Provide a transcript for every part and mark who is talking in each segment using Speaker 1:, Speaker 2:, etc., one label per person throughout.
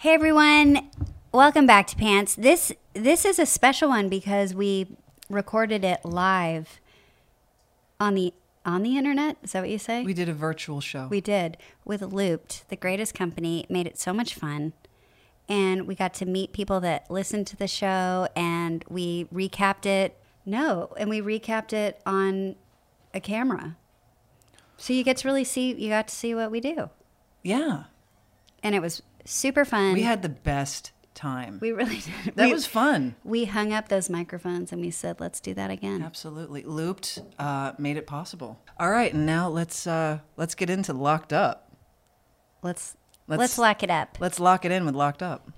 Speaker 1: Hey everyone, welcome back to Pants. This this is a special one because we recorded it live on the on the internet. Is that what you say?
Speaker 2: We did a virtual show.
Speaker 1: We did with Looped, the greatest company. It made it so much fun, and we got to meet people that listened to the show, and we recapped it. No, and we recapped it on a camera, so you get to really see. You got to see what we do,
Speaker 2: yeah.
Speaker 1: and it was super fun.
Speaker 2: We had the best time.
Speaker 1: We really did.
Speaker 2: that
Speaker 1: We-
Speaker 2: was fun.
Speaker 1: We hung up those microphones and we said, let's do that again.
Speaker 2: Absolutely. Looped uh, made it possible. All right, and now let's uh, let's get into locked up.
Speaker 1: Let's,
Speaker 2: Let's-
Speaker 1: let's lock it up.
Speaker 2: Let's lock it in with locked up.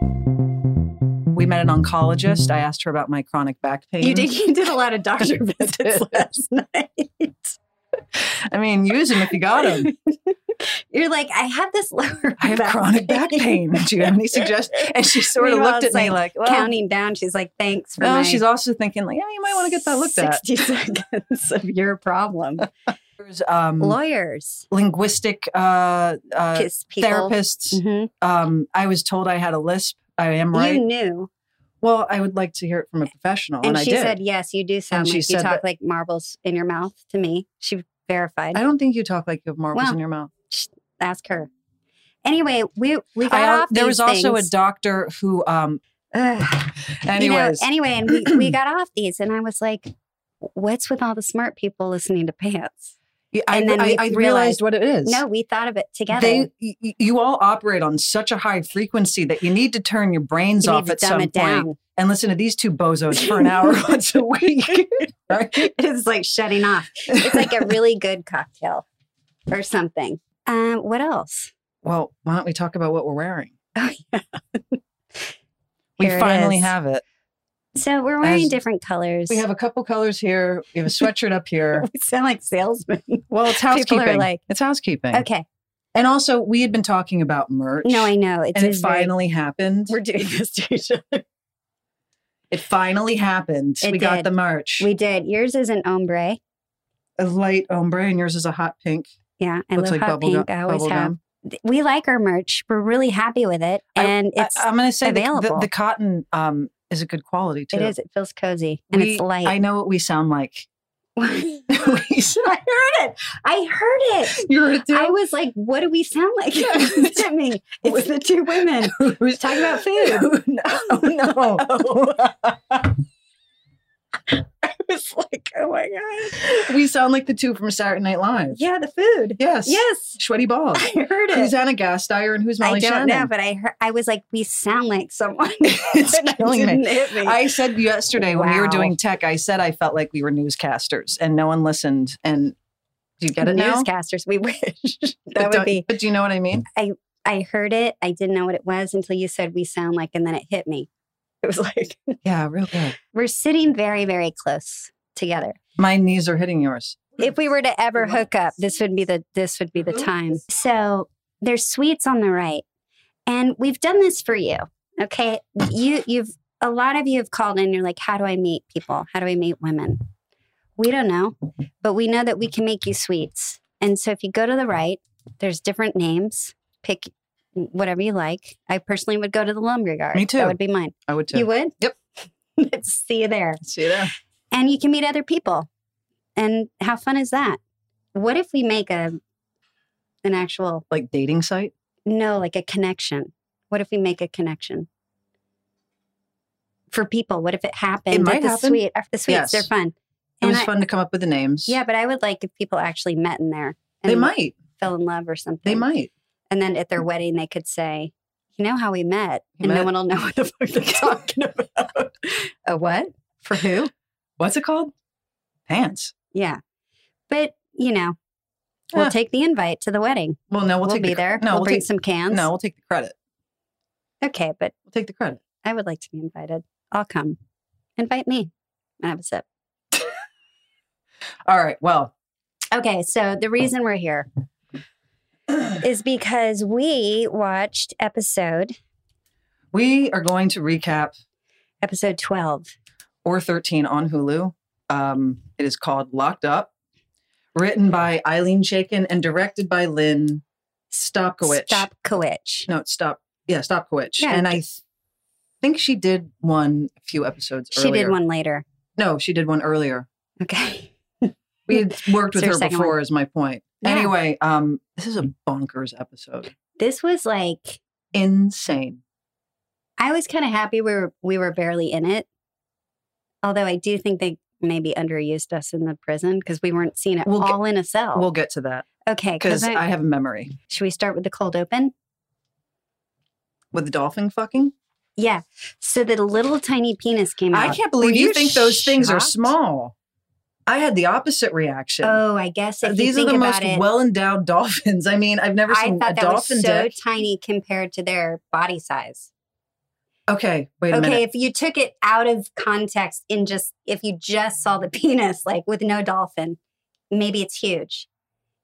Speaker 2: Pants. We met an oncologist. I asked her about my chronic back pain.
Speaker 1: You did, you did a lot of doctor visits last night.
Speaker 2: I mean, use them if you got them.
Speaker 1: You're like, I have this lower
Speaker 2: I have chronic back pain. Do you have any suggestions? And she sort of
Speaker 1: Meanwhile,
Speaker 2: looked at
Speaker 1: it's
Speaker 2: me like,
Speaker 1: like
Speaker 2: well,
Speaker 1: Counting down, she's like, thanks for
Speaker 2: no,
Speaker 1: my
Speaker 2: she's also thinking like, yeah, you might want to get that looked at. Mm.
Speaker 1: 60 seconds of your problem.
Speaker 2: There's, um,
Speaker 1: Lawyers.
Speaker 2: linguistic uh, uh,
Speaker 1: Kiss people.
Speaker 2: therapists.
Speaker 1: Mhm.
Speaker 2: Um, I was told I had a lisp. I am right.
Speaker 1: You knew.
Speaker 2: well, I would like to hear it from a professional, and,
Speaker 1: And
Speaker 2: I
Speaker 1: she
Speaker 2: did.
Speaker 1: said, yes, you do sound
Speaker 2: she
Speaker 1: like you
Speaker 2: said
Speaker 1: talk
Speaker 2: that-
Speaker 1: like marbles in your mouth to me. She verified.
Speaker 2: I don't think you talk like you have marbles
Speaker 1: Well,
Speaker 2: in your mouth.
Speaker 1: ask her. Anyway, we we got
Speaker 2: I al-
Speaker 1: off.
Speaker 2: there was
Speaker 1: these
Speaker 2: also a
Speaker 1: things.
Speaker 2: doctor who, um,
Speaker 1: Ugh. You know,
Speaker 2: anyways,
Speaker 1: anyway, and we, we got off these, and I was like, "What's with all the smart people listening to pants?"
Speaker 2: yeah, I,
Speaker 1: and then
Speaker 2: I,
Speaker 1: we
Speaker 2: I realized,
Speaker 1: realized-
Speaker 2: what it is.
Speaker 1: No, we thought of it together.
Speaker 2: They, y- y- you all operate on such a high frequency that you need to turn your brains
Speaker 1: you
Speaker 2: off
Speaker 1: need to
Speaker 2: at some
Speaker 1: dumb it
Speaker 2: point
Speaker 1: down.
Speaker 2: and listen to these two bozos for an hour once a week. right?
Speaker 1: It's like shutting off. It's like a really good cocktail or something. Um, what else?
Speaker 2: Well, why don't we talk about what we're wearing?
Speaker 1: Oh, yeah.
Speaker 2: We
Speaker 1: Here it
Speaker 2: finally
Speaker 1: is.
Speaker 2: have it.
Speaker 1: So we're wearing
Speaker 2: As-
Speaker 1: different colors.
Speaker 2: We have a couple colors here. We have a sweatshirt up here.
Speaker 1: we sound like salesmen.
Speaker 2: Well, it's
Speaker 1: People are
Speaker 2: housekeeping.
Speaker 1: like-
Speaker 2: it's housekeeping.
Speaker 1: okay.
Speaker 2: And also, we had been talking about merch.
Speaker 1: No, I know. It's
Speaker 2: and it finally happened.
Speaker 1: we're doing this to each other.
Speaker 2: It finally happened.
Speaker 1: It
Speaker 2: we got
Speaker 1: did.
Speaker 2: the merch.
Speaker 1: We did. Yours is an ombre.
Speaker 2: a light ombre, and yours is a hot pink.
Speaker 1: Yeah, I
Speaker 2: Looks
Speaker 1: love
Speaker 2: like
Speaker 1: hot
Speaker 2: bubble
Speaker 1: pink.
Speaker 2: gum.
Speaker 1: I always
Speaker 2: bubble
Speaker 1: have.
Speaker 2: gum.
Speaker 1: Th- We like our merch. We're really happy with it,
Speaker 2: I-
Speaker 1: and it's
Speaker 2: I, uh, am going to say the- the,
Speaker 1: available.
Speaker 2: the, cotton um, is a good quality too.
Speaker 1: it is. It feels cozy and it's
Speaker 2: We-
Speaker 1: light.
Speaker 2: I know what we sound like.
Speaker 1: I
Speaker 2: we sound,
Speaker 1: heard it. I heard it.
Speaker 2: you heard it too.
Speaker 1: I was like, "What do we sound like?"
Speaker 2: Yeah.
Speaker 1: to me, it's the two women. talk about food.
Speaker 2: no, no.
Speaker 1: It's like, oh my god,
Speaker 2: we sound like the two from Saturday Night Live.
Speaker 1: yeah, the food.
Speaker 2: Yes.
Speaker 1: Yes,
Speaker 2: Sweaty balls.
Speaker 1: I heard
Speaker 2: Who's
Speaker 1: it.
Speaker 2: Anna Gasteyer and who's Molly
Speaker 1: I don't
Speaker 2: Shannon?
Speaker 1: know, but I heard, I was like, we sound like someone.
Speaker 2: It's
Speaker 1: And it
Speaker 2: killing me.
Speaker 1: didn't hit me.
Speaker 2: I said yesterday when we were
Speaker 1: Wow.
Speaker 2: doing tech, I said I felt like we were newscasters and no one listened. And do you get it now?
Speaker 1: Newscasters, we wish
Speaker 2: But
Speaker 1: that would
Speaker 2: don't-
Speaker 1: be.
Speaker 2: But do you know what I mean?
Speaker 1: I heard it. I didn't know what it was until you said we sound like, and then it hit me.
Speaker 3: It was like
Speaker 2: Yeah, real good.
Speaker 1: We're sitting very, very close together.
Speaker 2: My knees are hitting yours.
Speaker 1: If we were to ever hook up, this would be the this would be the time. So there's sweets on the right. And we've done this for you. Okay. You you've a lot of you have called in, you're like, how do I meet people? How do I meet women? We don't know, but we know that we can make you sweets. And so if you go to the right, there's different names. Pick whatever you like. I personally would go to the lumberyard.
Speaker 2: Me too.
Speaker 1: That would be mine.
Speaker 2: I would too.
Speaker 1: You would?
Speaker 2: Yep.
Speaker 1: Let's see you there.
Speaker 2: See you there.
Speaker 1: And you can meet other people. And how fun is that? What if we make a an actual
Speaker 2: Like dating site.
Speaker 1: no, like a connection? What if we make a connection? For people, what if it happened?
Speaker 2: It
Speaker 1: at
Speaker 2: might
Speaker 1: the
Speaker 2: happen.
Speaker 1: Sweet, at the sweets, they're
Speaker 2: Yes.
Speaker 1: fun.
Speaker 2: It was
Speaker 1: I-
Speaker 2: fun to come up with the names.
Speaker 1: Yeah, but I would like if people actually met in there.
Speaker 2: They might.
Speaker 1: fell in love or something.
Speaker 2: They might.
Speaker 1: And then at their wedding, they could say, "You know how we met,"
Speaker 2: We
Speaker 1: and
Speaker 2: met.
Speaker 1: no one will know what the fuck they're talking about. a what? For who?
Speaker 2: What's it called? Pants.
Speaker 1: Yeah. But, you know, we'll
Speaker 2: Yeah.
Speaker 1: take the invite to the wedding.
Speaker 2: Well, no, Ah. we'll,
Speaker 1: We'll,
Speaker 2: take
Speaker 1: be
Speaker 2: the, cre-
Speaker 1: there.
Speaker 2: No,
Speaker 1: we'll,
Speaker 2: we'll
Speaker 1: bring
Speaker 2: take,
Speaker 1: some cans.
Speaker 2: no, we'll take the credit.
Speaker 1: Okay, but
Speaker 2: We'll take the credit.
Speaker 1: I would like to be invited. I'll come. Invite me. And have a sip.
Speaker 2: All right. Well,
Speaker 1: Okay, so the reason we're here is because we watched episode
Speaker 2: we are going to recap
Speaker 1: episode 12.
Speaker 2: or 13 on Hulu. Um, it is called Locked Up, written by Eileen Shaken and directed by Lynn Stopkowicz.
Speaker 1: Stop Kowich.
Speaker 2: No, stop. Yeah, Stopkowicz.
Speaker 1: Yeah.
Speaker 2: And I th- think she did one a few episodes
Speaker 1: She
Speaker 2: earlier.
Speaker 1: did one later.
Speaker 2: No, she did one earlier.
Speaker 1: Okay.
Speaker 2: We had worked with
Speaker 1: It's her
Speaker 2: her
Speaker 1: second
Speaker 2: before, is my point.
Speaker 1: Yeah.
Speaker 2: Anyway, um, this is a bonkers episode.
Speaker 1: This was like
Speaker 2: Insane.
Speaker 1: I was kind of happy we were we were barely in it. Although I do think they maybe underused us in the prison because we weren't seeing it
Speaker 2: We'll get-
Speaker 1: all in a cell.
Speaker 2: We'll get to that
Speaker 1: okay,
Speaker 2: because
Speaker 1: Oh. because
Speaker 2: I have a memory
Speaker 1: should we start with the cold open?
Speaker 2: with the dolphin fucking.
Speaker 1: Yeah. So the little tiny penis came out.
Speaker 2: I can't believe you,
Speaker 1: you
Speaker 2: think those things are
Speaker 1: shocked?
Speaker 2: small. I had the opposite reaction.
Speaker 1: Oh, I guess if
Speaker 2: These
Speaker 1: you
Speaker 2: are
Speaker 1: think
Speaker 2: the
Speaker 1: about
Speaker 2: most
Speaker 1: it,
Speaker 2: well endowed dolphins. I mean, I've never
Speaker 1: I
Speaker 2: seen a
Speaker 1: thought that was
Speaker 2: dolphin
Speaker 1: so
Speaker 2: dick.
Speaker 1: tiny compared to their body size.
Speaker 2: Okay, wait a
Speaker 1: Okay,
Speaker 2: minute.
Speaker 1: if you took it out of context in just if you just saw the penis like with no dolphin, maybe it's huge,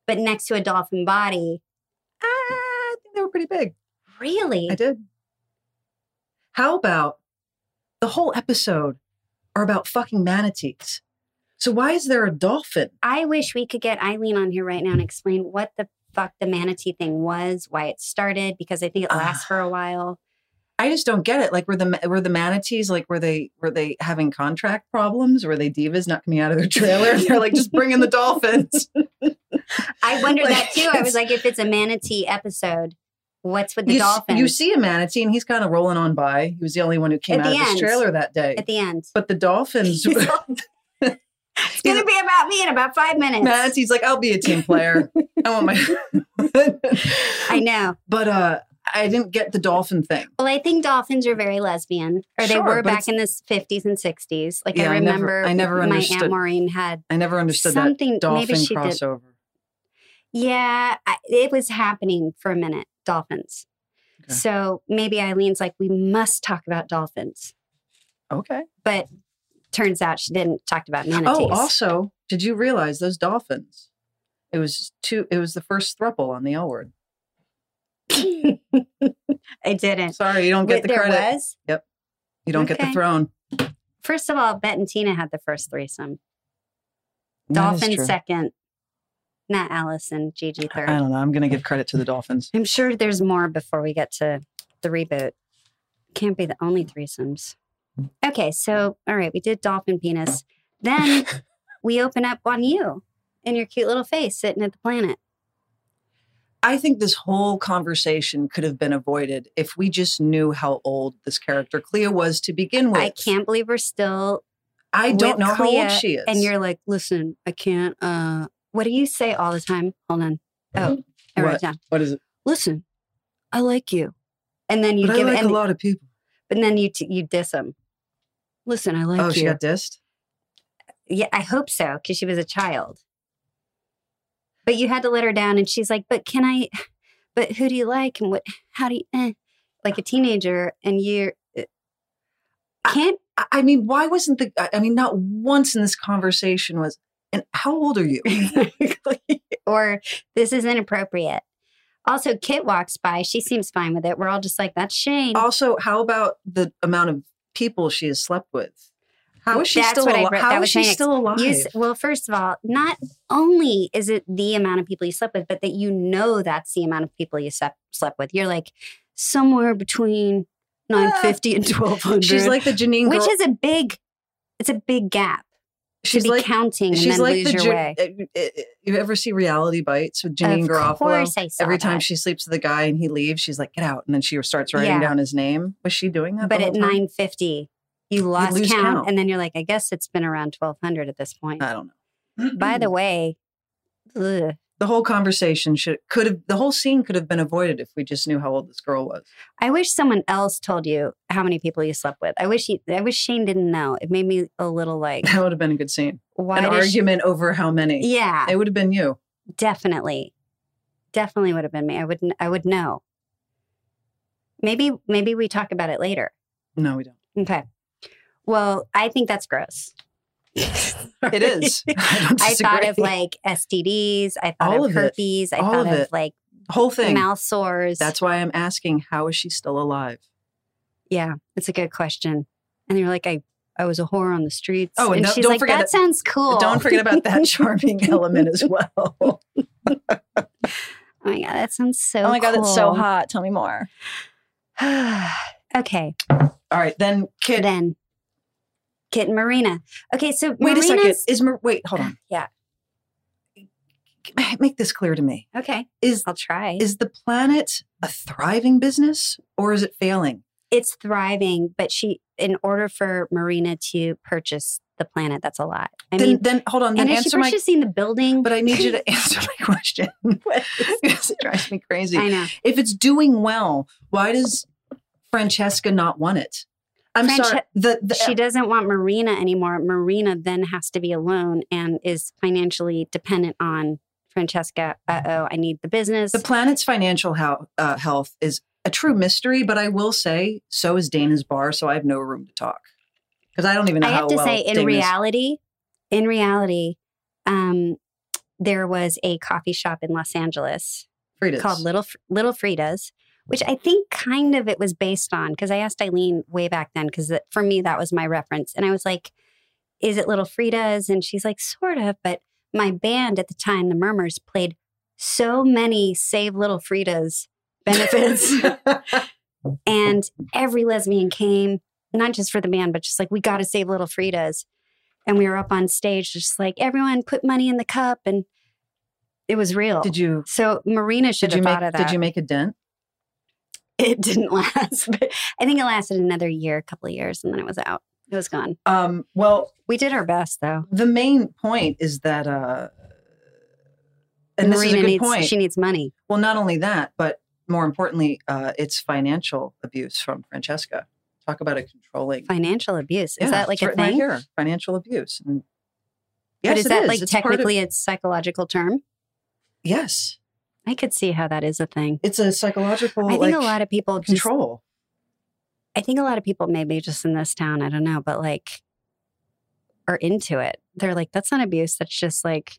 Speaker 1: but next to a dolphin body,
Speaker 2: Ah, I think they were pretty big.
Speaker 1: really?
Speaker 2: I did. How about the whole episode are about fucking manatees? So why is there a dolphin?
Speaker 1: I wish we could get Eileen on here right now and explain what the fuck the manatee thing was, why it started, because I think it
Speaker 2: Ah.
Speaker 1: lasts for a while.
Speaker 2: I just don't get it. Like were the ma- were the manatees like were they were they having contract problems? Were they divas not coming out of their trailer? They're like just bring in the dolphins.
Speaker 1: I wondered
Speaker 2: Like,
Speaker 1: that too. I
Speaker 2: it's-
Speaker 1: was like, if it's a manatee episode, what's with the
Speaker 2: you, s-
Speaker 1: dolphin
Speaker 2: you see a manatee and he's kind of rolling on by. He was the only one who came
Speaker 1: At
Speaker 2: out
Speaker 1: the
Speaker 2: of his
Speaker 1: end.
Speaker 2: trailer that day.
Speaker 1: at the end?
Speaker 2: but the dolphins,
Speaker 1: He's all- it's going to be about me in about five minutes.
Speaker 2: manatees, like I'll be a team player. I want my.
Speaker 1: I know.
Speaker 2: but uh, I didn't get the dolphin thing.
Speaker 1: Well, I think dolphins are very lesbian, or they
Speaker 2: Sure,
Speaker 1: were
Speaker 2: but
Speaker 1: back
Speaker 2: it's-
Speaker 1: in the 50s and 60s. Like,
Speaker 2: Yeah,
Speaker 1: I
Speaker 2: I never-
Speaker 1: remember
Speaker 2: I never
Speaker 1: my Aunt
Speaker 2: understood-
Speaker 1: Maureen had
Speaker 2: I never understood
Speaker 1: something.
Speaker 2: that dolphin
Speaker 1: maybe she did.
Speaker 2: crossover.
Speaker 1: Yeah, I, it was happening for a minute, dolphins.
Speaker 2: Okay.
Speaker 1: So maybe Eileen's like, we must talk about dolphins.
Speaker 2: Okay.
Speaker 1: But turns out she didn't talk about manatees.
Speaker 2: Oh, also, did you realize those dolphins? It was two. It was the first thruple on the L word.
Speaker 1: I didn't.
Speaker 2: Sorry, you don't get
Speaker 1: Wait,
Speaker 2: the
Speaker 1: there
Speaker 2: credit.
Speaker 1: was.
Speaker 2: You don't get the
Speaker 1: Okay.
Speaker 2: throne.
Speaker 1: First of all, Bet and Tina had the first threesome.
Speaker 2: That is
Speaker 1: Dolphin
Speaker 2: true.
Speaker 1: second. Not Allison, Gigi third.
Speaker 2: I don't know. I'm going to give credit to the dolphins.
Speaker 1: I'm sure there's more before we get to the reboot. Can't be the only threesomes. Okay, so all right, we did dolphin penis. Then we open up on you and your cute little face sitting at the planet.
Speaker 2: I think this whole conversation could have been avoided if we just knew how old this character Clea was to begin with.
Speaker 1: I can't believe we're still
Speaker 2: I
Speaker 1: with
Speaker 2: don't know how old
Speaker 1: Clea
Speaker 2: she is.
Speaker 1: and you're like, listen, I can't uh what do you say all the time? Hold on. Oh, I wrote
Speaker 2: What?
Speaker 1: it down.
Speaker 2: what is it?
Speaker 1: Listen, I like you. And then you
Speaker 2: But I
Speaker 1: give
Speaker 2: like
Speaker 1: and,
Speaker 2: a lot of people.
Speaker 1: and then you t- you diss him. Listen, I like
Speaker 2: oh,
Speaker 1: you.
Speaker 2: she got dissed.
Speaker 1: Yeah, I hope so, because she was a child. But you had to let her down, and she's like, "But can I? But who do you like? And what? How do you? Eh. Like a teenager, and you're. eh, Can't
Speaker 2: I- I mean, why wasn't the? I- I mean, not once in this conversation was. And how old are you?
Speaker 1: or this is inappropriate. Also, Kit walks by. She seems fine with it. We're all just like, that's Shane.
Speaker 2: also, how about the amount of people she has slept with? How is she
Speaker 1: That's
Speaker 2: still?
Speaker 1: what I
Speaker 2: alive?
Speaker 1: wrote. That
Speaker 2: How is
Speaker 1: was
Speaker 2: she
Speaker 1: my next-
Speaker 2: still alive?
Speaker 1: You s- well, first of all, not only is it the amount of people you slept with, but that you know that's the amount of people you slept, slept with. You're like somewhere between 950 and 1200.
Speaker 2: Ah. she's like the Janine.
Speaker 1: which
Speaker 2: Gar-
Speaker 1: is a big, it's a big gap
Speaker 2: she's
Speaker 1: to be
Speaker 2: like
Speaker 1: counting and
Speaker 2: she's
Speaker 1: then
Speaker 2: like
Speaker 1: lose
Speaker 2: the
Speaker 1: your
Speaker 2: Jan-
Speaker 1: way.
Speaker 2: uh, uh, You ever see Reality Bites with Janine
Speaker 1: of
Speaker 2: Garofalo?
Speaker 1: course, I saw
Speaker 2: Every time
Speaker 1: that.
Speaker 2: she sleeps with the guy and he leaves, she's like, "Get out!" And then she starts writing
Speaker 1: Yeah.
Speaker 2: down his name. Was she doing that?
Speaker 1: but
Speaker 2: the
Speaker 1: at
Speaker 2: whole time?
Speaker 1: 950, you lost
Speaker 2: lose
Speaker 1: count,
Speaker 2: count. Uh,
Speaker 1: and then you're like, I guess it's been around 1200 at this point.
Speaker 2: I don't know.
Speaker 1: By the way, ugh.
Speaker 2: the whole conversation should could have the whole scene could have been avoided if we just knew how old this girl was.
Speaker 1: I wish someone else told you how many people you slept with. I wish you, I wish Shane didn't know. It made me a little like
Speaker 2: That would have been a good scene.
Speaker 1: why
Speaker 2: An
Speaker 1: does she-
Speaker 2: argument over how many.
Speaker 1: yeah,
Speaker 2: It would have been you.
Speaker 1: definitely, definitely would have been me. I wouldn't. I would know. Maybe maybe we talk about it later.
Speaker 2: No, we don't.
Speaker 1: Okay. Well, I think that's gross.
Speaker 2: It is. I don't
Speaker 1: I thought of
Speaker 2: disagree.
Speaker 1: like STDs. I thought
Speaker 2: All
Speaker 1: of
Speaker 2: of it.
Speaker 1: herpes. I
Speaker 2: All
Speaker 1: thought
Speaker 2: of
Speaker 1: of,
Speaker 2: it.
Speaker 1: like
Speaker 2: whole thing.
Speaker 1: mouth sores.
Speaker 2: That's why I'm asking, how is she still alive?
Speaker 1: Yeah, it's a good question. And you're like, I, I was a whore on the streets.
Speaker 2: Oh, and don't-
Speaker 1: she's
Speaker 2: don't
Speaker 1: like,
Speaker 2: forget
Speaker 1: that,
Speaker 2: that-
Speaker 1: sounds cool.
Speaker 2: Don't forget about that charming element as well.
Speaker 1: Oh my god, that sounds so.
Speaker 3: oh my god, that's so
Speaker 1: cool.
Speaker 3: hot. Tell me more.
Speaker 1: okay,
Speaker 2: All right, then kid.
Speaker 1: then Kit and Marina. Okay, so
Speaker 2: wait a second.
Speaker 1: Marina's-
Speaker 2: Is Mar- wait, hold on.
Speaker 1: Yeah.
Speaker 2: Make this clear to me.
Speaker 1: Okay,
Speaker 2: Is
Speaker 1: I'll try.
Speaker 2: is the planet a thriving business or is it failing?
Speaker 1: it's thriving, but she, in order for Marina to purchase the planet, that's a lot. I
Speaker 2: then,
Speaker 1: mean,
Speaker 2: then hold on. Then
Speaker 1: and is she
Speaker 2: answer my.
Speaker 1: purchasing the building?
Speaker 2: But I need you to answer my question. Because it drives me crazy.
Speaker 1: I know.
Speaker 2: if it's doing well, why does Francesca not want it? I'm
Speaker 1: Franche-
Speaker 2: sorry. The, the, uh,
Speaker 1: she doesn't want Marina anymore. Marina then has to be alone and is financially dependent on Francesca. Uh oh, I need the business.
Speaker 2: the planet's financial health, uh, health is a true mystery, but I will say so is Dana's bar, so I have no room to talk because I don't even know
Speaker 1: I
Speaker 2: how
Speaker 1: have to
Speaker 2: well
Speaker 1: say, in
Speaker 2: Dana's-
Speaker 1: reality, in reality, um, there was a coffee shop in Los Angeles
Speaker 2: Frida's.
Speaker 1: called Little Fr- Little Frida's, which I think kind of it was based on because I asked Eileen way back then because for me that was my reference, and I was like, "Is it Little Frida's?" And she's like, "Sort of," but my band at the time, the Murmurs, played so many Save Little Frida's benefits and every lesbian came, not just for the band, but just like, we got to save little Frida's. And we were up on stage, just like, everyone put money in the cup. And it was real.
Speaker 2: did you?
Speaker 1: so Marina should
Speaker 2: Did
Speaker 1: have
Speaker 2: you make?
Speaker 1: thought of that.
Speaker 2: Did you make a dent?
Speaker 1: it didn't last, but I think it lasted another year, a couple of years, and then it was out. It was gone.
Speaker 2: Um, well,
Speaker 1: We did our best, though.
Speaker 2: the main point is that, uh, and this is a good
Speaker 1: needs
Speaker 2: point.
Speaker 1: she needs money.
Speaker 2: Well, not only that, but more importantly, uh, it's financial abuse from Francesca. Talk about a controlling.
Speaker 1: Financial abuse is
Speaker 2: Yeah,
Speaker 1: that like
Speaker 2: it's
Speaker 1: a
Speaker 2: written right
Speaker 1: thing?
Speaker 2: here, financial abuse. And
Speaker 1: but
Speaker 2: yes,
Speaker 1: is
Speaker 2: it
Speaker 1: that
Speaker 2: is.
Speaker 1: like
Speaker 2: It's part of-
Speaker 1: technically a psychological term?
Speaker 2: yes,
Speaker 1: I could see how that is a thing.
Speaker 2: it's a psychological.
Speaker 1: I think
Speaker 2: Oh, like,
Speaker 1: a lot of people just
Speaker 2: control.
Speaker 1: I think a lot of people, maybe just in this town, I don't know, but like are into it. They're like, that's not abuse. That's just like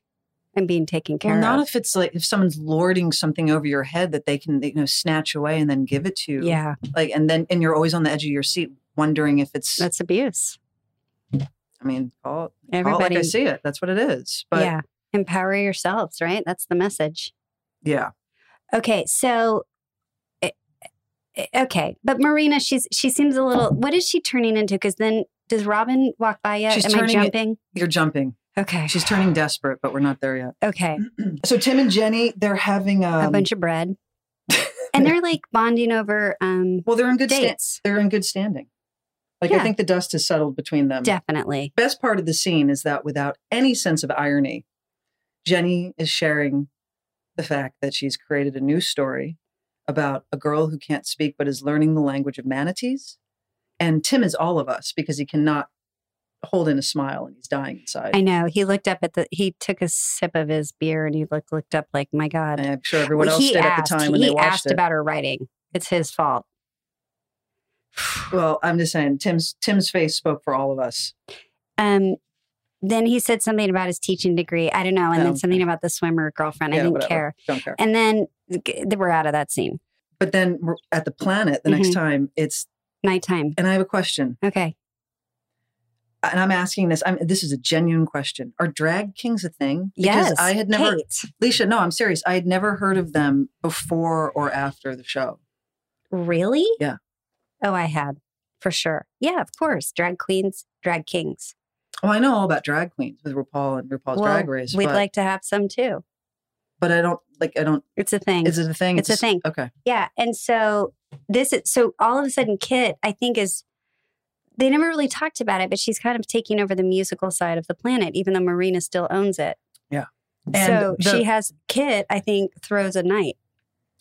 Speaker 1: I'm being taken care
Speaker 2: Well, not
Speaker 1: of.
Speaker 2: if it's like if someone's lording something over your head that they can you know snatch away and then give it to you.
Speaker 1: yeah,
Speaker 2: Like and then and you're always on the edge of your seat wondering if it's.
Speaker 1: that's abuse.
Speaker 2: I mean, call it, call it
Speaker 1: Everybody,
Speaker 2: like I see it. That's what it is. But yeah,
Speaker 1: yeah, empower yourselves, right? That's the message.
Speaker 2: yeah.
Speaker 1: Okay, so eh, eh, okay, but Marina, she's she seems a little. What is she turning into? Because then does Robin walk by yet?
Speaker 2: She's
Speaker 1: Am I
Speaker 2: turning it-
Speaker 1: jumping?
Speaker 2: you're jumping.
Speaker 1: okay,
Speaker 2: She's turning desperate, but we're not there yet.
Speaker 1: okay,
Speaker 2: So Tim and Jenny, they're having um,
Speaker 1: a bunch of bread, and they're like bonding over um
Speaker 2: well, they're in good sta-
Speaker 1: dates.
Speaker 2: they're in good standing. Like
Speaker 1: Yeah.
Speaker 2: I think the dust has settled between them.
Speaker 1: Definitely.
Speaker 2: Best part of the scene is that without any sense of irony, Jenny is sharing the fact that she's created a new story about a girl who can't speak but is learning the language of manatees. And Tim is all of us because he cannot hold in a smile and he's dying inside.
Speaker 1: I know. He looked up at the. He took a sip of his beer and he looked looked up like, my God.
Speaker 2: And I'm sure everyone
Speaker 1: Well,
Speaker 2: else
Speaker 1: he
Speaker 2: did
Speaker 1: asked,
Speaker 2: at the time when
Speaker 1: he
Speaker 2: they watched
Speaker 1: asked
Speaker 2: it.
Speaker 1: about her writing. It's his fault.
Speaker 2: Well, I'm just saying, Tim's Tim's face spoke for all of us.
Speaker 1: Um, then he said something about his teaching degree. I don't know. And then
Speaker 2: Oh.
Speaker 1: something about the swimmer girlfriend. I
Speaker 2: Yeah,
Speaker 1: didn't
Speaker 2: whatever.
Speaker 1: care.
Speaker 2: Don't care.
Speaker 1: And then g- they we're out of that scene.
Speaker 2: But then we're at the planet the
Speaker 1: Mm-hmm.
Speaker 2: next time, it's
Speaker 1: Nighttime.
Speaker 2: and I have a question,
Speaker 1: Okay.
Speaker 2: and I'm asking this. I'm this is a genuine question. Are drag kings a thing?
Speaker 1: Yes.
Speaker 2: I had never,
Speaker 1: Kate.
Speaker 2: Leisha. No, I'm serious. I had never heard of them before or after the show.
Speaker 1: Really?
Speaker 2: Yeah.
Speaker 1: Oh, I had for sure. Yeah, of course. Drag queens, drag kings.
Speaker 2: Well, I know all about drag queens with RuPaul and RuPaul's
Speaker 1: Well,
Speaker 2: Drag Race.
Speaker 1: We'd
Speaker 2: but,
Speaker 1: like to have some too.
Speaker 2: but I don't like. I don't.
Speaker 1: It's a thing.
Speaker 2: Is it a thing?
Speaker 1: It's a thing.
Speaker 2: Okay.
Speaker 1: Yeah. And so this is so all of a sudden Kit, I think, is they never really talked about it, but she's kind of taking over the musical side of the planet, even though Marina still owns it.
Speaker 2: Yeah.
Speaker 1: so
Speaker 2: And the-
Speaker 1: she has Kit, I think, throws a night.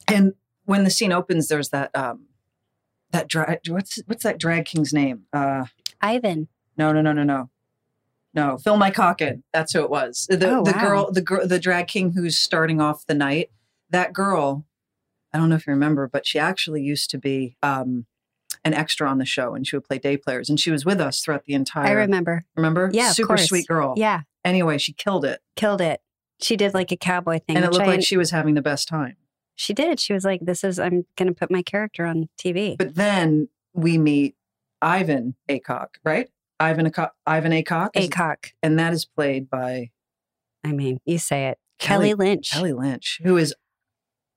Speaker 2: And when the scene opens, there's that um, that drag. What's what's that drag king's name? Uh,
Speaker 1: Ivan.
Speaker 2: no, no, no, no, no, no. Phil Mycockin. That's who it was. The
Speaker 1: Oh,
Speaker 2: the
Speaker 1: wow.
Speaker 2: girl, the girl, the drag king who's starting off the night. That girl. I don't know if you remember, but she actually used to be um, an extra on the show, and she would play day players, and she was with us throughout the entire.
Speaker 1: I remember.
Speaker 2: remember?
Speaker 1: Yeah, of
Speaker 2: super
Speaker 1: course.
Speaker 2: sweet girl.
Speaker 1: Yeah.
Speaker 2: Anyway, she killed it,
Speaker 1: Killed it. She did like a cowboy thing.
Speaker 2: and it
Speaker 1: which
Speaker 2: looked
Speaker 1: I,
Speaker 2: like she was having the best time.
Speaker 1: she did. She was like, This is I'm gonna put my character on TV.
Speaker 2: But then we meet Ivan Acock, right? Ivan Acock, Ivan Acock, is-
Speaker 1: Acock.
Speaker 2: and that is played by
Speaker 1: I mean, you say it. Kelly,
Speaker 2: Kelly,
Speaker 1: Lynch.
Speaker 2: Kelly Lynch, who is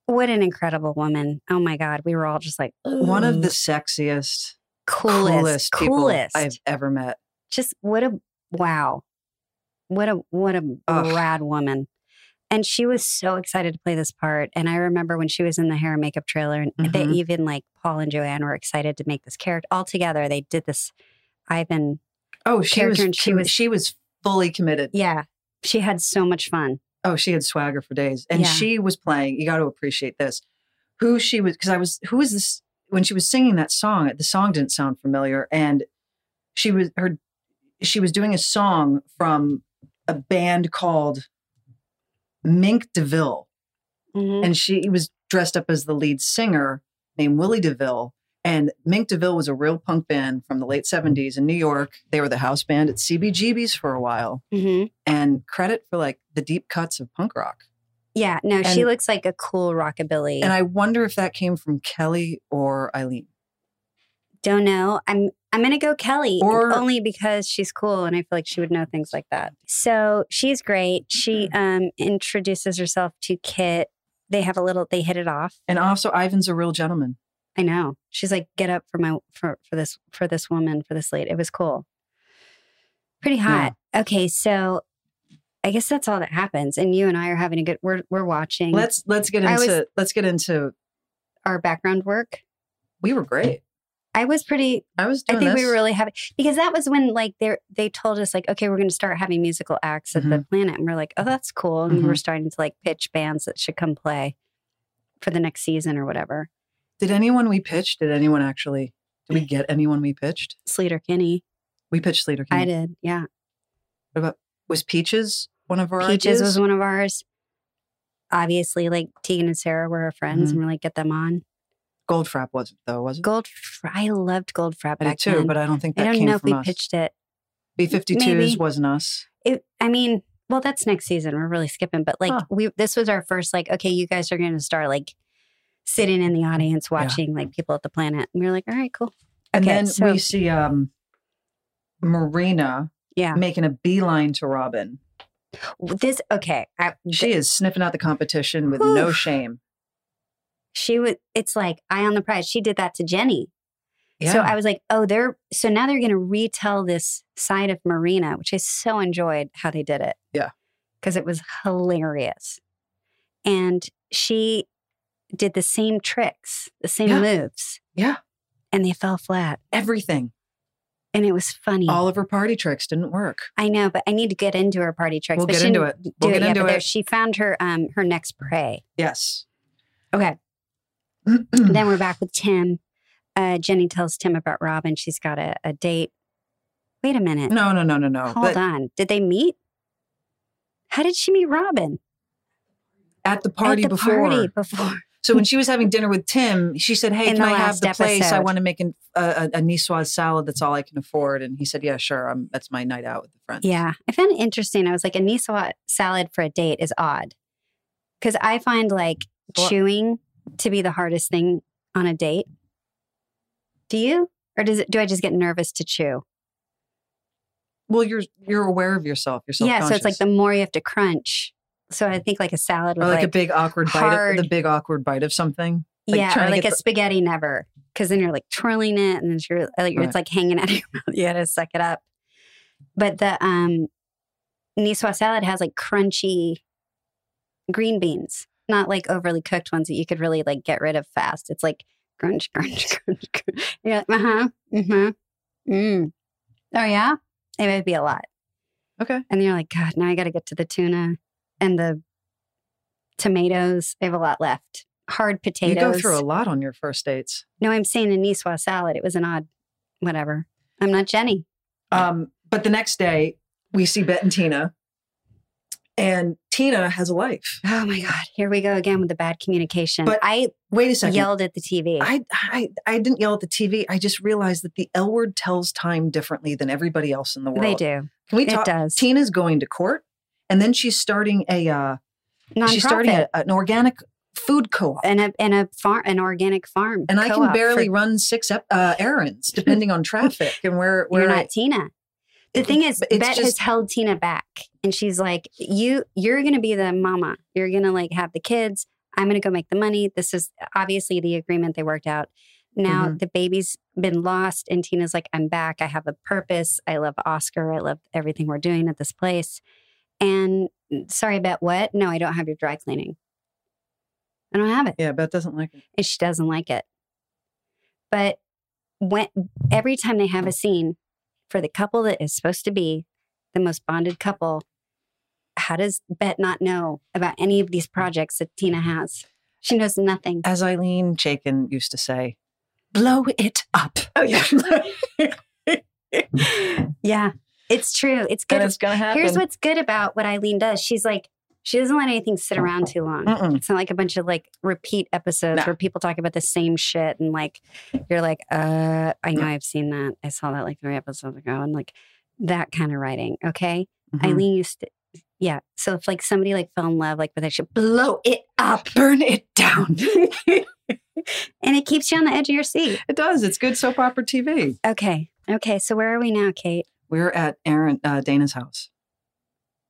Speaker 1: What an incredible woman. Oh my God. We were all just like
Speaker 2: one
Speaker 1: "Ooh."
Speaker 2: of the sexiest,
Speaker 1: Mm. coolest, coolest,
Speaker 2: people I've ever met.
Speaker 1: Just what a wow, what a what a
Speaker 2: Ugh.
Speaker 1: rad woman. And she was so excited to play this part. And I remember when she was in the hair and makeup trailer, and they
Speaker 2: Mhm.
Speaker 1: even like Paul and Joanne were excited to make this character all together. They did this Ivan.
Speaker 2: Oh, she was,
Speaker 1: Character and she
Speaker 2: com-
Speaker 1: was-
Speaker 2: she was fully committed.
Speaker 1: Yeah, she had so much fun.
Speaker 2: Oh, she had swagger for days, and
Speaker 1: Yeah.
Speaker 2: she was playing. You got to appreciate this. Who she was? Because I was. Who is this? When she was singing that song, the song didn't sound familiar, and she was her. She was doing a song from a band called Mink DeVille,
Speaker 1: Mm-hmm.
Speaker 2: and she was dressed up as the lead singer named Willie DeVille. And Mink DeVille was a real punk band from the late 70s in New York. They were the house band at CBGB's for a while.
Speaker 1: hmm
Speaker 2: And credit for like the deep cuts of punk rock.
Speaker 1: Yeah, no, she
Speaker 2: And-
Speaker 1: looks like a cool rockabilly.
Speaker 2: And I wonder if that came from Kelly or Eileen.
Speaker 1: Don't know. I'm I'm gonna go Kelly,
Speaker 2: Or-
Speaker 1: only because she's cool and I feel like she would know things like that. So she's great. She
Speaker 2: Mm-hmm.
Speaker 1: um introduces herself to Kit. They have a little. They hit it off.
Speaker 2: And also, Ivan's a real gentleman.
Speaker 1: I know. She's like, get up for my for for this for this woman for this lady. It was cool. Pretty hot. Okay, so I guess that's all that happens. And you and I are having a good. We're we're watching
Speaker 2: Let's let's get
Speaker 1: I
Speaker 2: into
Speaker 1: was-
Speaker 2: let's get into.
Speaker 1: our background work.
Speaker 2: We were great.
Speaker 1: I was pretty
Speaker 2: I was.
Speaker 1: I
Speaker 2: Doing
Speaker 1: think
Speaker 2: this.
Speaker 1: we were really happy because that was when like they they told us like okay we're going to start having musical acts at
Speaker 2: Mm-hmm.
Speaker 1: the planet and we're like oh that's cool and we were starting to like pitch bands that should come play for the next season or whatever.
Speaker 2: Did anyone we pitched? Did anyone actually? Did we get anyone we pitched?
Speaker 1: Sleater Kinney,
Speaker 2: We pitched Leader.
Speaker 1: I did, yeah.
Speaker 2: What about was Peaches one of our
Speaker 1: Peaches
Speaker 2: ideas?
Speaker 1: was one of ours. Obviously, like Tegan and Sarah were our friends,
Speaker 2: Mm-hmm.
Speaker 1: and we're like get them on.
Speaker 2: Goldfrapp wasn't though, was it?
Speaker 1: Gold, I loved Goldfrapp
Speaker 2: I
Speaker 1: back
Speaker 2: did too,
Speaker 1: then.
Speaker 2: but I don't think
Speaker 1: I
Speaker 2: that
Speaker 1: don't
Speaker 2: came
Speaker 1: know if
Speaker 2: from
Speaker 1: we
Speaker 2: us.
Speaker 1: pitched it.
Speaker 2: B fifty
Speaker 1: Maybe.
Speaker 2: twos wasn't us.
Speaker 1: it i mean well that's next season we're really skipping but like
Speaker 2: Huh.
Speaker 1: we this was our first like okay you guys are gonna start like sitting in the audience watching like people at the planet and we were like all right cool
Speaker 2: And
Speaker 1: Okay,
Speaker 2: then
Speaker 1: so-
Speaker 2: we see um Marina
Speaker 1: Yeah.
Speaker 2: making a beeline to Robin.
Speaker 1: this okay I,
Speaker 2: She is sniffing out the competition with no
Speaker 1: Oof.
Speaker 2: shame.
Speaker 1: she was it's like eye on the prize she did that to jenny so i was like oh they're so now they're gonna retell this side of marina which i so enjoyed how they did it
Speaker 2: Yeah.
Speaker 1: because it was hilarious and she did the same tricks the same
Speaker 2: Yeah.
Speaker 1: moves
Speaker 2: yeah.
Speaker 1: and they fell flat
Speaker 2: Everything.
Speaker 1: and it was funny.
Speaker 2: All of her party tricks didn't work.
Speaker 1: I know, but I need to get into her party tricks.
Speaker 2: We'll
Speaker 1: but
Speaker 2: get
Speaker 1: she
Speaker 2: into
Speaker 1: didn't
Speaker 2: it. We'll
Speaker 1: do
Speaker 2: get
Speaker 1: yeah,
Speaker 2: into
Speaker 1: but there-
Speaker 2: it.
Speaker 1: She found her um her next prey.
Speaker 2: Yes.
Speaker 1: Okay,
Speaker 2: Hmm.
Speaker 1: then we're back with Tim. Uh, Jenny tells Tim about Robin. She's got a, a date. Wait a minute.
Speaker 2: No, no, no, no, no.
Speaker 1: Hold
Speaker 2: But
Speaker 1: on. Did they meet? How did she meet Robin?
Speaker 2: At the party
Speaker 1: At the
Speaker 2: before.
Speaker 1: party before.
Speaker 2: So when she was having dinner with Tim, she said, "Hey,
Speaker 1: Hmm. In
Speaker 2: can
Speaker 1: the
Speaker 2: I have
Speaker 1: last
Speaker 2: the place? I
Speaker 1: episode.
Speaker 2: want to make an, a, a a Niçoise salad. That's all I can afford." And he said, "Yeah, sure. i that's my night out with the friends."
Speaker 1: Yeah, I found it interesting. I was like, a Niçoise salad for a date is odd because I find like
Speaker 2: Well-
Speaker 1: chewing to be the hardest thing on a date. Do you, or does it? Do I just get nervous to chew?
Speaker 2: Well, you're you're aware of yourself. You're
Speaker 1: Yeah, so it's like
Speaker 2: self-conscious.
Speaker 1: the more you have to crunch. So I think like a salad with
Speaker 2: or like,
Speaker 1: like,
Speaker 2: a big awkward bite. Of, the
Speaker 1: hard-
Speaker 2: big awkward bite of something. like
Speaker 1: yeah,
Speaker 2: trying
Speaker 1: or
Speaker 2: to
Speaker 1: like a
Speaker 2: get the-
Speaker 1: spaghetti never because then you're like twirling it and it's you're like
Speaker 2: Right.
Speaker 1: it's like hanging out of your mouth. You gotta suck it up. But the um Niçoise salad has like crunchy green beans, not like overly cooked ones that you could really like get rid of fast. It's like crunch, crunch, crunch, crunch. You're like, uh huh, uh huh, mm. Oh yeah, it would be a lot.
Speaker 2: Okay.
Speaker 1: And you're like, God, now I got to get to the tuna and the tomatoes. They have a lot left. Hard potatoes.
Speaker 2: You go through a lot on your first dates.
Speaker 1: No, I'm saying a Niçoise salad. It was an odd, whatever. I'm not Jenny.
Speaker 2: Um, but the next day, we see Bet and Tina, and Tina has a life.
Speaker 1: Oh my God, here we go again with the bad communication.
Speaker 2: But-
Speaker 1: I
Speaker 2: Wait a second.
Speaker 1: yelled at the TV.
Speaker 2: I, I I didn't yell at the TV. I just realized that the L word tells time differently than everybody else in the world.
Speaker 1: they do.
Speaker 2: Can we
Speaker 1: It
Speaker 2: talk?
Speaker 1: does.
Speaker 2: Tina's going to court, and then she's starting a uh,
Speaker 1: Nonprofit.
Speaker 2: she's starting a, an organic food co-op.
Speaker 1: and a and a farm, an organic farm.
Speaker 2: and I
Speaker 1: co-op
Speaker 2: can
Speaker 1: for-
Speaker 2: barely run six ep- uh, errands depending on traffic and where where
Speaker 1: You're
Speaker 2: I-
Speaker 1: not Tina. The thing is,
Speaker 2: But
Speaker 1: Bet
Speaker 2: it's
Speaker 1: has
Speaker 2: just-
Speaker 1: held Tina back, and she's like, "You, you're gonna be the mama. You're gonna like have the kids. I'm gonna go make the money. This is obviously the agreement they worked out. Now
Speaker 2: Mm-hmm.
Speaker 1: the baby's been lost, and Tina's like, "I'm back. I have a purpose. I love Oscar. I love everything we're doing at this place." And sorry, Bet, what? No, I don't have your dry cleaning. I don't have it
Speaker 2: yeah, Beth doesn't like it.
Speaker 1: and she doesn't like it. But when every time they have a scene for the couple that is supposed to be the most bonded couple, how does Bet not know about any of these projects that Tina has? She knows nothing.
Speaker 2: As Eileen Chaikin used to say, blow it up. Oh yeah.
Speaker 1: Yeah, it's true. It's
Speaker 2: and
Speaker 1: good.
Speaker 2: it's gonna happen.
Speaker 1: Here's what's good about what Eileen does. She's like, she doesn't let anything sit around too long.
Speaker 2: Mm-mm.
Speaker 1: It's not like a bunch of like repeat episodes
Speaker 2: No.
Speaker 1: where people talk about the same shit and like you're like, uh, I know I've seen that. I saw that like three episodes ago and like that kind of writing. Okay.
Speaker 2: Mhm.
Speaker 1: Eileen used to yeah. So if like somebody like fell in love like with that shit, blow it up.
Speaker 2: burn it down.
Speaker 1: And it keeps you on the edge of your seat.
Speaker 2: It does. It's good soap opera TV.
Speaker 1: Okay. Okay. So where are we now, Kate?
Speaker 2: We're at Aaron uh, Dana's house,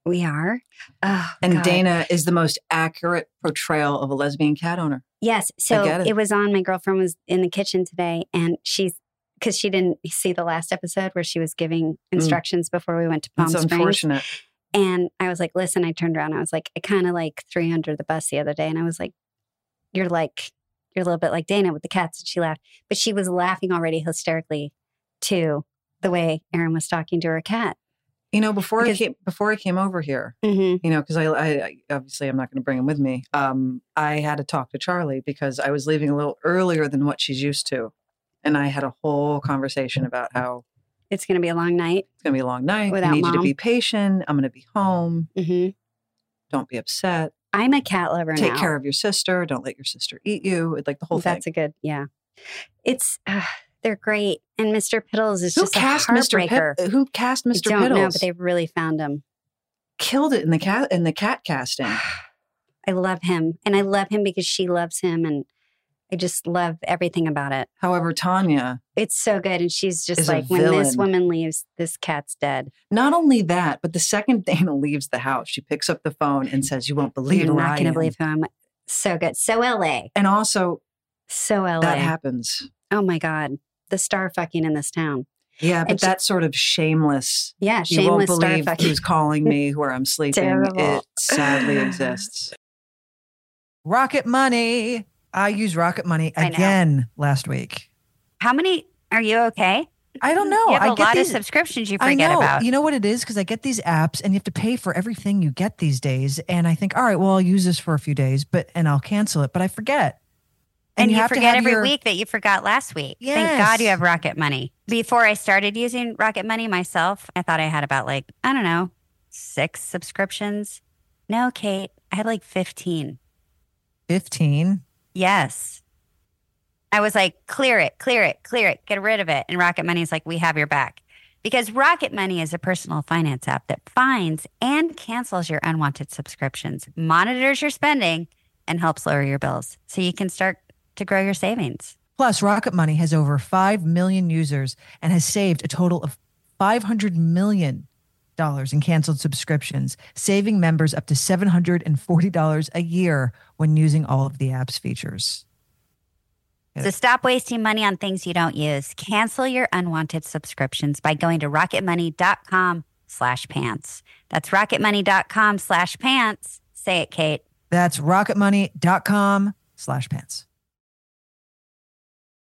Speaker 1: We are. Oh,
Speaker 2: and
Speaker 1: God.
Speaker 2: Dana is the most accurate portrayal of a lesbian cat owner.
Speaker 1: Yes. So
Speaker 2: get
Speaker 1: it.
Speaker 2: it.
Speaker 1: was on. My girlfriend was in the kitchen today, and she's because she didn't see the last episode where she was giving instructions before we went to Palm
Speaker 2: It's
Speaker 1: Springs.
Speaker 2: Mm. unfortunate.
Speaker 1: And I was like, "Listen," I turned around. I was like, "I kind of like three under the bus the other day," and I was like, "You're like, you're a little bit like Dana with the cats." And she laughed, but she was laughing already hysterically to the way Erin was talking to her cat.
Speaker 2: You know, before
Speaker 1: Because-
Speaker 2: I came before I came over here,
Speaker 1: Mm-hmm.
Speaker 2: you know, because I, I I- obviously I'm not going to bring him with me. Um, I had to talk to Charlie because I was leaving a little earlier than what she's used to, and I had a whole conversation about how
Speaker 1: It's going to be a long night.
Speaker 2: it's going to be a long night.
Speaker 1: Without
Speaker 2: I need
Speaker 1: Mom.
Speaker 2: you to be patient. I'm going to be home.
Speaker 1: hmm
Speaker 2: Don't be upset.
Speaker 1: I'm a cat lover
Speaker 2: Mm-hmm. Take
Speaker 1: now.
Speaker 2: care of your sister. Don't let your sister eat you. It's Like the whole
Speaker 1: That's a
Speaker 2: thing.
Speaker 1: good, yeah. It's uh, they're great, and Mr. Piddles is
Speaker 2: who
Speaker 1: just
Speaker 2: cast
Speaker 1: a
Speaker 2: Mr.
Speaker 1: heartbreaker.
Speaker 2: Pip- who cast
Speaker 1: I
Speaker 2: Mr.
Speaker 1: don't
Speaker 2: Piddles?
Speaker 1: know, but they really found him.
Speaker 2: killed it in the cat in the cat casting.
Speaker 1: I love him, and I love him because she loves him, and I just love everything about it.
Speaker 2: However, Tanya,
Speaker 1: It's so good, and she's just
Speaker 2: Is a
Speaker 1: like, when this
Speaker 2: villain.
Speaker 1: woman leaves, this cat's dead.
Speaker 2: not only that, but the second Dana leaves the house, she picks up the phone and says, "You won't believe
Speaker 1: You're
Speaker 2: who
Speaker 1: not
Speaker 2: I
Speaker 1: gonna
Speaker 2: am."
Speaker 1: believe who I'm. So good, so LA,
Speaker 2: And also,
Speaker 1: so LA.
Speaker 2: that happens.
Speaker 1: oh my god, the star fucking in this town.
Speaker 2: Yeah, but
Speaker 1: And she-
Speaker 2: that sort of shameless,
Speaker 1: Yeah,
Speaker 2: you won't
Speaker 1: shameless star
Speaker 2: believe
Speaker 1: fucking.
Speaker 2: who's calling me, where I'm sleeping.
Speaker 1: Terrible.
Speaker 2: It sadly exists. Rocket
Speaker 3: Money. I used Rocket Money
Speaker 4: I know.
Speaker 3: again last week.
Speaker 4: How many are you okay?
Speaker 3: I don't know.
Speaker 4: You have
Speaker 3: I
Speaker 4: a
Speaker 3: get
Speaker 4: lot
Speaker 3: these,
Speaker 4: of subscriptions you
Speaker 3: I
Speaker 4: forget
Speaker 3: know.
Speaker 4: about.
Speaker 3: You know what it is? Because I get these apps and you have to pay for everything you get these days. And I think, all right, well, I'll use this for a few days, but and I'll cancel it. But I forget.
Speaker 4: and you,
Speaker 3: have to
Speaker 4: forget
Speaker 3: have
Speaker 4: every
Speaker 3: your-
Speaker 4: week that you forgot last week. Thank
Speaker 3: Yes.
Speaker 4: God you have Rocket Money. Before I started using Rocket Money myself, I thought I had about like, I don't know, six subscriptions. No, Kate, I had like 15.
Speaker 3: 15.
Speaker 4: Yes. I was like, clear it, clear it, clear it, get rid of it. And Rocket Money's like, we have your back. Because Rocket Money is a personal finance app that finds and cancels your unwanted subscriptions, monitors your spending, and helps lower your bills so you can start to grow your savings.
Speaker 3: Plus, Rocket Money has over 5 million users and has saved a total of $500 million in canceled subscriptions, saving members up to $740 a year when using all of the app's features.
Speaker 4: So stop wasting money on things you don't use. Cancel your unwanted subscriptions by going to rocketmoney.com slash pants. That's rocketmoney.com slash pants. Say it, Kate.
Speaker 3: That's rocketmoney.com slash pants.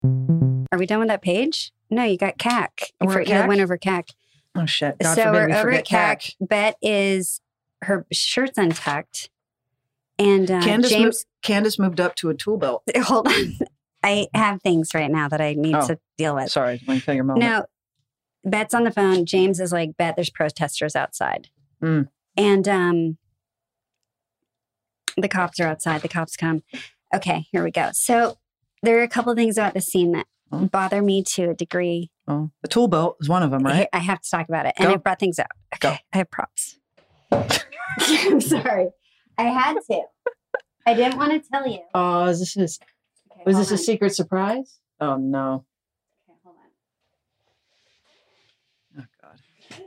Speaker 1: Are we done with that page? No, you got CAC. You,
Speaker 2: We're at
Speaker 1: for- you
Speaker 2: CAC?
Speaker 1: went over CAC.
Speaker 2: Oh shit! God
Speaker 1: so
Speaker 2: forbid
Speaker 1: we're
Speaker 2: we
Speaker 1: over at
Speaker 2: forget
Speaker 1: CAC.
Speaker 2: CAC.
Speaker 1: Bet is her shirt's untucked, and uh,
Speaker 2: Candace,
Speaker 1: James.
Speaker 2: moved, Candace moved up to a tool belt.
Speaker 1: Hold on, I have things right now that I need
Speaker 2: Oh,
Speaker 1: to deal with.
Speaker 2: Sorry, my finger moment.
Speaker 1: No, Bet's on the phone. James is like, Bet, there's protesters outside.
Speaker 2: Mm.
Speaker 1: And um, the cops are outside. The cops come. Okay, here we go. So there are a couple of things about this scene that
Speaker 2: Mm.
Speaker 1: bother me to a degree.
Speaker 2: Oh, the tool belt is one of them, right?
Speaker 1: I have to talk about it. And
Speaker 2: Go.
Speaker 1: I brought things up.
Speaker 2: Go.
Speaker 1: Okay, I have props. I'm sorry. I had to. I didn't want to tell you.
Speaker 2: Oh, is this is
Speaker 1: Okay,
Speaker 2: was
Speaker 1: hold
Speaker 2: this a
Speaker 1: on.
Speaker 2: secret surprise? Oh no!
Speaker 1: Okay, hold on.
Speaker 2: Oh god!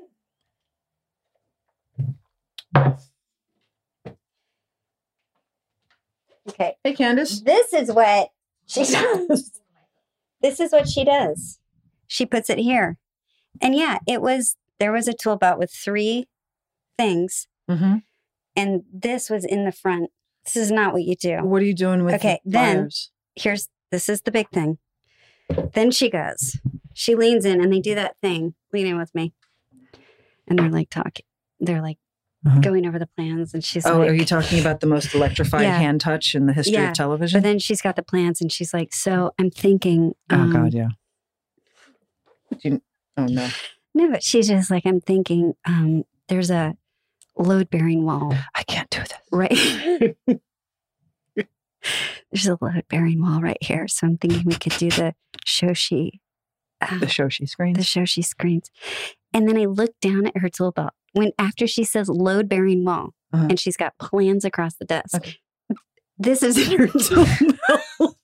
Speaker 1: Okay.
Speaker 2: Hey, Candace.
Speaker 1: This is what she does. This is what she does. She puts it here. And yeah, it was there was a tool belt with three things,
Speaker 2: Mm-hmm.
Speaker 1: and this was in the front. This is not what you do.
Speaker 2: What are you doing with
Speaker 1: Okay,
Speaker 2: the
Speaker 1: then-
Speaker 2: pliers?
Speaker 1: Here's this is the big thing. Then she goes. She leans in and they do that thing. Lean in with me. And they're like talking. They're like
Speaker 3: Uh-huh.
Speaker 1: going over the plans and she's
Speaker 2: Oh,
Speaker 1: like
Speaker 2: are you talking about the most electrified
Speaker 1: Yeah.
Speaker 2: hand touch in the history
Speaker 1: Yeah, But
Speaker 2: of television?
Speaker 1: then she's got the plans and she's like, so I'm thinking um,
Speaker 2: oh god, yeah. Do you, oh no!
Speaker 1: No, but she's just like, I'm thinking, um, there's a load bearing wall,
Speaker 2: I can't do this.
Speaker 1: right? there's a load bearing wall right here. So I'm thinking we could do the Shoshi, uh,
Speaker 2: The Shoshi screens.
Speaker 1: the Shoshi screens. And then I look down at her tool belt when after she says load bearing wall
Speaker 2: Uh-huh.
Speaker 1: and she's got plans across the desk. This is in her tool belt.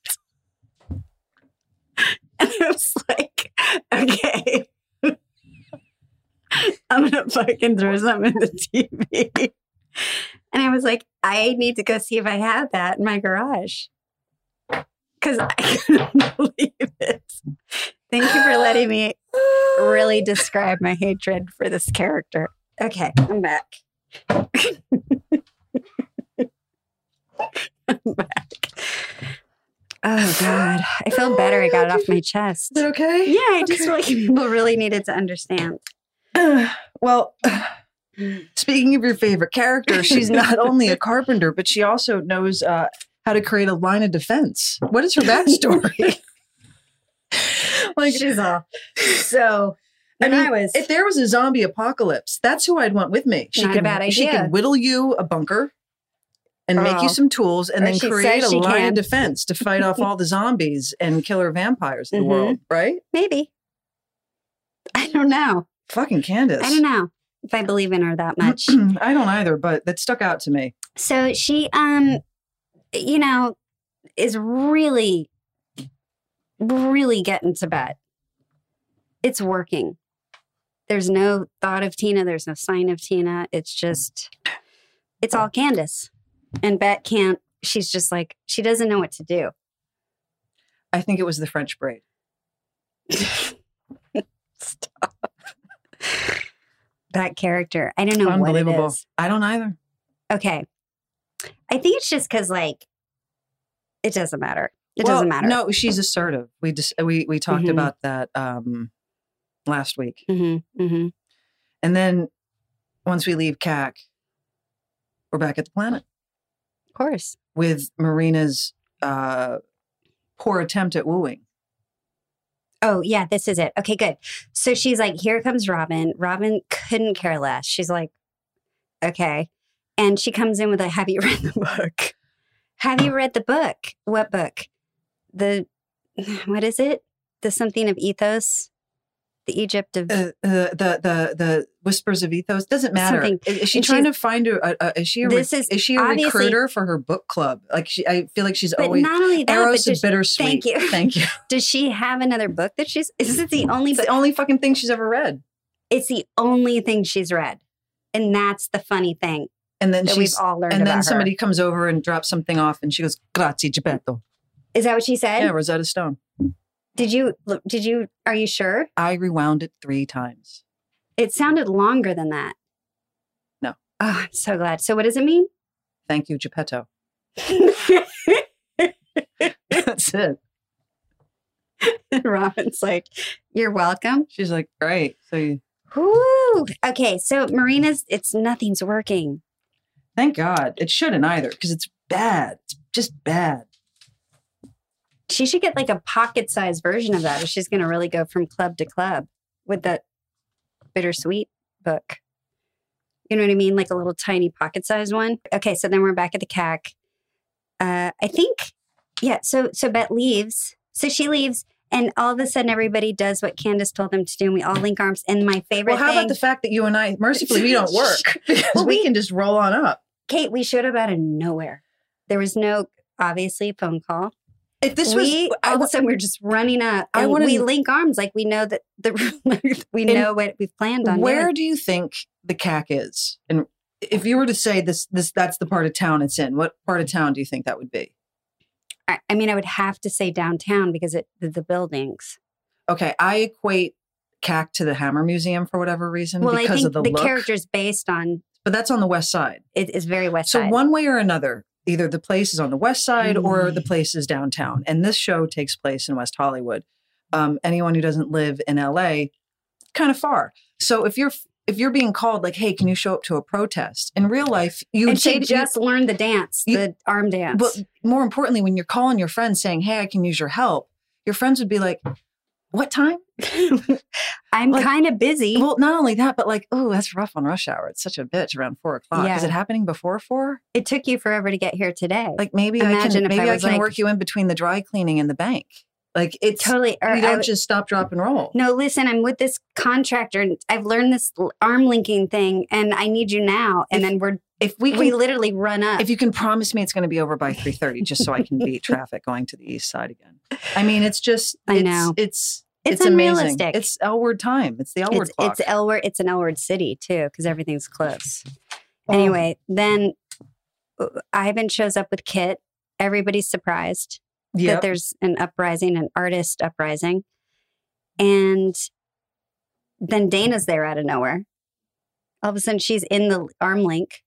Speaker 1: and I was like, okay. I'm gonna fucking throw something at the TV. And I was like, I need to go see if I have that in my garage. Cause I couldn't believe it. Thank you for letting me really describe my hatred for this character. Okay, I'm back. I'm back. Oh God. I feel better. I got it off my chest.
Speaker 2: Is it okay?
Speaker 1: Yeah, I just
Speaker 2: Okay.
Speaker 1: feel like people really needed to understand.
Speaker 2: well, speaking of your favorite character, she's not only a carpenter, but she also knows uh, how to create a line of defense. What is her backstory? like,
Speaker 1: she's all so.
Speaker 2: I
Speaker 1: when
Speaker 2: mean,
Speaker 1: I was
Speaker 2: if there was a zombie apocalypse, that's who I'd want with me. She
Speaker 1: Not a
Speaker 2: can,
Speaker 1: bad
Speaker 2: She
Speaker 1: idea.
Speaker 2: can whittle you a bunker and make
Speaker 1: Oh.
Speaker 2: you some tools and
Speaker 1: Or
Speaker 2: then
Speaker 1: she
Speaker 2: create a
Speaker 1: says she
Speaker 2: line
Speaker 1: can.
Speaker 2: of defense to fight off all the zombies and killer vampires in
Speaker 1: Mhm.
Speaker 2: the world, right?
Speaker 1: maybe. I don't know.
Speaker 2: Fucking Candace.
Speaker 1: I don't know if I believe in her that much.
Speaker 2: I don't either, but that stuck out to me.
Speaker 1: so she, um, you know, is really, really getting to bed. It's working. There's no thought of Tina. There's no sign of Tina. It's just, it's all Candace. And Bet can't, she's just like, she doesn't know what to do.
Speaker 2: I think it was the French braid.
Speaker 1: Stop. That character. I don't know what it
Speaker 2: Unbelievable.
Speaker 1: is.
Speaker 2: I don't either.
Speaker 1: Okay. I think it's just because, like, it doesn't matter. It
Speaker 2: Well,
Speaker 1: doesn't matter.
Speaker 2: No, she's assertive. We just we we talked
Speaker 1: Mhm.
Speaker 2: about that um last week.
Speaker 1: Mm-hmm, mm-hmm.
Speaker 2: And then once we leave CAC, we're back at the planet
Speaker 1: Of course.
Speaker 2: with Marina's uh poor attempt at wooing.
Speaker 1: Oh, yeah, this is it. Okay, good. So she's like, here comes Robin. Robin couldn't care less. She's like, okay. And she comes in with a, have you read the book? Have you read the book? What book? The what is it? The something of ethos? The Egypt of
Speaker 2: Uh, the the the the whispers of ethos doesn't matter.
Speaker 1: Something.
Speaker 2: Is, is she
Speaker 1: And
Speaker 2: trying
Speaker 1: she-
Speaker 2: to find a, a, a is she a re-
Speaker 1: This is
Speaker 2: is she a
Speaker 1: obviously-
Speaker 2: recruiter for her book club? Like she, I feel like she's
Speaker 1: But
Speaker 2: always
Speaker 1: not only that, but
Speaker 2: arrows
Speaker 1: does,
Speaker 2: and bittersweet.
Speaker 1: thank you.
Speaker 2: thank you.
Speaker 1: does she have another book that she's is it the only
Speaker 2: It's
Speaker 1: book
Speaker 2: the only fucking thing she's ever read.
Speaker 1: it's the only thing she's read. And that's the funny thing
Speaker 2: And then
Speaker 1: that
Speaker 2: she's
Speaker 1: we've all learned
Speaker 2: and
Speaker 1: about
Speaker 2: then
Speaker 1: her.
Speaker 2: somebody comes over and drops something off, and she goes, "Grazie, Geppetto."
Speaker 1: Is that what she said?
Speaker 2: Yeah, Rosetta Stone.
Speaker 1: Did you look, did you are you sure?
Speaker 2: I rewound it three times.
Speaker 1: It sounded longer than that.
Speaker 2: No.
Speaker 1: Oh, I'm so glad. So what does it mean?
Speaker 2: Thank you, Geppetto. That's it.
Speaker 1: Robin's like, "You're welcome."
Speaker 2: She's like, "Great." So you,
Speaker 1: Woo. Okay, so Marina's it's nothing's working.
Speaker 2: thank God it shouldn't either because it's bad. It's just bad.
Speaker 1: She should get like a pocket-sized version of that if she's going to really go from club to club with that bittersweet book. You know what I mean? Like a little tiny pocket-sized one. Okay, so then we're back at the CAC. Uh, I think, yeah. So so Bet leaves. So she leaves, and all of a sudden everybody does what Candace told them to do, and we all link arms. And my favorite
Speaker 2: Well, how
Speaker 1: thing,
Speaker 2: about the fact that you and I, mercifully, we don't work because
Speaker 1: Well,
Speaker 2: we
Speaker 1: we-
Speaker 2: can just roll on up.
Speaker 1: Kate, we showed up out of nowhere. There was no obviously phone call.
Speaker 2: If this
Speaker 1: we
Speaker 2: was,
Speaker 1: all
Speaker 2: I,
Speaker 1: of a
Speaker 2: wa-
Speaker 1: sudden we're just running up.
Speaker 2: I
Speaker 1: And
Speaker 2: wanna-
Speaker 1: we link arms like we know that the we
Speaker 2: And
Speaker 1: know what we've planned on.
Speaker 2: where
Speaker 1: doing.
Speaker 2: do you think the CAC is? And if you were to say this, this that's the part of town it's in. What part of town do you think that would be?
Speaker 1: I, I mean, I would have to say downtown because it the, the buildings.
Speaker 2: Okay, I equate CAC to the Hammer Museum for whatever reason
Speaker 1: Well, I
Speaker 2: because
Speaker 1: think
Speaker 2: of
Speaker 1: the,
Speaker 2: the, look.
Speaker 1: characters based on
Speaker 2: but that's on the west side.
Speaker 1: it is very west
Speaker 2: So
Speaker 1: side.
Speaker 2: one way or another, either the place is on the west side or
Speaker 1: Mm.
Speaker 2: the place is downtown. And this show takes place in West Hollywood. Um, anyone who doesn't live in LA, kind of far. So if you're if you're being called like, hey, can you show up to a protest? In real life, you would
Speaker 1: and
Speaker 2: say
Speaker 1: she
Speaker 2: to-
Speaker 1: just learned the dance,
Speaker 2: you-
Speaker 1: the arm dance.
Speaker 2: but more importantly, when you're calling your friends saying, Hey, I can use your help, your friends would be like, What time?
Speaker 1: I'm
Speaker 2: like-
Speaker 1: kind of busy.
Speaker 2: Well, not only that, but like, oh, that's rough on rush hour. It's such a bitch around four o'clock. Is
Speaker 1: Yeah.
Speaker 2: it happening before four?
Speaker 1: it took you forever to get here today.
Speaker 2: Like maybe I can
Speaker 1: Imagine if I
Speaker 2: maybe I,
Speaker 1: was
Speaker 2: can
Speaker 1: like-
Speaker 2: work you in between the dry cleaning and the bank. Like it's
Speaker 1: totally. Or uh,
Speaker 2: you
Speaker 1: I
Speaker 2: don't
Speaker 1: would-
Speaker 2: just stop, drop, and roll.
Speaker 1: no, listen, I'm with this contractor and I've learned this l- arm linking thing and I need you now. And
Speaker 2: If-
Speaker 1: then we're,
Speaker 2: If we can,
Speaker 1: we literally run up.
Speaker 2: if you can promise me it's going to be over by three thirty, just so I can beat traffic going to the east side again. I mean, it's just
Speaker 1: I
Speaker 2: it's,
Speaker 1: know.
Speaker 2: it's
Speaker 1: It's
Speaker 2: amazing.
Speaker 1: unrealistic.
Speaker 2: It's L word time. It's the L word
Speaker 1: it's,
Speaker 2: clock.
Speaker 1: it's L word, it's an L word city too, because everything's close.
Speaker 2: Oh.
Speaker 1: Anyway, then uh, Ivan shows up with Kit. Everybody's surprised that
Speaker 2: Yep.
Speaker 1: there's an uprising, an artist uprising. And then Dana's there out of nowhere. All of a sudden, she's in the arm link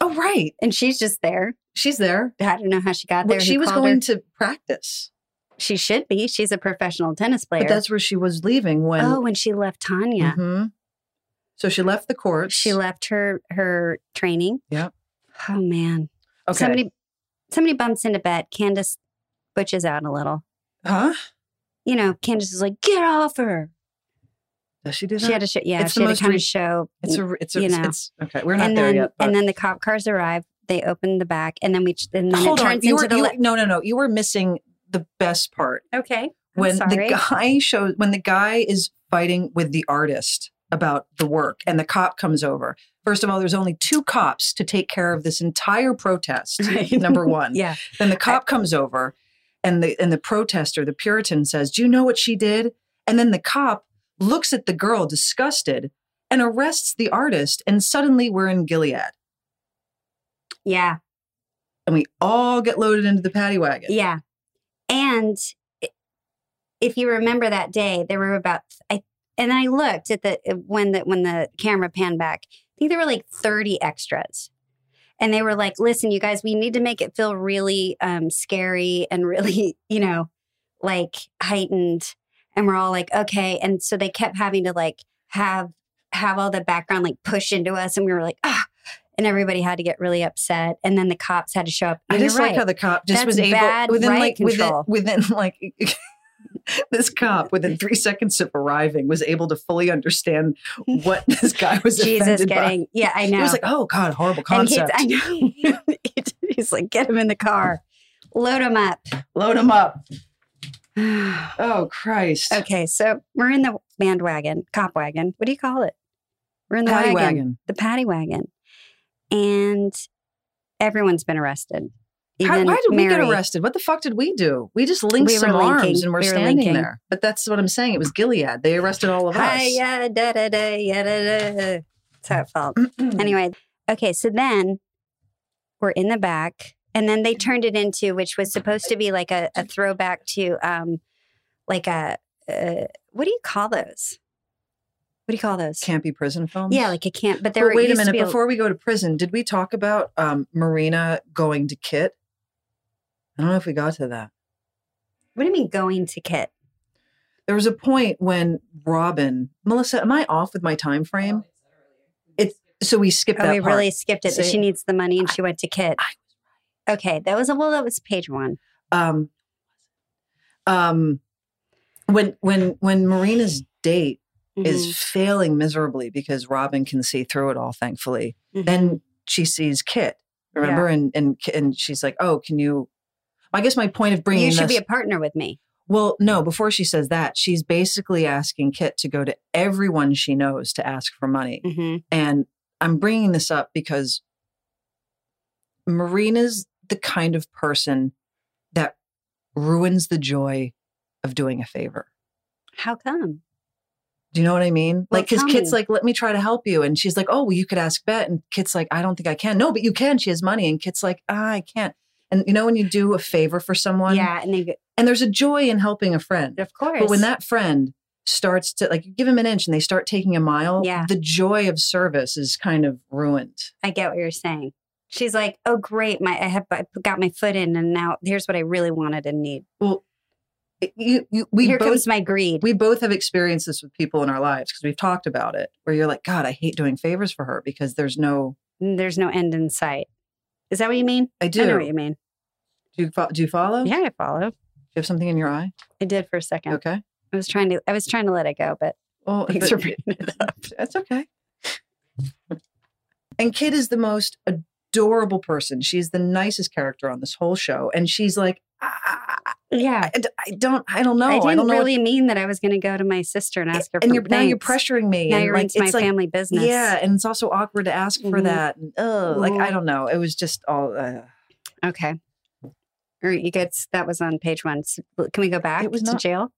Speaker 2: Oh right,
Speaker 1: and she's just there.
Speaker 2: she's there.
Speaker 1: I don't know how she got
Speaker 2: Well,
Speaker 1: there. who
Speaker 2: she was
Speaker 1: called her.
Speaker 2: going to practice,
Speaker 1: She should be. She's a professional tennis player.
Speaker 2: but that's where she was leaving when.
Speaker 1: oh, when she left Tanya,
Speaker 2: Mhm. So she left the courts.
Speaker 1: she left her her training.
Speaker 2: Yep.
Speaker 1: Oh man.
Speaker 2: Okay.
Speaker 1: Somebody somebody bumps into Bet. Candace butches out a little.
Speaker 2: huh?
Speaker 1: You know, Candace is like, "Get off her."
Speaker 2: Does she do that?
Speaker 1: She had to show. Yeah,
Speaker 2: It's
Speaker 1: she had
Speaker 2: the
Speaker 1: to
Speaker 2: most
Speaker 1: kind
Speaker 2: re-
Speaker 1: of show.
Speaker 2: It's a, it's a,
Speaker 1: you know.
Speaker 2: it's okay. We're not
Speaker 1: and
Speaker 2: there
Speaker 1: then
Speaker 2: yet. but-
Speaker 1: and then the cop cars arrive. They open the back, and then we ch- and then
Speaker 2: hold
Speaker 1: it
Speaker 2: on.
Speaker 1: turns
Speaker 2: You were,
Speaker 1: into the
Speaker 2: you,
Speaker 1: le-
Speaker 2: no, no, no. You were missing the best part
Speaker 1: okay. I'm
Speaker 2: when the
Speaker 1: sorry.
Speaker 2: guy shows when the guy is fighting with the artist about the work, and the cop comes over. First of all, there's only two cops to take care of this entire protest.
Speaker 1: Right.
Speaker 2: Number one.
Speaker 1: yeah,
Speaker 2: Then the cop comes over and the and the protester, the Puritan says, Do you know what she did? And then the cop looks at the girl disgusted and arrests the artist, and suddenly we're in Gilead.
Speaker 1: yeah,
Speaker 2: And we all get loaded into the paddy wagon.
Speaker 1: yeah. And i- if you remember that day, there were about I and I looked at the uh, when the when the camera panned back. I think there were like thirty extras. and they were like, "Listen, you guys, we need to make it feel really um, scary and really, you know, like heightened." And we're all like, "Okay." And so they kept having to like have have all the background like push into us, and we were like, "Ah!" And everybody had to get really upset, and then the cops had to show up.
Speaker 2: I
Speaker 1: And
Speaker 2: just
Speaker 1: you're
Speaker 2: like how the cop just
Speaker 1: That's
Speaker 2: was able
Speaker 1: bad
Speaker 2: within
Speaker 1: riot
Speaker 2: like
Speaker 1: control.
Speaker 2: within within like this cop within three seconds of arriving was able to fully understand what this guy was
Speaker 1: Jesus
Speaker 2: offended by.
Speaker 1: getting yeah, I know.
Speaker 2: He was like, "Oh God, horrible
Speaker 1: and he's,
Speaker 2: concept."
Speaker 1: I know. He did- He's like, get him in the car, load him up.
Speaker 5: Load them up. Oh, Christ.
Speaker 1: okay, so we're in the bandwagon, cop wagon. What do you call it? We're in the
Speaker 5: Paddy
Speaker 1: wagon,
Speaker 5: wagon.
Speaker 1: the paddy wagon, and everyone's been arrested.
Speaker 5: How,
Speaker 1: Even
Speaker 5: why did we
Speaker 1: Mary.
Speaker 5: get arrested? What the fuck did we do? We just linked
Speaker 1: We were
Speaker 5: some arms
Speaker 1: linking.
Speaker 5: and we're
Speaker 1: We were
Speaker 5: standing
Speaker 1: linking.
Speaker 5: there. But that's what I'm saying. It was Gilead. They arrested all of us.
Speaker 1: Hi-ya, da-da-da, ya-da-da. That's how it felt. anyway, okay, so then we're in the back, and then they turned it into, which was supposed to be like a, a throwback to, um, like a, uh, what do you call those? What do you call those?
Speaker 5: Campy prison films.
Speaker 1: Yeah, like a camp. But there
Speaker 5: But
Speaker 1: were,
Speaker 5: wait a
Speaker 1: used to
Speaker 5: minute.
Speaker 1: be
Speaker 5: Before we go to prison, did we talk about um, Marina going to Kit? I don't know if we got to that.
Speaker 1: what do you mean going to Kit?
Speaker 5: There was a point when Robin, Melissa, am I off with my time frame? It's so we skipped
Speaker 1: Oh,
Speaker 5: that
Speaker 1: we
Speaker 5: part.
Speaker 1: really skipped it. that
Speaker 5: See?
Speaker 1: she needs the money, and she went to Kit. Okay, that was a well. That was page one.
Speaker 5: um, um, when when when Marina's date
Speaker 1: Mm-hmm.
Speaker 5: is failing miserably because Robin can see through it all, thahankfully.
Speaker 1: Mhm.
Speaker 5: Then she sees Kit, remember, and and and she's like, "Oh, can you?" I guess my point of bringing
Speaker 1: you should be
Speaker 5: this-
Speaker 1: a partner with me.
Speaker 5: well, no. Before she says that, she's basically asking Kit to go to everyone she knows to ask for money,
Speaker 1: Mm-hmm.
Speaker 5: and I'm bringing this up because Marina's the kind of person that ruins the joy of doing a favor.
Speaker 1: How come?
Speaker 5: Do you know what I mean?
Speaker 1: Well,
Speaker 5: like, because
Speaker 1: tell
Speaker 5: Kit's
Speaker 1: me.
Speaker 5: like, let me try to help you. And she's like, oh, well, you could ask Bet. And Kit's like, I don't think I can. No, but you can. She has money. And Kit's like, ah, I can't. And you know, when you do a favor for someone,
Speaker 1: Yeah, and they go,
Speaker 5: and there's a joy in helping a friend.
Speaker 1: of course.
Speaker 5: But when that friend starts to, like, you give them an inch and they start taking a mile,
Speaker 1: Yeah.
Speaker 5: the joy of service is kind of ruined.
Speaker 1: I get what you're saying. She's like, "Oh, great! My I have I got my foot in, and now here's what I really wanted and need.
Speaker 5: It- you, you, we
Speaker 1: Here
Speaker 5: both,
Speaker 1: comes my greed."
Speaker 5: we both have experienced this with people in our lives because we've talked about it where you're like, God, I hate doing favors for her because there's no,
Speaker 1: And Mm, There's no end in sight. Is that what you mean?
Speaker 5: I do.
Speaker 1: I know what you mean.
Speaker 5: do, you fo- do you follow? Do
Speaker 1: Yeah, I follow.
Speaker 5: you have something in your eye?
Speaker 1: I did for a second.
Speaker 5: Okay.
Speaker 1: I was trying to. I was trying to let it go, but
Speaker 5: Well,
Speaker 1: thanks for
Speaker 5: but-
Speaker 1: bringing it up.
Speaker 5: That's okay. and Kid is the most adorable person. She's the nicest character on this whole show, and she's like, I, I-
Speaker 1: Yeah,
Speaker 5: I- I d- I don't, I don't know,
Speaker 1: I
Speaker 5: I,
Speaker 1: didn't
Speaker 5: don't know. what-
Speaker 1: really mean that I was going to go to my sister and ask her.
Speaker 5: and
Speaker 1: for
Speaker 5: you're now you're
Speaker 1: thanks.
Speaker 5: pressuring me.
Speaker 1: Now
Speaker 5: and
Speaker 1: you're
Speaker 5: like,
Speaker 1: into my
Speaker 5: it's like,
Speaker 1: family business.
Speaker 5: Yeah, and it's also awkward to ask for
Speaker 1: Mhm.
Speaker 5: that. And, oh, like I
Speaker 1: Mhm.
Speaker 5: don't know. It was just all. Uh,
Speaker 1: Okay. All right, you guys. That was on page one. S- Can we go back
Speaker 5: was
Speaker 1: to
Speaker 5: not-
Speaker 1: jail?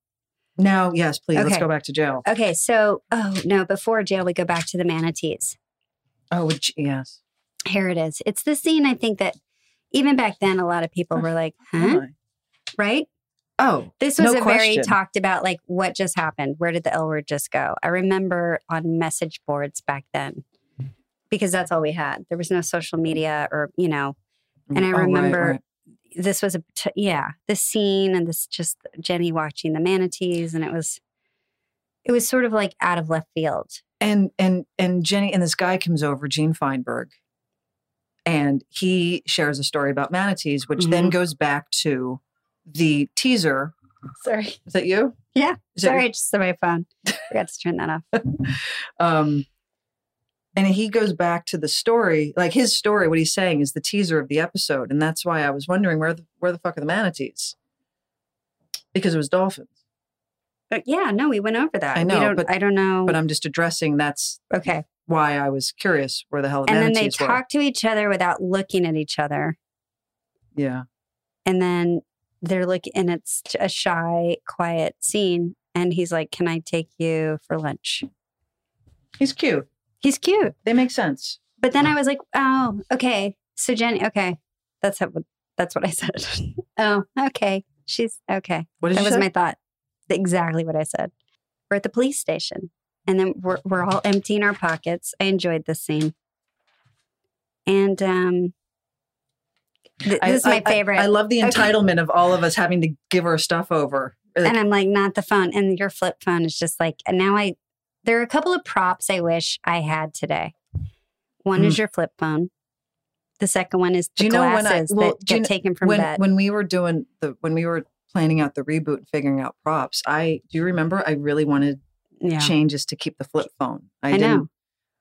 Speaker 5: now, yes, please let's
Speaker 1: Okay.
Speaker 5: go back to jail.
Speaker 1: Okay, so oh no, before jail we go back to the manatees.
Speaker 5: Oh, which, yes.
Speaker 1: Here it is. It's the scene I think that even back then a lot of
Speaker 5: Oh,
Speaker 1: people were like, huh?
Speaker 5: Why?
Speaker 1: Right?
Speaker 5: Oh,
Speaker 1: This was
Speaker 5: No
Speaker 1: a very
Speaker 5: question.
Speaker 1: talked about like what just happened? Where did the L word just go? I remember on message boards back then. Because that's all we had. There was no social media or, you know, And I
Speaker 5: oh, right,
Speaker 1: remember-
Speaker 5: right.
Speaker 1: this was a t- yeah, the scene and this just Jenny watching the manatees and it was it was sort of like out of left field.
Speaker 5: and and and Jenny and this guy comes over, Gene Feinberg, and he shares a story about manatees, which
Speaker 1: Mm-hmm.
Speaker 5: then goes back to the teaser.
Speaker 1: Sorry.
Speaker 5: Is that you?
Speaker 1: Yeah.
Speaker 5: Is that you?
Speaker 1: Sorry, I just saw my phone. Forgot to turn that off.
Speaker 5: Um, and he goes back to the story, like his story. What he's saying is the teaser of the episode, and that's why I was wondering where the, where the fuck are the manatees? Because it was dolphins.
Speaker 1: But yeah, no, we went over that.
Speaker 5: I
Speaker 1: We
Speaker 5: know,
Speaker 1: don't-
Speaker 5: but-
Speaker 1: I don't know.
Speaker 5: But I'm just addressing that's
Speaker 1: okay.
Speaker 5: why I was curious where the hell the
Speaker 1: And then they
Speaker 5: manatees
Speaker 1: talk to each other without looking at each other,
Speaker 5: were. Yeah.
Speaker 1: and then they're looking, and it's a shy, quiet scene. And he's like, "Can I take you for lunch?"
Speaker 5: He's cute.
Speaker 1: He's cute.
Speaker 5: They make sense.
Speaker 1: But then I was like, "Oh, okay." So Jenny, okay, that's how, that's what I said. oh, okay. She's okay.
Speaker 5: What did
Speaker 1: That
Speaker 5: you
Speaker 1: was
Speaker 5: say?
Speaker 1: my thought. Exactly what I said. We're at the police station, and then we're, we're all emptying our pockets. I enjoyed this scene, and um, th-
Speaker 5: I-
Speaker 1: this is my
Speaker 5: I- I-
Speaker 1: favorite.
Speaker 5: I, love the
Speaker 1: Okay.
Speaker 5: entitlement of all of us having to give our stuff over. Uh, Like,
Speaker 1: and I'm like, not the phone. And your flip phone is just like, and now I. There are a couple of props I wish I had today. One is your flip phone. The second one is
Speaker 5: Mm. Do
Speaker 1: the
Speaker 5: you know when I-
Speaker 1: glasses
Speaker 5: well,
Speaker 1: that
Speaker 5: do
Speaker 1: get
Speaker 5: you kn-
Speaker 1: taken from
Speaker 5: when
Speaker 1: bed.
Speaker 5: when we were doing the when we were planning out the reboot and figuring out props, I do you remember I really wanted
Speaker 1: yeah,
Speaker 5: changes to keep the flip phone. I,
Speaker 1: I
Speaker 5: didn't
Speaker 1: know.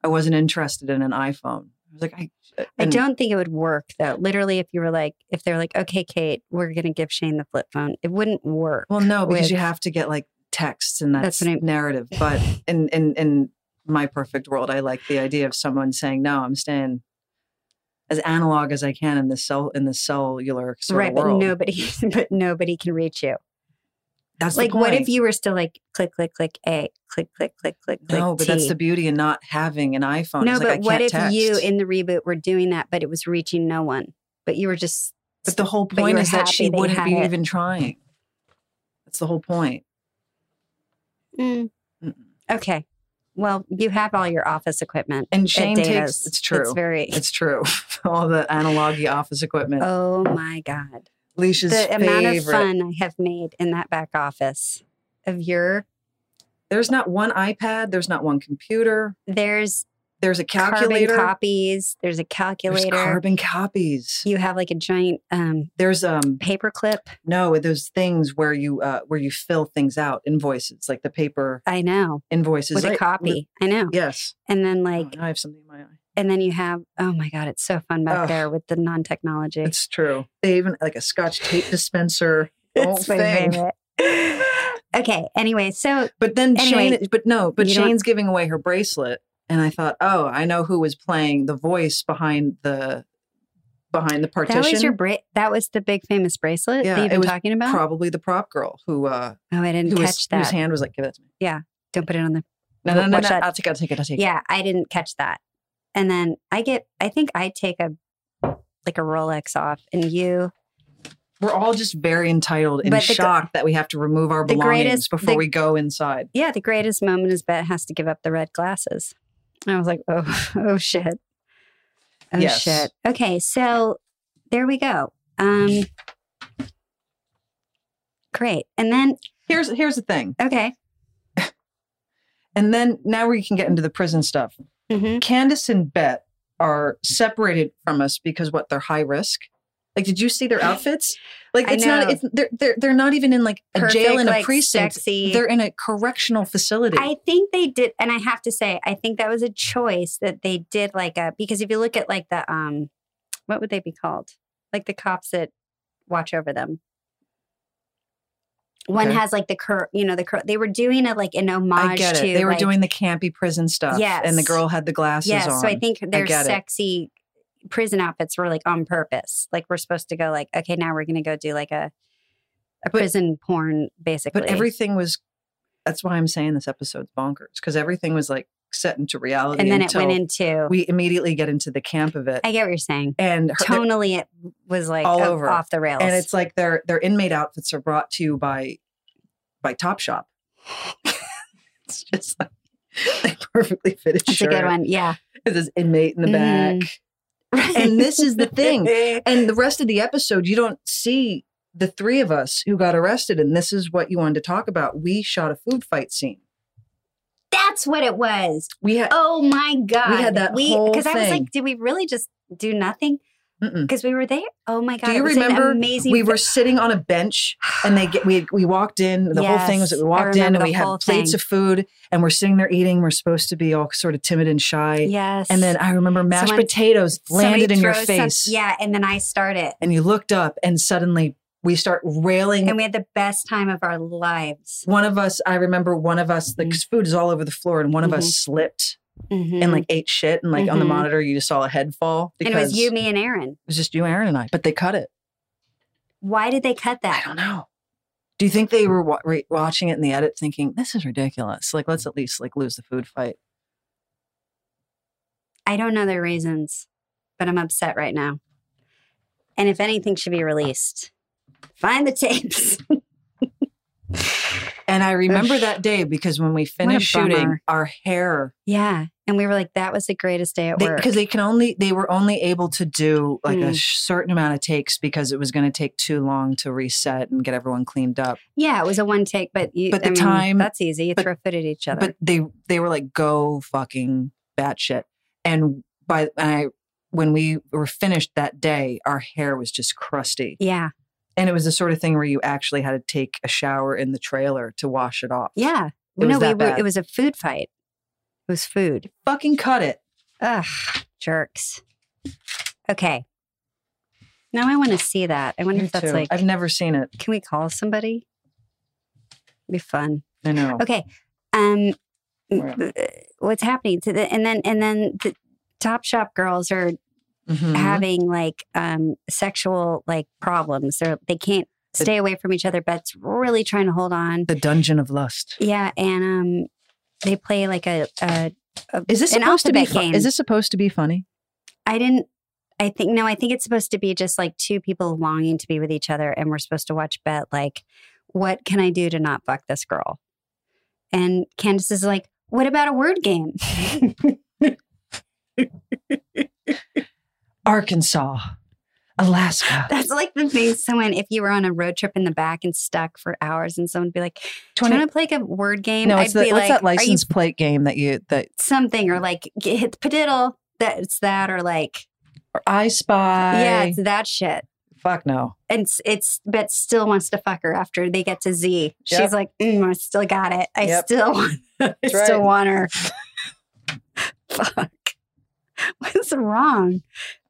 Speaker 5: I wasn't interested in an iPhone. was like, I,
Speaker 1: I
Speaker 5: and-
Speaker 1: don't think it would work though. Literally, if you were like, if they're like, okay, Kate, we're gonna give Shane the flip phone, it wouldn't work.
Speaker 5: Well, no, because
Speaker 1: with-
Speaker 5: you have to get like texts and that's,
Speaker 1: That's what I-
Speaker 5: narrative. But in, in in my perfect world, I like the idea of someone saying, "No, I'm staying as analog as I can in the cell in the cellular sort
Speaker 1: right,
Speaker 5: of
Speaker 1: but
Speaker 5: world."
Speaker 1: nobody, but nobody can reach you.
Speaker 5: that's the
Speaker 1: like, what if
Speaker 5: point.
Speaker 1: you were still like, click, click, click, a, click, click, click, click, click.
Speaker 5: No, but that's
Speaker 1: T.
Speaker 5: the beauty in not having an iPhone.
Speaker 1: No,
Speaker 5: It's
Speaker 1: but
Speaker 5: like, I
Speaker 1: what
Speaker 5: can't
Speaker 1: if
Speaker 5: text.
Speaker 1: you in the reboot were doing that, but it was reaching no one? But you were just
Speaker 5: But the whole
Speaker 1: but you
Speaker 5: point
Speaker 1: were
Speaker 5: is that she
Speaker 1: happy that you
Speaker 5: wouldn't
Speaker 1: had
Speaker 5: be
Speaker 1: it.
Speaker 5: even trying. That's the whole point.
Speaker 1: mm,
Speaker 5: Mm-mm.
Speaker 1: okay. Well, you have all your office equipment.
Speaker 5: And
Speaker 1: at
Speaker 5: Shane takes-
Speaker 1: Data's.
Speaker 5: it's true.
Speaker 1: It's very.
Speaker 5: It's true. All the analog office equipment.
Speaker 1: oh my god!
Speaker 5: Leisha's
Speaker 1: the
Speaker 5: favorite.
Speaker 1: amount of fun I have made in that back office of your
Speaker 5: There's not one iPad. There's not one computer.
Speaker 1: there's
Speaker 5: There's a
Speaker 1: carbon
Speaker 5: calculator.
Speaker 1: copies. There's a
Speaker 5: There's
Speaker 1: calculator.
Speaker 5: carbon copies.
Speaker 1: You have like a giant um,
Speaker 5: There's um
Speaker 1: paper clip.
Speaker 5: no those things where you uh where you fill things out invoices like the paper
Speaker 1: I know
Speaker 5: invoices
Speaker 1: with
Speaker 5: Right,
Speaker 1: a
Speaker 5: with-
Speaker 1: copy. I know.
Speaker 5: yes.
Speaker 1: And then
Speaker 5: Oh,
Speaker 1: like
Speaker 5: now I have something in my eye.
Speaker 1: and then you have oh my god it's so fun back
Speaker 5: Ugh.
Speaker 1: there with the non-technology
Speaker 5: It's true. They even like a Scotch tape dispenser. the whole
Speaker 1: It's my
Speaker 5: thing.
Speaker 1: favorite. okay anyway so
Speaker 5: But then
Speaker 1: Anyway,
Speaker 5: Shane, but no, but
Speaker 1: you don't-
Speaker 5: Shane's giving away her bracelet, and I thought, oh, I know who was playing the voice behind the behind the partition.
Speaker 1: that was your bra- that was the big famous bracelet
Speaker 5: Yeah,
Speaker 1: that
Speaker 5: it
Speaker 1: you've been
Speaker 5: was
Speaker 1: talking about
Speaker 5: probably the prop girl who uh
Speaker 1: oh i didn't
Speaker 5: who
Speaker 1: catch
Speaker 5: was,
Speaker 1: that
Speaker 5: whose hand was like, give that to me.
Speaker 1: don't put it on the
Speaker 5: No, no, no,
Speaker 1: Watch
Speaker 5: no.
Speaker 1: that.
Speaker 5: I'll take it. I'll take it. I'll take it.
Speaker 1: yeah i didn't catch that and then i get i think i take a like a rolex off and you
Speaker 5: We're all just very entitled and
Speaker 1: But the gr-
Speaker 5: shocked that we have to remove our
Speaker 1: the
Speaker 5: belongings
Speaker 1: greatest-
Speaker 5: before
Speaker 1: the-
Speaker 5: we go inside.
Speaker 1: yeah the greatest moment is bet has to give up the red glasses and i was like oh oh shit oh
Speaker 5: Yes.
Speaker 1: shit okay so there we go um great and then
Speaker 5: Here's here's the thing,
Speaker 1: okay
Speaker 5: and then now we can get into the prison stuff. Mm-hmm.
Speaker 1: hmm
Speaker 5: Candace and Bet are separated from us because what they're high risk. Like, did you see their outfits? Like,
Speaker 1: I
Speaker 5: it's
Speaker 1: know.
Speaker 5: not. It's they're they're they're not even in like a jail in a precinct.
Speaker 1: sexy.
Speaker 5: They're in a correctional facility.
Speaker 1: I think they did, and I have to say, I think that was a choice that they did, like a because if you look at like the um, what would they be called? Like the cops that watch over them. One
Speaker 5: Okay.
Speaker 1: has like the cur, you know, the cur. They were doing it like an homage
Speaker 5: I get it.
Speaker 1: to.
Speaker 5: They were
Speaker 1: like-
Speaker 5: doing the campy prison stuff. and the
Speaker 1: Yes.
Speaker 5: girl had the glasses
Speaker 1: Yes,
Speaker 5: on.
Speaker 1: so I think their
Speaker 5: get it.
Speaker 1: sexy prison outfits were like on purpose. Like we're supposed to go like, okay, now we're gonna go do like a a prison porn, basically.
Speaker 5: but everything was. That's why I'm saying this episode's bonkers because everything was like set into reality,
Speaker 1: and then it
Speaker 5: until
Speaker 1: went into.
Speaker 5: We immediately get into the camp of it,
Speaker 1: I get what you're saying.
Speaker 5: and her,
Speaker 1: tonally it was like
Speaker 5: All
Speaker 1: o-
Speaker 5: over.
Speaker 1: off the rails.
Speaker 5: and it's like their their inmate outfits are brought to you by by Top Shop. it's just like they perfectly fitted
Speaker 1: that's
Speaker 5: shirt.
Speaker 1: a good one. Yeah.
Speaker 5: It says inmate in the back, Mm-hmm. and this is the thing. And the rest of the episode, you don't see the three of us who got arrested, and this is what you wanted to talk about. We shot a food fight scene.
Speaker 1: That's what it was.
Speaker 5: We had
Speaker 1: Oh my god.
Speaker 5: that whole
Speaker 1: because I was
Speaker 5: thing.
Speaker 1: like, did we really just do nothing?
Speaker 5: Mm-mm.
Speaker 1: Because we were there. Oh my god.
Speaker 5: Do
Speaker 1: it
Speaker 5: you
Speaker 1: was an
Speaker 5: remember?
Speaker 1: amazing
Speaker 5: we were sitting on a bench, and they get, we had- we walked in. The whole thing was that
Speaker 1: Yes,
Speaker 5: we
Speaker 1: I
Speaker 5: walked in,
Speaker 1: remember
Speaker 5: and
Speaker 1: the
Speaker 5: we had
Speaker 1: whole
Speaker 5: plates
Speaker 1: thing.
Speaker 5: of food, and we're sitting there eating. We're supposed to be all sort of timid and shy.
Speaker 1: Yes.
Speaker 5: And then I remember mashed
Speaker 1: Someone-
Speaker 5: potatoes
Speaker 1: Somebody
Speaker 5: landed in your
Speaker 1: throws some-
Speaker 5: face.
Speaker 1: yeah, and then I start it.
Speaker 5: And you looked up and suddenly we start railing.
Speaker 1: And we had the best time of our lives.
Speaker 5: one of us, I remember one of us,
Speaker 1: Mm-hmm.
Speaker 5: the food is all over the floor, and one of us slipped
Speaker 1: Mhm.
Speaker 5: and like ate shit. And like on the
Speaker 1: Mhm.
Speaker 5: monitor, you just saw a head fall.
Speaker 1: and
Speaker 5: Because
Speaker 1: it was you, me, and Aaron.
Speaker 5: it was just you, Aaron, and I. But they cut it.
Speaker 1: Why did they cut
Speaker 5: I
Speaker 1: that?
Speaker 5: don't know. Do you think they were wa- re- watching it in the edit thinking, this is ridiculous? Like, let's at least like lose the food fight.
Speaker 1: I don't know their reasons, but I'm upset right now. And if anything should be released, find the tapes.
Speaker 5: And I remember that day because when we finished shooting,
Speaker 1: bummer.
Speaker 5: our hair
Speaker 1: yeah. And we were like, that was the greatest day at work.
Speaker 5: because they, can only they were only able to do like a
Speaker 1: Mm.
Speaker 5: sh- certain amount of takes because it was going to take too long to reset and get everyone cleaned up
Speaker 1: yeah, it was a one take, but you,
Speaker 5: But the
Speaker 1: I mean,
Speaker 5: time-
Speaker 1: that's easy. You
Speaker 5: but-
Speaker 1: throw food at each other.
Speaker 5: but they they were like go fucking batshit and by and i when we were finished that day our hair was just crusty
Speaker 1: yeah.
Speaker 5: and it was the sort of thing where you actually had to take a shower in the trailer to wash it off
Speaker 1: Yeah.
Speaker 5: It was
Speaker 1: no, we
Speaker 5: that
Speaker 1: were,
Speaker 5: bad.
Speaker 1: it was a food fight. It was food.
Speaker 5: fucking cut it
Speaker 1: Ugh, jerks. Okay. Now I want to see that. I wonder
Speaker 5: Me
Speaker 1: if that's
Speaker 5: too.
Speaker 1: like,
Speaker 5: I've never seen it.
Speaker 1: can we call somebody? Be fun.
Speaker 5: I know.
Speaker 1: Okay. Um, uh,
Speaker 5: Wow.
Speaker 1: what's happening to the and then and then the Top Shop girls are
Speaker 5: Mhm.
Speaker 1: having like um sexual like problems. They're they can't stay away from each other. Bet's really trying to hold on.
Speaker 5: the Dungeon of Lust.
Speaker 1: Yeah, and um, they play like a. a, a
Speaker 5: Is this
Speaker 1: an
Speaker 5: supposed to be?
Speaker 1: alphabet
Speaker 5: Fu-
Speaker 1: game.
Speaker 5: is this supposed to be funny?
Speaker 1: I didn't. I think no. I think it's supposed to be just like two people longing to be with each other, and we're supposed to watch Bet like, what can I do to not fuck this girl? And Candace is like, what about a word game?
Speaker 5: Arkansas, Alaska,
Speaker 1: That's like the thing. Someone, if you were on a road trip in the back and stuck for hours, and someone would be like, do you
Speaker 5: twenty.
Speaker 1: want to play like a word game?
Speaker 5: No, it's
Speaker 1: I'd
Speaker 5: the,
Speaker 1: be
Speaker 5: what's
Speaker 1: like,
Speaker 5: that
Speaker 1: "Are you
Speaker 5: license plate game that you that
Speaker 1: something or like get, hit the padiddle? That it's that or like
Speaker 5: or I Spy?
Speaker 1: yeah, it's that shit.
Speaker 5: Fuck no.
Speaker 1: and s- it's but still wants to fuck her after they get to Z. She's
Speaker 5: Yep.
Speaker 1: like, mm, I still got it. I
Speaker 5: Yep.
Speaker 1: still want. I
Speaker 5: right.
Speaker 1: still want her. fuck. What's wrong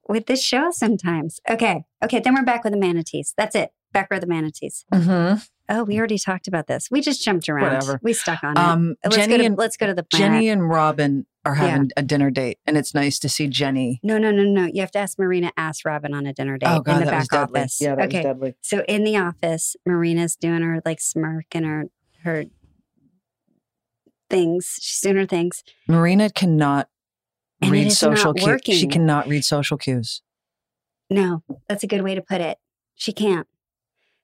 Speaker 1: with this show sometimes? Okay, okay. Then we're back with the manatees. That's it. Back with the manatees.
Speaker 5: Mm-hmm.
Speaker 1: Oh, we already talked about this. We just jumped around.
Speaker 5: Whatever.
Speaker 1: We stuck on it.
Speaker 5: Um,
Speaker 1: Let's
Speaker 5: Jenny
Speaker 1: go to
Speaker 5: and
Speaker 1: let's go to the planet.
Speaker 5: Jenny and Robin are
Speaker 1: Yeah.
Speaker 5: having a dinner date, and it's nice to see Jenny.
Speaker 1: no, no, no, no. You have to ask Marina. Ask Robin on a dinner date
Speaker 5: Oh god,
Speaker 1: in the
Speaker 5: that
Speaker 1: back
Speaker 5: was deadly.
Speaker 1: office.
Speaker 5: Yeah, that
Speaker 1: okay.
Speaker 5: was deadly.
Speaker 1: So in the office, Marina's doing her like smirk and her her things. She's doing her things.
Speaker 5: Marina cannot
Speaker 1: And it
Speaker 5: read
Speaker 1: is not
Speaker 5: social cues. She
Speaker 1: working.
Speaker 5: cannot read social cues.
Speaker 1: No, that's a good way to put it. She can't.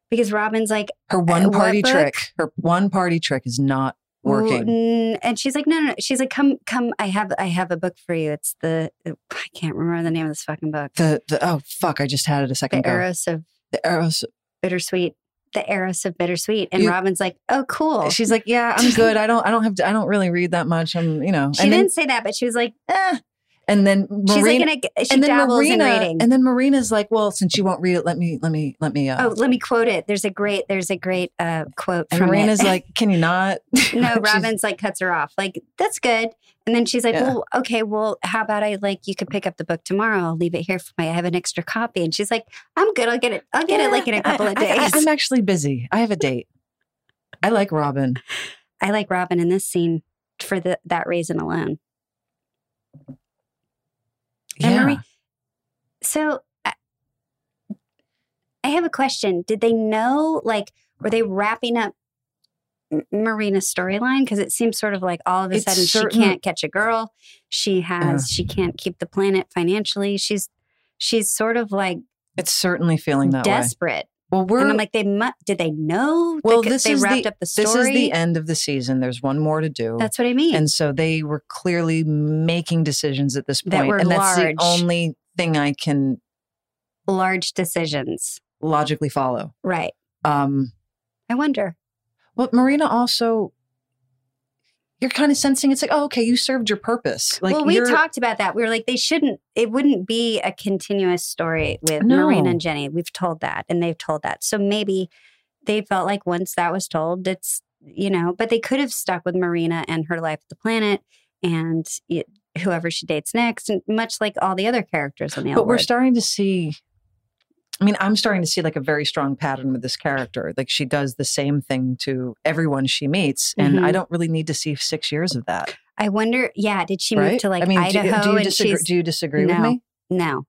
Speaker 1: Because Robin's like
Speaker 5: Her one
Speaker 1: what
Speaker 5: party
Speaker 1: book?
Speaker 5: trick. Her one party trick is not working.
Speaker 1: "Mm," and she's like, no, no, no. She's like, come, come. I have, I have a book for you. It's the, I can't remember the name of this fucking book.
Speaker 5: The the oh fuck, I just had it a second
Speaker 1: The
Speaker 5: ago.
Speaker 1: Eros of
Speaker 5: The arrows.
Speaker 1: Bittersweet. The Eros of Bittersweet. And
Speaker 5: You-
Speaker 1: Robin's like, oh, cool.
Speaker 5: She's like, yeah, I'm good. I don't I don't have to, I don't really read that much. I'm you know.
Speaker 1: she
Speaker 5: and
Speaker 1: didn't
Speaker 5: then,
Speaker 1: say that, but she was like,
Speaker 5: eh. and then Marina,
Speaker 1: she's like, in a, she
Speaker 5: and then
Speaker 1: dabbles
Speaker 5: Marina,
Speaker 1: in reading.
Speaker 5: and then Marina's like, well, since you won't read it, let me let me let me. Uh,
Speaker 1: Oh, let me quote it. There's a great, there's a great uh, quote
Speaker 5: and
Speaker 1: from
Speaker 5: Marina's
Speaker 1: it.
Speaker 5: like, can you not?
Speaker 1: no,
Speaker 5: She's-
Speaker 1: Robin's like cuts her off. Like that's good. And then she's like,
Speaker 5: Yeah.
Speaker 1: well, okay, well, how about I like you could pick up the book tomorrow. I'll leave it here for my. I have an extra copy. And she's like, I'm good. I'll get it. I'll get
Speaker 5: Yeah,
Speaker 1: it like in a couple
Speaker 5: I-
Speaker 1: of
Speaker 5: I- I,
Speaker 1: days.
Speaker 5: am actually busy. I have a date. I like Robin.
Speaker 1: I like Robin in this scene for the, that reason alone. And
Speaker 5: Yeah.
Speaker 1: Marie- So I, I have a question. Did they know, like, were they wrapping up M- Marina's storyline? Because it seems sort of like all of a
Speaker 5: It's
Speaker 1: sudden
Speaker 5: certain-
Speaker 1: she can't catch a girl. She has, she can't keep the planet financially. She's, she's sort of like
Speaker 5: It's certainly feeling that way.
Speaker 1: desperate.
Speaker 5: Well, we're
Speaker 1: and I'm like, they mu- did they know?
Speaker 5: Well,
Speaker 1: they,
Speaker 5: this
Speaker 1: they
Speaker 5: is
Speaker 1: wrapped
Speaker 5: the-
Speaker 1: up the story.
Speaker 5: this is the end of the season. There's one more to do.
Speaker 1: That's what I mean.
Speaker 5: and so they were clearly making decisions at this
Speaker 1: That
Speaker 5: point,
Speaker 1: were
Speaker 5: and that's
Speaker 1: large.
Speaker 5: the only thing I can
Speaker 1: Large decisions,
Speaker 5: logically follow.
Speaker 1: right?
Speaker 5: Um,
Speaker 1: I wonder.
Speaker 5: but Marina also, you're kind of sensing it's like, oh, okay, you served your purpose. Like
Speaker 1: well, we
Speaker 5: you're-
Speaker 1: talked about that. We were like, they shouldn't. It wouldn't be a continuous story with Marina
Speaker 5: No.
Speaker 1: and Jenny. We've told that, and they've told that. So maybe they felt like once that was told, it's you know. But they could have stuck with Marina and her life at the planet, and y whoever she dates next, and much like all the other characters on the
Speaker 5: but we're
Speaker 1: Outward.
Speaker 5: starting to see i mean i'm starting to see like a very strong pattern with this character like she does the same thing to everyone she meets and i
Speaker 1: Mhm.
Speaker 5: don't really need to see six years of that
Speaker 1: I wonder. Yeah, did she
Speaker 5: right
Speaker 1: move to like
Speaker 5: i mean do-
Speaker 1: Idaho?
Speaker 5: do, you
Speaker 1: and
Speaker 5: disagree
Speaker 1: she's
Speaker 5: do you disagree with
Speaker 1: No.
Speaker 5: me
Speaker 1: no,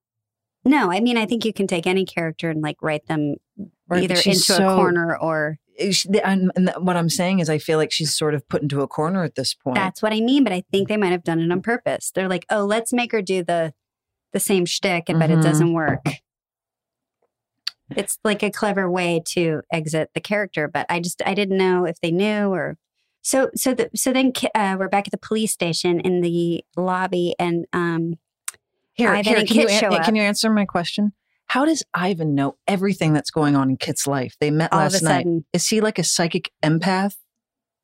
Speaker 1: no. I mean, I think you can take any character and like write them
Speaker 5: Right,
Speaker 1: either
Speaker 5: but
Speaker 1: into
Speaker 5: she's
Speaker 1: a
Speaker 5: so-
Speaker 1: corner or
Speaker 5: is she- the- and, and what i'm saying is i feel like she's sort of put into a corner at this point
Speaker 1: That's what I mean, but I think they might have done it on purpose. They're like, "Oh, let's make her do the the same shtick, and but it
Speaker 5: Mhm.
Speaker 1: doesn't work." It's like a clever way to exit the character, but I just I didn't know if they knew or so so the, so then Ki- uh, we're back at the police station in the lobby, and um,
Speaker 5: here,
Speaker 1: Ivan
Speaker 5: here,
Speaker 1: and
Speaker 5: can, you
Speaker 1: Kit show
Speaker 5: an-
Speaker 1: up.
Speaker 5: can you answer my question how does ivan know everything that's going on in kit's life they met
Speaker 1: all
Speaker 5: last
Speaker 1: of a
Speaker 5: night
Speaker 1: sudden,
Speaker 5: is he like a psychic empath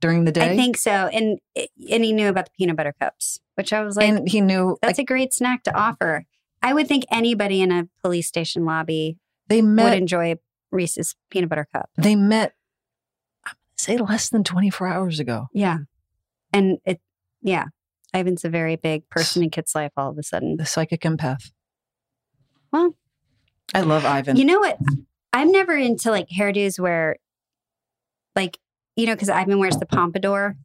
Speaker 5: during the day
Speaker 1: I think so, and and he knew about the peanut butter cups, which I was like,
Speaker 5: and he knew like,
Speaker 1: "That's a great snack to offer." I would think anybody in a police station lobby
Speaker 5: they
Speaker 1: would
Speaker 5: met
Speaker 1: enjoy Reese's peanut butter cup.
Speaker 5: they met I'm gonna say less than 24 hours ago.
Speaker 1: Yeah. And it yeah, Ivan's a very big person in Kit's life all of a sudden.
Speaker 5: The psychic empath.
Speaker 1: Well.
Speaker 5: I love Ivan.
Speaker 1: You know what? I'm never into like hairdos where, like, you know, because Ivan wears the pompadour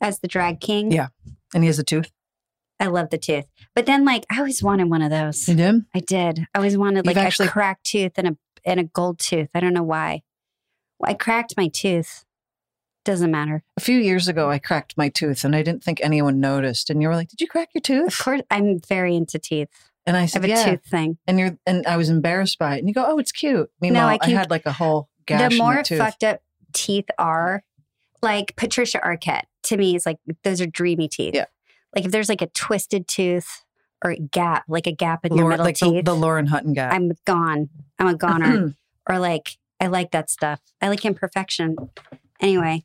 Speaker 1: as the drag king.
Speaker 5: Yeah. and he has a tooth.
Speaker 1: I love the tooth. But then, like, I always wanted one of those.
Speaker 5: You did?
Speaker 1: I did. I always wanted
Speaker 5: Mm. You've
Speaker 1: like
Speaker 5: actually-
Speaker 1: a cracked tooth and a and a gold tooth. I don't know why. Well, I cracked my tooth. Doesn't matter.
Speaker 5: A few years ago, I cracked my tooth and I didn't think anyone noticed. And you were like, Did you crack your
Speaker 1: Of
Speaker 5: tooth?
Speaker 1: course, I'm very into teeth.
Speaker 5: And I
Speaker 1: I have
Speaker 5: said,
Speaker 1: a
Speaker 5: Yeah.
Speaker 1: tooth thing.
Speaker 5: And you're and I was embarrassed by it. And you go, Oh, it's cute. Meanwhile, I,
Speaker 1: I can-
Speaker 5: had like a whole gash
Speaker 1: the more
Speaker 5: in my tooth.
Speaker 1: fucked up teeth are, like Patricia Arquette, to me is like those are dreamy teeth.
Speaker 5: Yeah.
Speaker 1: Like if there's like a twisted tooth or a gap, like a gap in your
Speaker 5: Lauren-
Speaker 1: middle
Speaker 5: like the,
Speaker 1: teeth,
Speaker 5: the Lauren Hutton guy.
Speaker 1: I'm gone. I'm a goner. or like I like that stuff. I like imperfection. Anyway.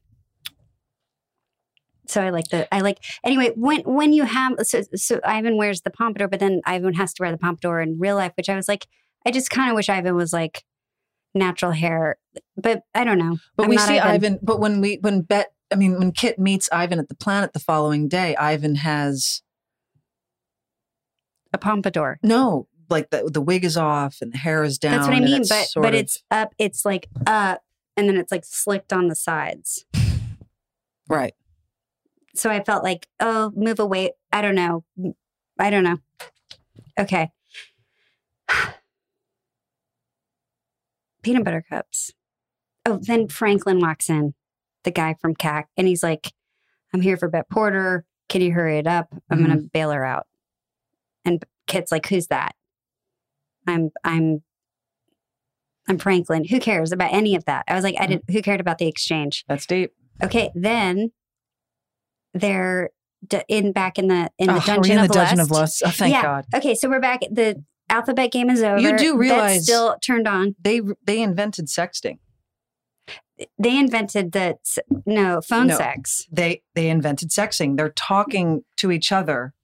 Speaker 1: So I like the I like anyway when when you have so so Ivan wears the pompadour, but then Ivan has to wear the pompadour in real life, which I was like, I just kind of wish Ivan was like natural hair, but I don't know.
Speaker 5: But
Speaker 1: I'm
Speaker 5: we
Speaker 1: not
Speaker 5: see Ivan.
Speaker 1: Ivan.
Speaker 5: But when we when Bet, I mean, when Kit meets Ivan at the planet the following day, Ivan has
Speaker 1: A pompadour.
Speaker 5: no like the the wig is off and the hair is down.
Speaker 1: That's what I
Speaker 5: and
Speaker 1: mean.
Speaker 5: it's
Speaker 1: But
Speaker 5: sort
Speaker 1: but
Speaker 5: of-
Speaker 1: it's up. It's like up, and then it's like slicked on the sides.
Speaker 5: right.
Speaker 1: so I felt like, oh, move away. I don't know. I don't know. Okay. Peanut butter cups. Oh, then Franklin walks in, the guy from CAC, and he's like, I'm here for Bet Porter. Can you hurry it up? I'm gonna bail her out. And Kit's like, who's that? I'm I'm I'm Franklin. Who cares about any of that? I was like, I didn't who cared about the exchange?
Speaker 5: That's deep.
Speaker 1: Okay, then they're d- in back in the in
Speaker 5: Oh,
Speaker 1: the
Speaker 5: are we
Speaker 1: dungeon
Speaker 5: in
Speaker 1: of
Speaker 5: the
Speaker 1: lust.
Speaker 5: dungeon of lust. Oh, thank
Speaker 1: Yeah.
Speaker 5: God.
Speaker 1: Okay, so we're back. at The alphabet game is over.
Speaker 5: do
Speaker 1: That's
Speaker 5: realize-
Speaker 1: still turned on.
Speaker 5: They they invented sexting.
Speaker 1: They invented the s- no phone
Speaker 5: No.
Speaker 1: sex.
Speaker 5: They they invented sexting. They're
Speaker 1: Mm-hmm.
Speaker 5: talking to each other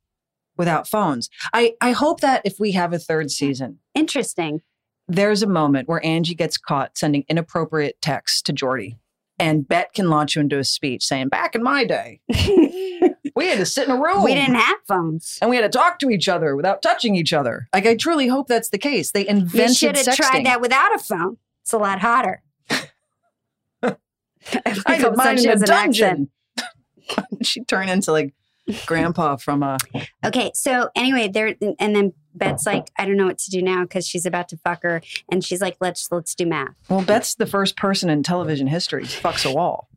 Speaker 5: without phones. I I hope that if we have a third
Speaker 1: Mm-hmm.
Speaker 5: season,
Speaker 1: Interesting.
Speaker 5: there's a moment where Angie gets caught sending inappropriate texts to Jordy. And Bet can launch you into a speech saying, Back in my day,
Speaker 1: we
Speaker 5: we had to sit in a room.
Speaker 1: didn't have phones.
Speaker 5: and we had to talk to each other without touching each other. Like I truly hope that's the case. They
Speaker 1: You
Speaker 5: invented
Speaker 1: should have
Speaker 5: sexting.
Speaker 1: tried that without a phone. It's a lot hotter.
Speaker 5: I did
Speaker 1: hope
Speaker 5: mine
Speaker 1: so. She
Speaker 5: in a
Speaker 1: has an accent.
Speaker 5: dungeon. She'd turn into like grandpa from uh, a
Speaker 1: Okay, so anyway, there and then Bet's like, I don't know what to do now because she's about to fuck her, and she's like, let's let's do math.
Speaker 5: well, Bet's the first person in television history to fucks a wall.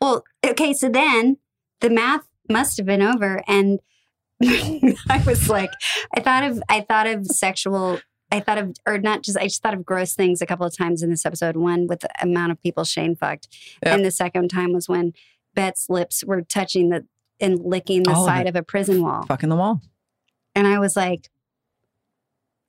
Speaker 1: Well, okay, so then the math must have been over and I was like I thought of I thought of sexual I thought of or not just I just thought of gross things a couple of times in this episode. One with the amount of people Shane fucked.
Speaker 5: Yeah.
Speaker 1: And the second time was when Bet's lips were touching the and licking the
Speaker 5: All of
Speaker 1: side
Speaker 5: it.
Speaker 1: of, a prison wall.
Speaker 5: Fucking the wall.
Speaker 1: And I was like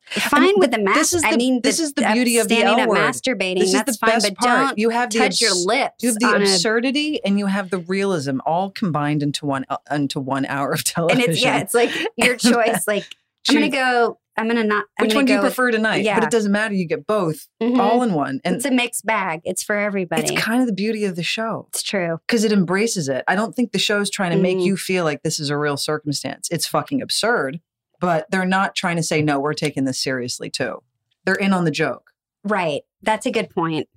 Speaker 1: Fine
Speaker 5: mean,
Speaker 1: with the math.
Speaker 5: this is
Speaker 1: I
Speaker 5: the-
Speaker 1: mean,
Speaker 5: this is the beauty of the
Speaker 1: standing
Speaker 5: L
Speaker 1: up
Speaker 5: word.
Speaker 1: masturbating.
Speaker 5: This is
Speaker 1: that's
Speaker 5: the
Speaker 1: fine,
Speaker 5: best
Speaker 1: but
Speaker 5: part.
Speaker 1: don't
Speaker 5: You have the
Speaker 1: touch your
Speaker 5: abs-
Speaker 1: lips.
Speaker 5: You have the
Speaker 1: on a-
Speaker 5: absurdity and you have the realism all combined into one uh, into one hour of
Speaker 1: and
Speaker 5: television.
Speaker 1: it's yeah, it's like your choice. Like I'm gonna
Speaker 5: Choose-
Speaker 1: go. I'm gonna not. I'm
Speaker 5: Which
Speaker 1: gonna
Speaker 5: one do you
Speaker 1: go with-
Speaker 5: prefer tonight? But
Speaker 1: yeah.
Speaker 5: it doesn't matter. You get both
Speaker 1: Mhm.
Speaker 5: all in one. And
Speaker 1: it's a mixed bag. It's for everybody.
Speaker 5: it's
Speaker 1: It's,
Speaker 5: kind of the beauty of the show.
Speaker 1: true.
Speaker 5: because it embraces it. I don't think the show's trying to make
Speaker 1: Mhm.
Speaker 5: you feel like this is a real circumstance. It's fucking absurd, but they're not trying to say, no, we're taking this seriously too. They're in on the joke.
Speaker 1: Right. That's a good point.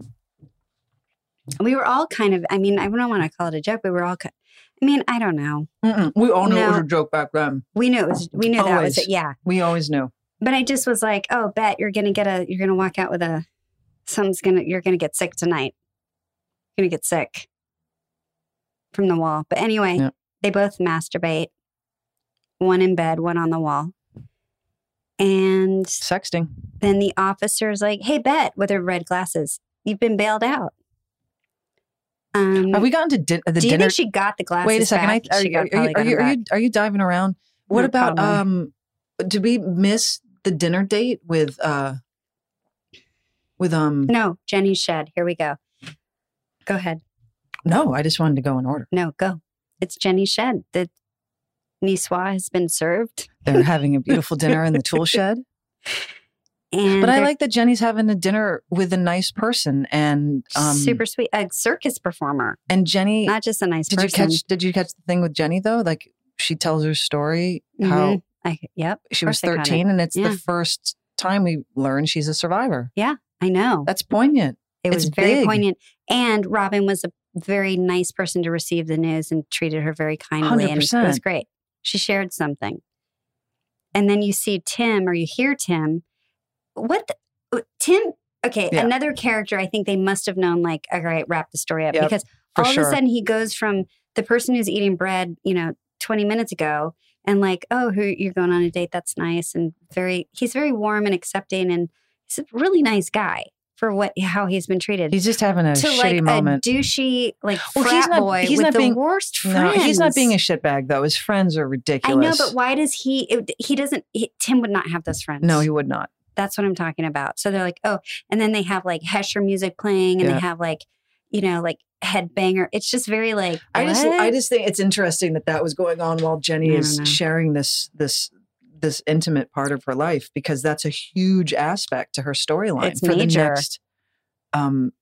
Speaker 1: We were all kind of. I mean, I don't want to call it a joke. We were all. ki- I mean, I don't know.
Speaker 5: Mm-mm. We all knew it was
Speaker 1: No.
Speaker 5: a joke back then.
Speaker 1: We knew it was. We knew that was
Speaker 5: Always.
Speaker 1: it. Yeah.
Speaker 5: We always knew.
Speaker 1: But I just was like, oh, bet you're gonna get a. You're gonna walk out with a. Something's gonna. You're gonna get sick tonight. You're gonna get sick. From the wall. But anyway,
Speaker 5: Yeah.
Speaker 1: they both masturbate. One in bed, one on the wall. And
Speaker 5: Sexting.
Speaker 1: then the officer's like, "Hey, bet with her red glasses, you've been bailed out." Um,
Speaker 5: Have we gotten to din- the
Speaker 1: do you
Speaker 5: dinner?
Speaker 1: think she got the glasses?
Speaker 5: Wait a second.
Speaker 1: Back?
Speaker 5: I, are,
Speaker 1: She
Speaker 5: you-
Speaker 1: got-
Speaker 5: are,
Speaker 1: probably
Speaker 5: you, are,
Speaker 1: got
Speaker 5: you,
Speaker 1: them back.
Speaker 5: are, you, are you diving around? What
Speaker 1: No,
Speaker 5: about,
Speaker 1: probably.
Speaker 5: um, did we miss the dinner date with, uh, with, um,
Speaker 1: No, Jenny's shed. Here we go. Go ahead.
Speaker 5: no, I just wanted to go in order.
Speaker 1: No, go. It's Jenny's shed. The niçoise has been served. Mm-hmm.
Speaker 5: They're having a beautiful dinner in the tool shed.
Speaker 1: And
Speaker 5: But I
Speaker 1: they're
Speaker 5: like that Jenny's having a dinner with a nice person and um,
Speaker 1: super sweet, a circus performer,
Speaker 5: And Jenny,
Speaker 1: not just a nice
Speaker 5: did you
Speaker 1: person.
Speaker 5: catch? Did you catch the thing with Jenny though? Like she tells her story how
Speaker 1: Mhm. I, yep,
Speaker 5: she
Speaker 1: Of
Speaker 5: was
Speaker 1: course I caught it.
Speaker 5: thirteen, and it's
Speaker 1: Yeah.
Speaker 5: the first time we learn she's a survivor.
Speaker 1: I know.
Speaker 5: That's poignant.
Speaker 1: It was
Speaker 5: it's
Speaker 1: very
Speaker 5: big.
Speaker 1: poignant. And Robin was a very nice person to receive the news and treated her very kindly. And it
Speaker 5: 100%.
Speaker 1: was great. She shared something. And then you see Tim or you hear Tim. What the, uh, Tim? Okay,
Speaker 5: Yeah.
Speaker 1: another character I think they must have known, like, all right, wrap the story up.
Speaker 5: Yep,
Speaker 1: because
Speaker 5: for
Speaker 1: all
Speaker 5: sure.
Speaker 1: of a sudden he goes from the person who's eating bread, you know, 20 minutes ago and like, oh, who you're going on a date. That's nice. And very, he's very warm and accepting. And he's a really nice guy for what, how he's been treated
Speaker 5: He's just having a
Speaker 1: to
Speaker 5: shitty
Speaker 1: like
Speaker 5: moment.
Speaker 1: a douchey like
Speaker 5: Well,
Speaker 1: frat
Speaker 5: he's not-
Speaker 1: boy
Speaker 5: he's
Speaker 1: with
Speaker 5: not
Speaker 1: the
Speaker 5: being-
Speaker 1: worst
Speaker 5: no,
Speaker 1: friends.
Speaker 5: he's not being a shitbag though. His friends are
Speaker 1: I know,
Speaker 5: ridiculous.
Speaker 1: but why does he? It, he doesn't. He, Tim would not have those friends.
Speaker 5: No, he would not.
Speaker 1: that's what I'm talking about. So they're like, oh, and then they have like Hesher music playing, and
Speaker 5: Yeah.
Speaker 1: they have like, you know, like headbanger. It's just very like.
Speaker 5: I just,
Speaker 1: what?
Speaker 5: I just think it's interesting that that was going on while Jenny
Speaker 1: I don't
Speaker 5: is
Speaker 1: know.
Speaker 5: sharing this, this, this intimate part of her life because that's a huge aspect to her storyline
Speaker 1: It's
Speaker 5: for the
Speaker 1: major.
Speaker 5: next um,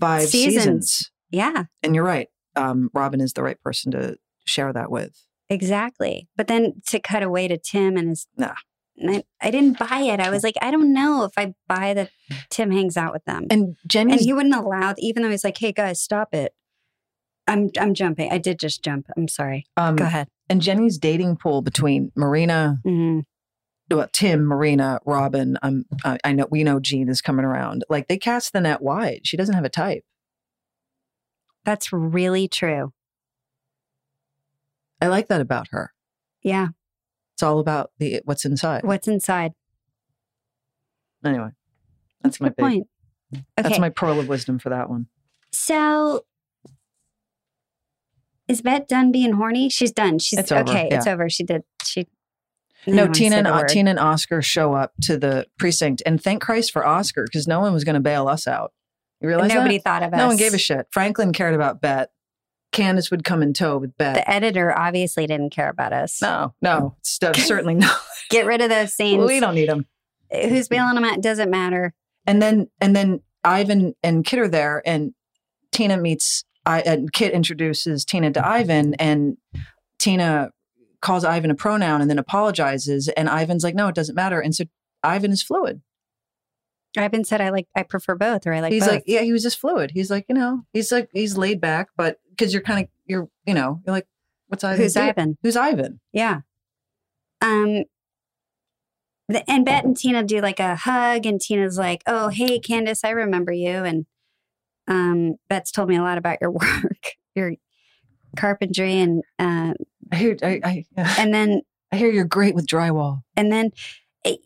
Speaker 5: five
Speaker 1: Seasons.
Speaker 5: seasons.
Speaker 1: yeah,
Speaker 5: And you're right. Um, Robin is the right person to share that with.
Speaker 1: exactly. But then to cut away to Tim and his.
Speaker 5: Nah.
Speaker 1: And I, I didn't buy it. I was like, I don't know if I buy that Tim hangs out with them.
Speaker 5: And Jenny's
Speaker 1: and he wouldn't allow even though he's like hey guys stop it i'm i'm jumping i did just jump i'm sorry
Speaker 5: um,
Speaker 1: go ahead
Speaker 5: and Jenny's dating pool between Marina,
Speaker 1: hmm
Speaker 5: well, Tim, Marina, Robin. Um, I, I know we know Jean is coming around. Like they cast the net wide. She doesn't have a type.
Speaker 1: that's really true
Speaker 5: I like that about her.
Speaker 1: yeah
Speaker 5: It's all about the what's inside.
Speaker 1: what's inside
Speaker 5: Anyway, that's
Speaker 1: a
Speaker 5: my
Speaker 1: good
Speaker 5: big,
Speaker 1: point okay
Speaker 5: that's my pearl of wisdom for that one.
Speaker 1: so is bet done being horny she's done she's
Speaker 5: It's over,
Speaker 1: okay it's over she did she I don't
Speaker 5: No,
Speaker 1: wanna
Speaker 5: Tina
Speaker 1: say
Speaker 5: and
Speaker 1: the
Speaker 5: uh,
Speaker 1: word.
Speaker 5: Tina and Oscar show up to the precinct, and thank Christ for Oscar because no one was going to bail us out. You realize that?
Speaker 1: nobody thought of us
Speaker 5: No one gave a shit. Franklin cared about Bet. Candace would come in tow with Bet.
Speaker 1: the editor obviously didn't care about us
Speaker 5: No, no, st- certainly not.
Speaker 1: get rid of those scenes
Speaker 5: we don't Mm-hmm. need them.
Speaker 1: who's bailing them out doesn't matter
Speaker 5: And then and then Ivan and Kid are there, and Tina meets I and Kit introduces Tina to Ivan, and Tina calls Ivan a pronoun and then apologizes, and Ivan's like, no, it doesn't matter, and so Ivan is fluid.
Speaker 1: ivan said i like i prefer both or i like
Speaker 5: he's
Speaker 1: both.
Speaker 5: like, yeah, he was just fluid. He's like, you know, he's like he's laid back, but because you're kind of you're you know you're like, what's Ivan?
Speaker 1: who's
Speaker 5: do?
Speaker 1: ivan
Speaker 5: Who's Ivan?
Speaker 1: Yeah. Um the, and Bet and Tina do like a hug and Tina's like, "Oh, hey Candace, I remember you." And um Bet's told me a lot about your work, your carpentry and uh,
Speaker 5: I hear I, I,
Speaker 1: and then
Speaker 5: I hear you're great with drywall.
Speaker 1: and then it,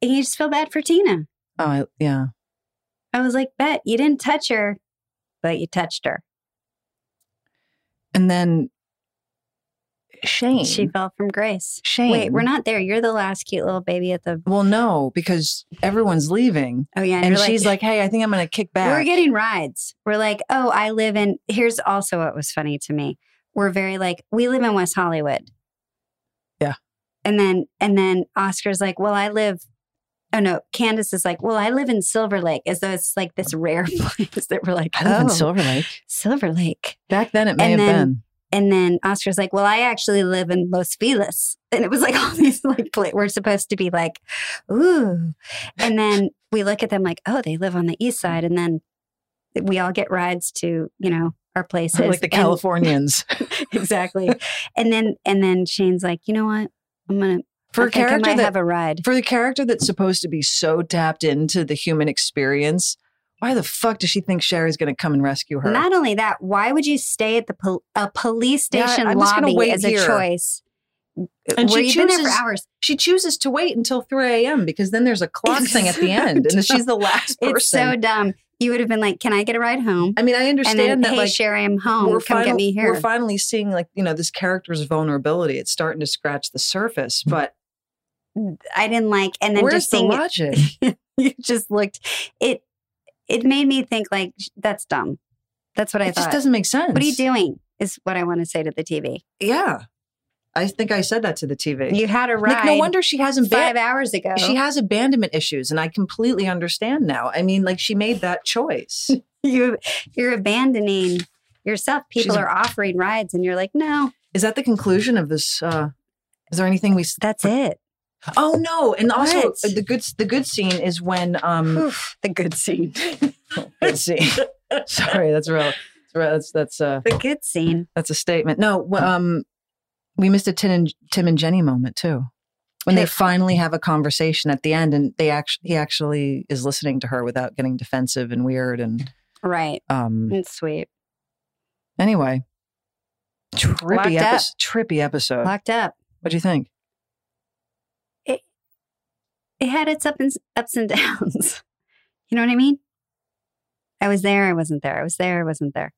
Speaker 1: and you just feel bad for Tina.
Speaker 5: Oh I, yeah,
Speaker 1: I was like, "Bet, you didn't touch her, but you touched her.
Speaker 5: and then Shane.
Speaker 1: She fell from grace."
Speaker 5: Shane.
Speaker 1: Wait, we're not there. You're the last cute little baby at the
Speaker 5: Well, no, because everyone's leaving,
Speaker 1: Oh yeah,
Speaker 5: and,
Speaker 1: you're
Speaker 5: she's like, "Hey, I think I'm going to kick back."
Speaker 1: We're getting rides. We're like, oh, I live in. Here's also what was funny to me. We're very like, we live in West Hollywood.
Speaker 5: Yeah.
Speaker 1: And then and then Oscar's like, well, I live. Oh no, Candace is like, well, I live in Silver Lake, as though it's like this rare place that we're like,
Speaker 5: I live
Speaker 1: oh,
Speaker 5: in Silver Lake.
Speaker 1: Silver Lake.
Speaker 5: Back then, it may
Speaker 1: And
Speaker 5: have
Speaker 1: then-
Speaker 5: been.
Speaker 1: And then Oscar's like, well, I actually live in Los Feliz. And it was like all these like, pla- we're supposed to be like, ooh. And then we look at them like, oh, they live on the east side. And then we all get rides to, you know, our places.
Speaker 5: like the
Speaker 1: And-
Speaker 5: Californians.
Speaker 1: exactly. And then, and then Shane's like, you know what? I'm going to,
Speaker 5: For a
Speaker 1: I
Speaker 5: character
Speaker 1: might
Speaker 5: that
Speaker 1: have a ride.
Speaker 5: for the character that's supposed to be so tapped into the human experience, why the fuck does she think Sherry's going to come and rescue her?
Speaker 1: Not only that, why would you stay at the pol- a police
Speaker 5: Yeah,
Speaker 1: station
Speaker 5: I'm just gonna
Speaker 1: lobby
Speaker 5: wait
Speaker 1: as
Speaker 5: here.
Speaker 1: a choice?
Speaker 5: And
Speaker 1: where
Speaker 5: she
Speaker 1: you've been there for
Speaker 5: chooses-
Speaker 1: hours.
Speaker 5: she chooses to wait until 3 a.m. because then there's a clock
Speaker 1: It's
Speaker 5: thing at the
Speaker 1: so
Speaker 5: end, and
Speaker 1: dumb.
Speaker 5: she's the last person.
Speaker 1: It's so dumb. You would have been like, can I get a ride home?
Speaker 5: I mean, I understand
Speaker 1: and then,
Speaker 5: that
Speaker 1: hey,
Speaker 5: like
Speaker 1: Sherry, I'm home. Um, Come
Speaker 5: final-
Speaker 1: get me here.
Speaker 5: We're finally seeing like you know this character's vulnerability. It's starting to scratch the surface, but
Speaker 1: I didn't like, Mm. and then
Speaker 5: where's
Speaker 1: just
Speaker 5: the
Speaker 1: seeing it,
Speaker 5: logic?
Speaker 1: you just looked. It it made me think like sh- that's dumb. That's what I
Speaker 5: it
Speaker 1: thought.
Speaker 5: just doesn't make sense.
Speaker 1: what are you doing? Is what I want to say to the TV.
Speaker 5: Yeah, I think I said that to the TV.
Speaker 1: You had a ride.
Speaker 5: Like, no wonder she hasn't
Speaker 1: five
Speaker 5: been.
Speaker 1: hours ago.
Speaker 5: She has abandonment issues, and I completely understand now. I mean, like she made that choice.
Speaker 1: you you're abandoning yourself. People
Speaker 5: She's-
Speaker 1: are offering rides, and you're like, no,
Speaker 5: Is that the conclusion of this? Uh, is there anything we? s-
Speaker 1: that's it.
Speaker 5: Oh no! And also uh,
Speaker 1: What?
Speaker 5: the good the good scene is when um
Speaker 1: Oof, the good scene.
Speaker 5: good scene. Sorry, that's real. That's that's uh
Speaker 1: The good scene.
Speaker 5: that's a statement. No,
Speaker 1: Mm.
Speaker 5: w- um, we missed a Tim and Tim and Jenny moment too. When they
Speaker 1: Hey.
Speaker 5: finally have a conversation at the end, and they actually he actually is listening to her without getting defensive and weird, and
Speaker 1: Right.
Speaker 5: um,
Speaker 1: It's sweet.
Speaker 5: Anyway,
Speaker 1: Locked
Speaker 5: trippy,
Speaker 1: up.
Speaker 5: epis trippy episode.
Speaker 1: Locked up.
Speaker 5: What do you think?
Speaker 1: It had its up and ups and downs. You know what I mean? I was there. I wasn't there. I was there. I wasn't there.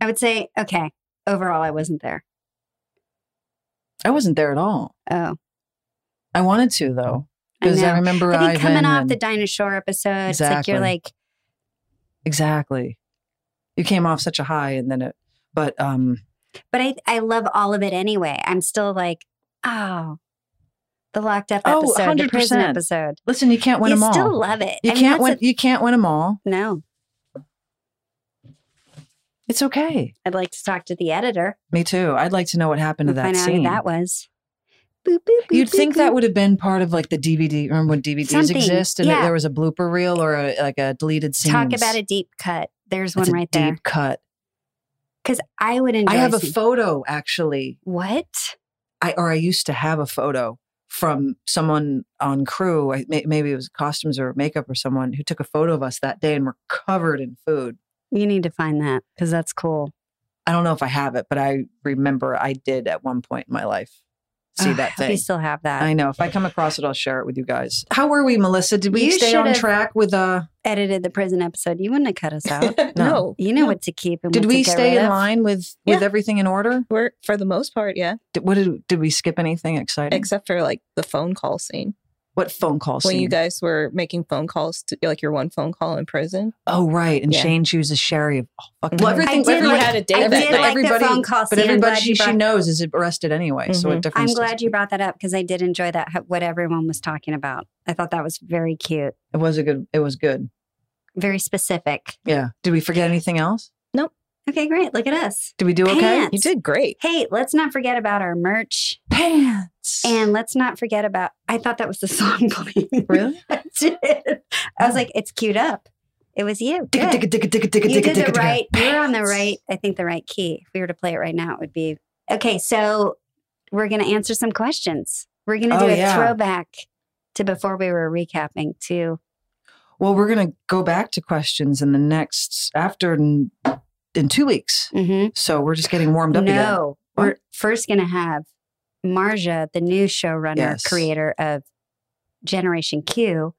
Speaker 1: I would say, okay, overall, I wasn't there.
Speaker 5: I wasn't there at all.
Speaker 1: Oh,
Speaker 5: I wanted to though,
Speaker 1: I
Speaker 5: because I,
Speaker 1: know.
Speaker 5: remember
Speaker 1: I think coming
Speaker 5: Ivan
Speaker 1: off the
Speaker 5: and-
Speaker 1: dinosaur episode, it's like
Speaker 5: Exactly.
Speaker 1: you're like,
Speaker 5: exactly. You came off such a high, and then it. But um,
Speaker 1: but I, I love all of it anyway. I'm still like, oh, the locked up
Speaker 5: Oh,
Speaker 1: episode, the prison
Speaker 5: 100%.
Speaker 1: episode.
Speaker 5: listen, you can't win
Speaker 1: you
Speaker 5: them
Speaker 1: still
Speaker 5: all.
Speaker 1: love it.
Speaker 5: You
Speaker 1: I mean,
Speaker 5: can't
Speaker 1: that's
Speaker 5: win. you can't win them all.
Speaker 1: a- no,
Speaker 5: It's okay.
Speaker 1: I'd like to talk to the editor
Speaker 5: Me too. I'd like to know what happened to
Speaker 1: and
Speaker 5: that
Speaker 1: find out who
Speaker 5: scene.
Speaker 1: that was. Boop, boop, boop,
Speaker 5: You'd
Speaker 1: boop,
Speaker 5: think
Speaker 1: boop.
Speaker 5: that would have been part of like the DVD. Remember when DVDs
Speaker 1: Something,
Speaker 5: exist and
Speaker 1: yeah.
Speaker 5: there was a blooper reel or a, like a deleted scene.
Speaker 1: talk about a deep cut. There's one
Speaker 5: That's a
Speaker 1: right
Speaker 5: deep
Speaker 1: there
Speaker 5: cut.
Speaker 1: because I would enjoy.
Speaker 5: I have a
Speaker 1: seeing-
Speaker 5: photo actually
Speaker 1: what?
Speaker 5: I or I used to have a photo from someone on crew. I, may, maybe it was costumes or makeup or someone who took a photo of us that day and we're covered in food.
Speaker 1: You need to find that because that's cool.
Speaker 5: I don't know if I have it, but I remember I did at one point in my life see
Speaker 1: Oh, I
Speaker 5: that
Speaker 1: hope You
Speaker 5: thing.
Speaker 1: still have that.
Speaker 5: I know. If I come across it, I'll share it with you guys. How were we, Melissa? Did we
Speaker 1: You
Speaker 5: stay on
Speaker 1: should've-
Speaker 5: track with uh?
Speaker 1: Edited the prison episode. You wouldn't have cut us out.
Speaker 5: No.
Speaker 1: you know
Speaker 2: No.
Speaker 1: what to keep and
Speaker 5: Did
Speaker 1: what to
Speaker 5: we
Speaker 1: get
Speaker 5: stay
Speaker 1: rid
Speaker 5: in
Speaker 1: of.
Speaker 5: line with with everything in order?
Speaker 2: We're, for the most part, yeah.
Speaker 5: Did, what did did we skip anything exciting?
Speaker 2: Except for like the phone call scene.
Speaker 5: what phone call
Speaker 2: When
Speaker 5: scene?
Speaker 2: you guys were making phone calls to like your one phone call in prison.
Speaker 5: oh right, and
Speaker 2: Yeah.
Speaker 5: Shane chooses Sherry. Oh, fuck.
Speaker 2: Well,
Speaker 1: I did
Speaker 2: everyone
Speaker 1: like,
Speaker 2: had a date
Speaker 1: I
Speaker 2: that
Speaker 1: did
Speaker 2: night.
Speaker 1: like the phone call scene.
Speaker 5: But
Speaker 1: I'm
Speaker 5: everybody
Speaker 1: glad
Speaker 5: she,
Speaker 1: you
Speaker 5: she
Speaker 1: brought-
Speaker 5: knows is arrested anyway. So
Speaker 2: Mhm.
Speaker 5: what difference?
Speaker 1: I'm
Speaker 5: does
Speaker 1: glad
Speaker 5: it
Speaker 1: you
Speaker 5: make?
Speaker 1: brought that up because I did enjoy that ho- what everyone was talking about. I thought that was very cute,
Speaker 5: It was a good. It was good.
Speaker 1: very specific.
Speaker 5: Yeah. Did we forget anything else?
Speaker 1: Okay, great. Look at us.
Speaker 5: Did we do okay?
Speaker 1: Pants.
Speaker 2: You did great.
Speaker 1: Hey, let's not forget about our merch,
Speaker 5: Pants.
Speaker 1: and let's not forget about. I thought that was the song playing.
Speaker 5: really?
Speaker 1: I did. I was like, it's queued up. It was you.
Speaker 5: Digga,
Speaker 1: Good.
Speaker 5: digga, digga, digga, digga,
Speaker 1: You
Speaker 5: digga,
Speaker 1: did
Speaker 5: digga,
Speaker 1: the
Speaker 5: digga.
Speaker 1: right. You're on the
Speaker 5: Pants.
Speaker 1: right. I think the right key. If we were to play it right now, it would be okay. So we're gonna answer some questions. We're gonna do
Speaker 5: Oh,
Speaker 1: a
Speaker 5: yeah.
Speaker 1: throwback to before we were recapping to
Speaker 5: Well, we're gonna go back to questions in the next after in, in two weeks.
Speaker 1: mhm.
Speaker 5: So we're just getting warmed up again.
Speaker 1: No,
Speaker 5: What?
Speaker 1: we're first going to have Marja, the new showrunner,
Speaker 5: Yes.
Speaker 1: creator of Generation Q,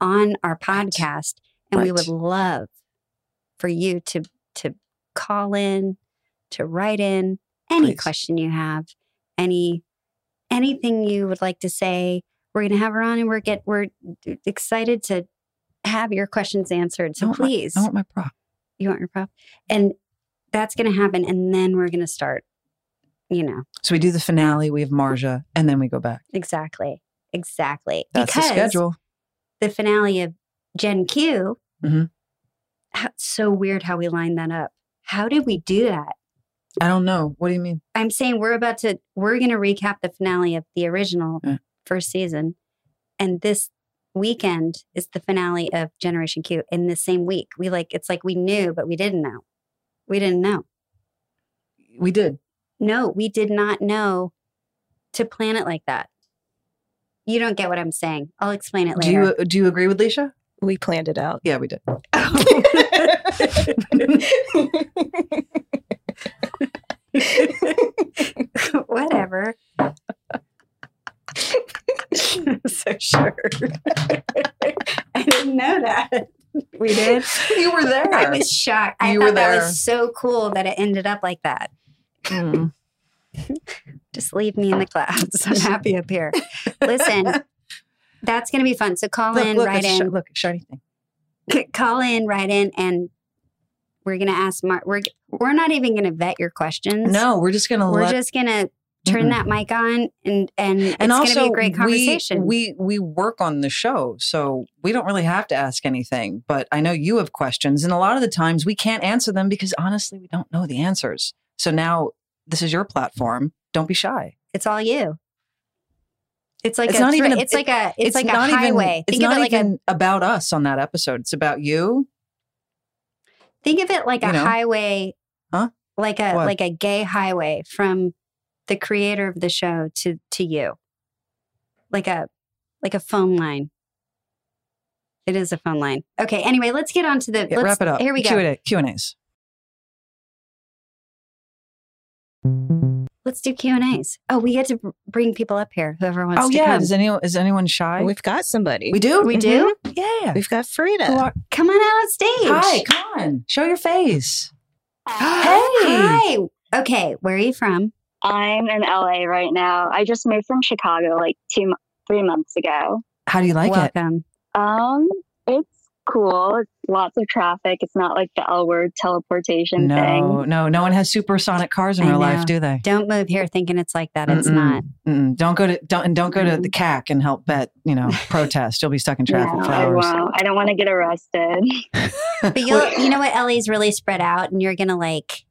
Speaker 1: on our podcast, and we
Speaker 5: Right.
Speaker 1: would love for you to to call in, to write in any
Speaker 5: Please.
Speaker 1: question you have, any anything you would like to say. We're going to have her on, and we're get we're excited to have your questions answered.
Speaker 5: I
Speaker 1: So
Speaker 5: want my-
Speaker 1: please,
Speaker 5: I want my prop.
Speaker 1: you want your prop? And that's going to happen. And then we're going to start, you know,
Speaker 5: So we do the finale, we have Marja, and then we go back.
Speaker 1: exactly. Exactly.
Speaker 5: That's the schedule.
Speaker 1: the finale of Gen Q,
Speaker 5: Mhm.
Speaker 1: how- it's so weird how we line that up. How did we do that?
Speaker 5: I don't know. What do you mean?
Speaker 1: I'm saying we're about to, we're going to recap the finale of the original
Speaker 5: Yeah.
Speaker 1: first season. And this weekend is the finale of Generation Q in the same week. We like, it's like we knew, but we didn't know. We didn't know.
Speaker 5: We did.
Speaker 1: No, we did not know to plan it like that. You don't get what I'm saying. I'll explain it
Speaker 5: Do
Speaker 1: later.
Speaker 5: you do you agree with Leisha?
Speaker 2: We planned it out.
Speaker 5: Yeah, we did.
Speaker 1: Whatever. so sure. I didn't know that. We did.
Speaker 5: You were there.
Speaker 1: I was shocked. I
Speaker 5: You
Speaker 1: thought
Speaker 5: were
Speaker 1: that
Speaker 5: there.
Speaker 1: was so cool that it ended up like that.
Speaker 5: Mm.
Speaker 1: Just leave me in the clouds. I'm happy up here. Listen, that's going to be fun. So call
Speaker 5: look,
Speaker 1: in,
Speaker 5: look,
Speaker 1: write
Speaker 5: it's sh-
Speaker 1: in.
Speaker 5: look, shiny thing.
Speaker 1: C- call in, write in, and We're going to ask Mark. We're, we're not even going to vet your questions.
Speaker 5: No, we're just going to
Speaker 1: We're
Speaker 5: let
Speaker 1: just going to turn
Speaker 5: Mm-mm.
Speaker 1: that mic on and, and, it's going to be a great conversation.
Speaker 5: We, we we work on the show, so we don't really have to ask anything. But I know you have questions, and a lot of the times we can't answer them because honestly, we don't know the answers. So now this is your platform. Don't be shy.
Speaker 1: it's all you. It's like
Speaker 5: It's
Speaker 1: a
Speaker 5: not even
Speaker 1: thre-
Speaker 5: a-
Speaker 1: it's like a it's, like a
Speaker 5: not
Speaker 1: highway.
Speaker 5: Even, it's
Speaker 1: think of
Speaker 5: not
Speaker 1: it like a
Speaker 5: even about us on that episode. It's about you.
Speaker 1: think of it like a
Speaker 5: you know.
Speaker 1: highway,
Speaker 5: Huh?
Speaker 1: Like a
Speaker 5: What?
Speaker 1: like a gay highway from the creator of the show to to you. Like a like a phone line. It is a phone line. Okay. Anyway, let's get on to the
Speaker 5: Yeah,
Speaker 1: let's,
Speaker 5: wrap it up.
Speaker 1: Here we go.
Speaker 5: Q&A, Q and A's.
Speaker 1: Let's do Q and A's. Oh, we get to br- bring people up here. Whoever wants
Speaker 5: Oh
Speaker 1: to
Speaker 5: yeah.
Speaker 1: come. Oh,
Speaker 5: Is anyone is anyone shy?
Speaker 6: We've got somebody.
Speaker 5: we do.
Speaker 1: we do.
Speaker 5: Yeah.
Speaker 6: We've got Frida.
Speaker 5: Who are-
Speaker 1: Come on out on stage.
Speaker 5: Mm-hmm. Hi, come on. Show your face.
Speaker 1: Hi. Okay. Where are you from?
Speaker 7: I'm in LA right now. I just moved from Chicago like two, mo- three months ago.
Speaker 5: How do you like it?
Speaker 1: Welcome.
Speaker 7: Um, it's cool. It's lots of traffic. It's not like the L word teleportation
Speaker 5: No,
Speaker 7: thing.
Speaker 5: no, no one has supersonic cars in
Speaker 1: I
Speaker 5: real life,
Speaker 1: know.
Speaker 5: do they?
Speaker 1: Don't move here thinking it's like that. It's
Speaker 5: Mm-mm.
Speaker 1: not.
Speaker 5: Mm-mm. Don't go to don't and don't go to the
Speaker 1: Mm.
Speaker 5: CAC and help bet. You know, protest. You'll be stuck in traffic
Speaker 7: No,
Speaker 5: for
Speaker 7: I
Speaker 5: hours.
Speaker 7: won't. I don't want to get arrested.
Speaker 1: But you'll, you know what, Ellie's really spread out, and you're gonna like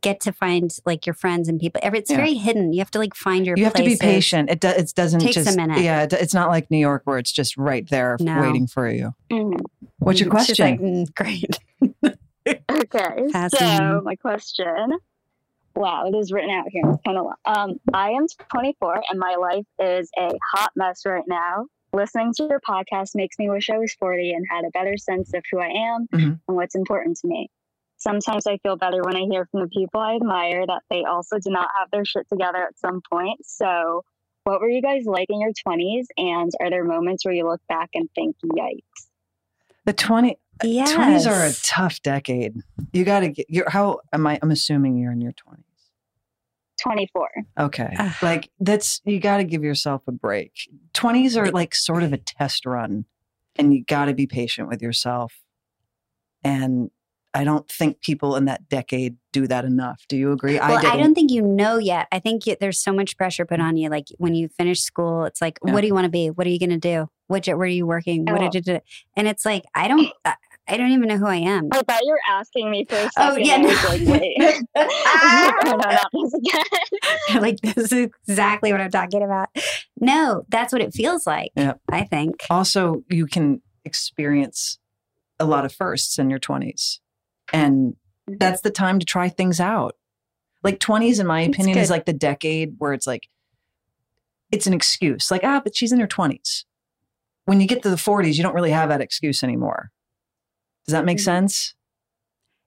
Speaker 1: get to find like your friends and people. Every- It's
Speaker 5: Yeah.
Speaker 1: very hidden. You have to like find your.
Speaker 5: You have to be
Speaker 1: places.
Speaker 5: patient. It do, it doesn't
Speaker 1: Takes a
Speaker 5: just
Speaker 1: minute.
Speaker 5: yeah. It, it's not like New York where it's just right there
Speaker 1: No.
Speaker 5: waiting for you.
Speaker 7: Mm.
Speaker 5: What's your
Speaker 1: She's
Speaker 5: question?
Speaker 1: like, "Mm, great.
Speaker 7: Okay, so
Speaker 1: Fascinating.
Speaker 7: my question. Wow, it is written out here. It's kind of long. Um, I am 24 and my life is a hot mess right now. Listening to your podcast makes me wish I was 40 and had a better sense of who I am
Speaker 5: Mhm.
Speaker 7: and what's important to me. Sometimes I feel better when I hear from the people I admire that they also do not have their shit together at some point. So, what were you guys like in your 20s? And are there moments where you look back and think, yikes?
Speaker 5: The twenty
Speaker 1: Yes.
Speaker 5: twenties Uh, are a tough decade. You got to get. You're, how am I? I'm assuming you're in your twenties.
Speaker 7: 24.
Speaker 5: Okay.
Speaker 1: Ugh.
Speaker 5: Like that's you got to give yourself a break. 20s are like sort of a test run and you got to be patient with yourself. And I don't think people in that decade do that enough. Do you agree?
Speaker 1: Well, I,
Speaker 5: didn't.
Speaker 1: don't think you know yet. I think you, there's so much pressure put on you. Like when you finish school, it's like,
Speaker 5: Yeah.
Speaker 1: what do you want to be? What are you going to do? What jo- where are you working? What
Speaker 7: Oh.
Speaker 1: did you do? And it's like, I don't, I, I don't even know who I am.
Speaker 7: I thought you were asking me for a second.
Speaker 1: Oh, yeah,
Speaker 7: I
Speaker 1: no.
Speaker 7: was like, wait.
Speaker 1: Ah.
Speaker 7: no, not this again.
Speaker 1: like this is exactly what I'm talking about. No, that's what it feels like.
Speaker 5: Yep.
Speaker 1: I think.
Speaker 5: also you can experience a lot of firsts in your 20s and
Speaker 1: Mm-hmm.
Speaker 5: that's the time to try things out like 20s in my
Speaker 1: That's
Speaker 5: opinion is
Speaker 1: good.
Speaker 5: like the decade where it's like it's an excuse like ah but she's in her 20s when you get to the 40s you don't really have that excuse anymore does that make
Speaker 1: Mm-hmm.
Speaker 7: Mhm.
Speaker 5: sense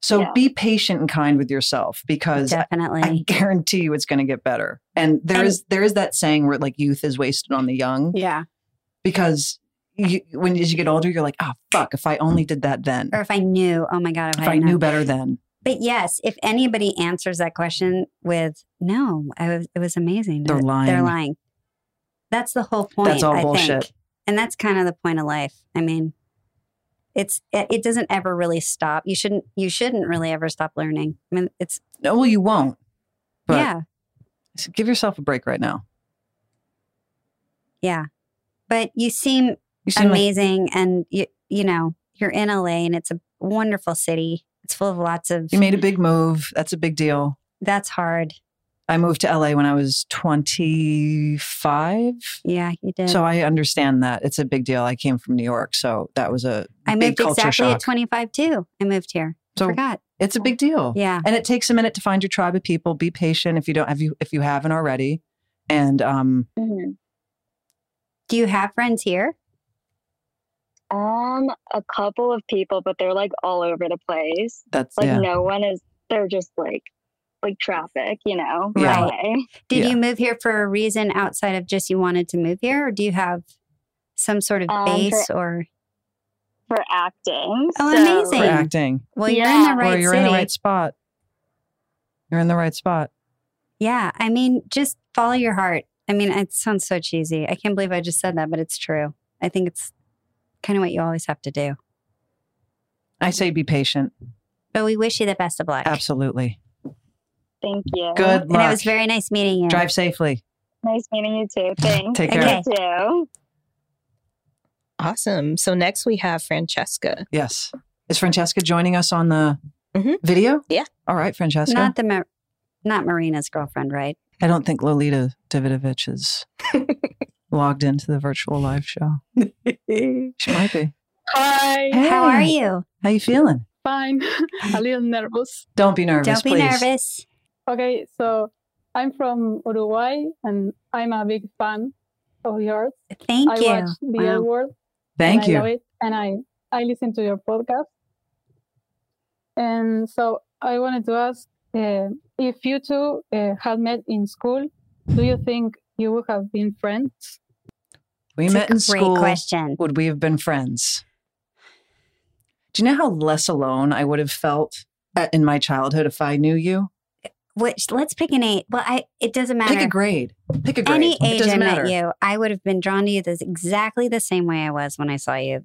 Speaker 5: so
Speaker 7: Yeah.
Speaker 5: be patient and kind with yourself because
Speaker 1: Definitely.
Speaker 5: I guarantee you it's going to get better. And there
Speaker 1: And-
Speaker 5: is there is that saying where like youth is wasted on the young
Speaker 1: yeah.
Speaker 5: because you, when as you get older, you're like, oh fuck, if I only did that then,
Speaker 1: Or if I knew, oh my God, if,
Speaker 5: if
Speaker 1: I,
Speaker 5: I
Speaker 1: knew.
Speaker 5: knew better then.
Speaker 1: But yes, if anybody answers that question with, no, I was, it was amazing.
Speaker 5: They're lying.
Speaker 1: They're lying. That's the whole point.
Speaker 5: That's all
Speaker 1: I
Speaker 5: bullshit.
Speaker 1: Think. And that's kind of the point of life. I mean, it's it, it doesn't ever really stop. You shouldn't you shouldn't really ever stop learning. I mean, it's
Speaker 5: No, well, you won't. But
Speaker 1: yeah,
Speaker 5: s- give yourself a break right now.
Speaker 1: yeah. But you seem
Speaker 5: You seem like
Speaker 1: amazing and you you know you're in LA and it's a wonderful city. It's full of lots of
Speaker 5: you made a big move. That's a big deal.
Speaker 1: that's hard.
Speaker 5: I moved to LA when I was 25.
Speaker 1: Yeah, you did.
Speaker 5: So I understand that. It's a big deal. I came from New York, so that was a
Speaker 1: I moved
Speaker 5: big culture
Speaker 1: exactly
Speaker 5: shock.
Speaker 1: at 25 too. I moved here.
Speaker 5: So-
Speaker 1: Forgot.
Speaker 5: it's a big deal.
Speaker 1: Yeah.
Speaker 5: and it takes a minute to find your tribe of people. Be patient if you don't have you if you haven't already. And um,
Speaker 7: Mhm.
Speaker 1: Do you have friends here?
Speaker 7: Um, a couple of people, but they're like all over the place.
Speaker 5: that's
Speaker 7: Like
Speaker 5: yeah.
Speaker 7: no one is. They're just like, like traffic, you know.
Speaker 1: Yeah.
Speaker 7: LA.
Speaker 1: Did
Speaker 5: Yeah.
Speaker 1: you move here for a reason outside of just you wanted to move here or do you have some sort of
Speaker 7: Um, for-
Speaker 1: base or
Speaker 7: for acting.
Speaker 1: Oh,
Speaker 5: for
Speaker 1: amazing.
Speaker 5: acting.
Speaker 1: well you're in
Speaker 7: yeah.
Speaker 1: the
Speaker 7: Or
Speaker 1: right
Speaker 5: or you're
Speaker 1: city.
Speaker 5: in the right spot. You're in the right spot.
Speaker 1: Yeah, I mean just follow your heart. I mean it sounds so cheesy. I can't believe I just said that, but it's true. I think it's kind of what you always have to do.
Speaker 5: I say be patient.
Speaker 1: But we wish you the best of luck.
Speaker 2: Absolutely.
Speaker 7: Thank you.
Speaker 2: Good
Speaker 1: And
Speaker 2: luck.
Speaker 1: it was very nice meeting you.
Speaker 2: Drive safely.
Speaker 7: Nice meeting you too. Thanks.
Speaker 2: Take
Speaker 1: care. Okay.
Speaker 7: You too.
Speaker 8: Awesome. So next we have Francesca.
Speaker 2: Yes. Is Francesca joining us on the
Speaker 8: Mhm.
Speaker 2: video?
Speaker 8: Yeah.
Speaker 2: All right, Francesca.
Speaker 1: Mm-hmm. Not the Ma- not Marina's girlfriend, right?
Speaker 2: I don't think Lolita Davidovich is logged into the virtual live show. She might be.
Speaker 9: Hi.
Speaker 1: How are you?
Speaker 2: How you feeling?
Speaker 9: Fine. a little nervous.
Speaker 2: Don't be nervous,
Speaker 1: Don't be
Speaker 2: please.
Speaker 1: nervous.
Speaker 9: Okay, so I'm from Uruguay and I'm a big fan of yours.
Speaker 1: Thank
Speaker 9: I
Speaker 1: you.
Speaker 9: watch The
Speaker 1: Wow.
Speaker 9: L Word. and
Speaker 2: Thank
Speaker 9: I love
Speaker 2: you.
Speaker 9: it, and I I listen to your podcast. And so I wanted to ask uh, if you two uh, had met in school, do you think you would have been friends?
Speaker 2: We
Speaker 1: It's
Speaker 2: met
Speaker 1: a
Speaker 2: in
Speaker 1: great
Speaker 2: school.
Speaker 1: question.
Speaker 2: Would we have been friends? Do you know how less alone I would have felt uh, in my childhood if I knew you?
Speaker 1: Which let's pick an eight. Well, I it doesn't matter.
Speaker 2: Pick a grade. Pick a grade.
Speaker 1: Any
Speaker 2: it
Speaker 1: age
Speaker 2: doesn't
Speaker 1: I
Speaker 2: matter.
Speaker 1: met you, I would have been drawn to you this exactly the same way I was when I saw you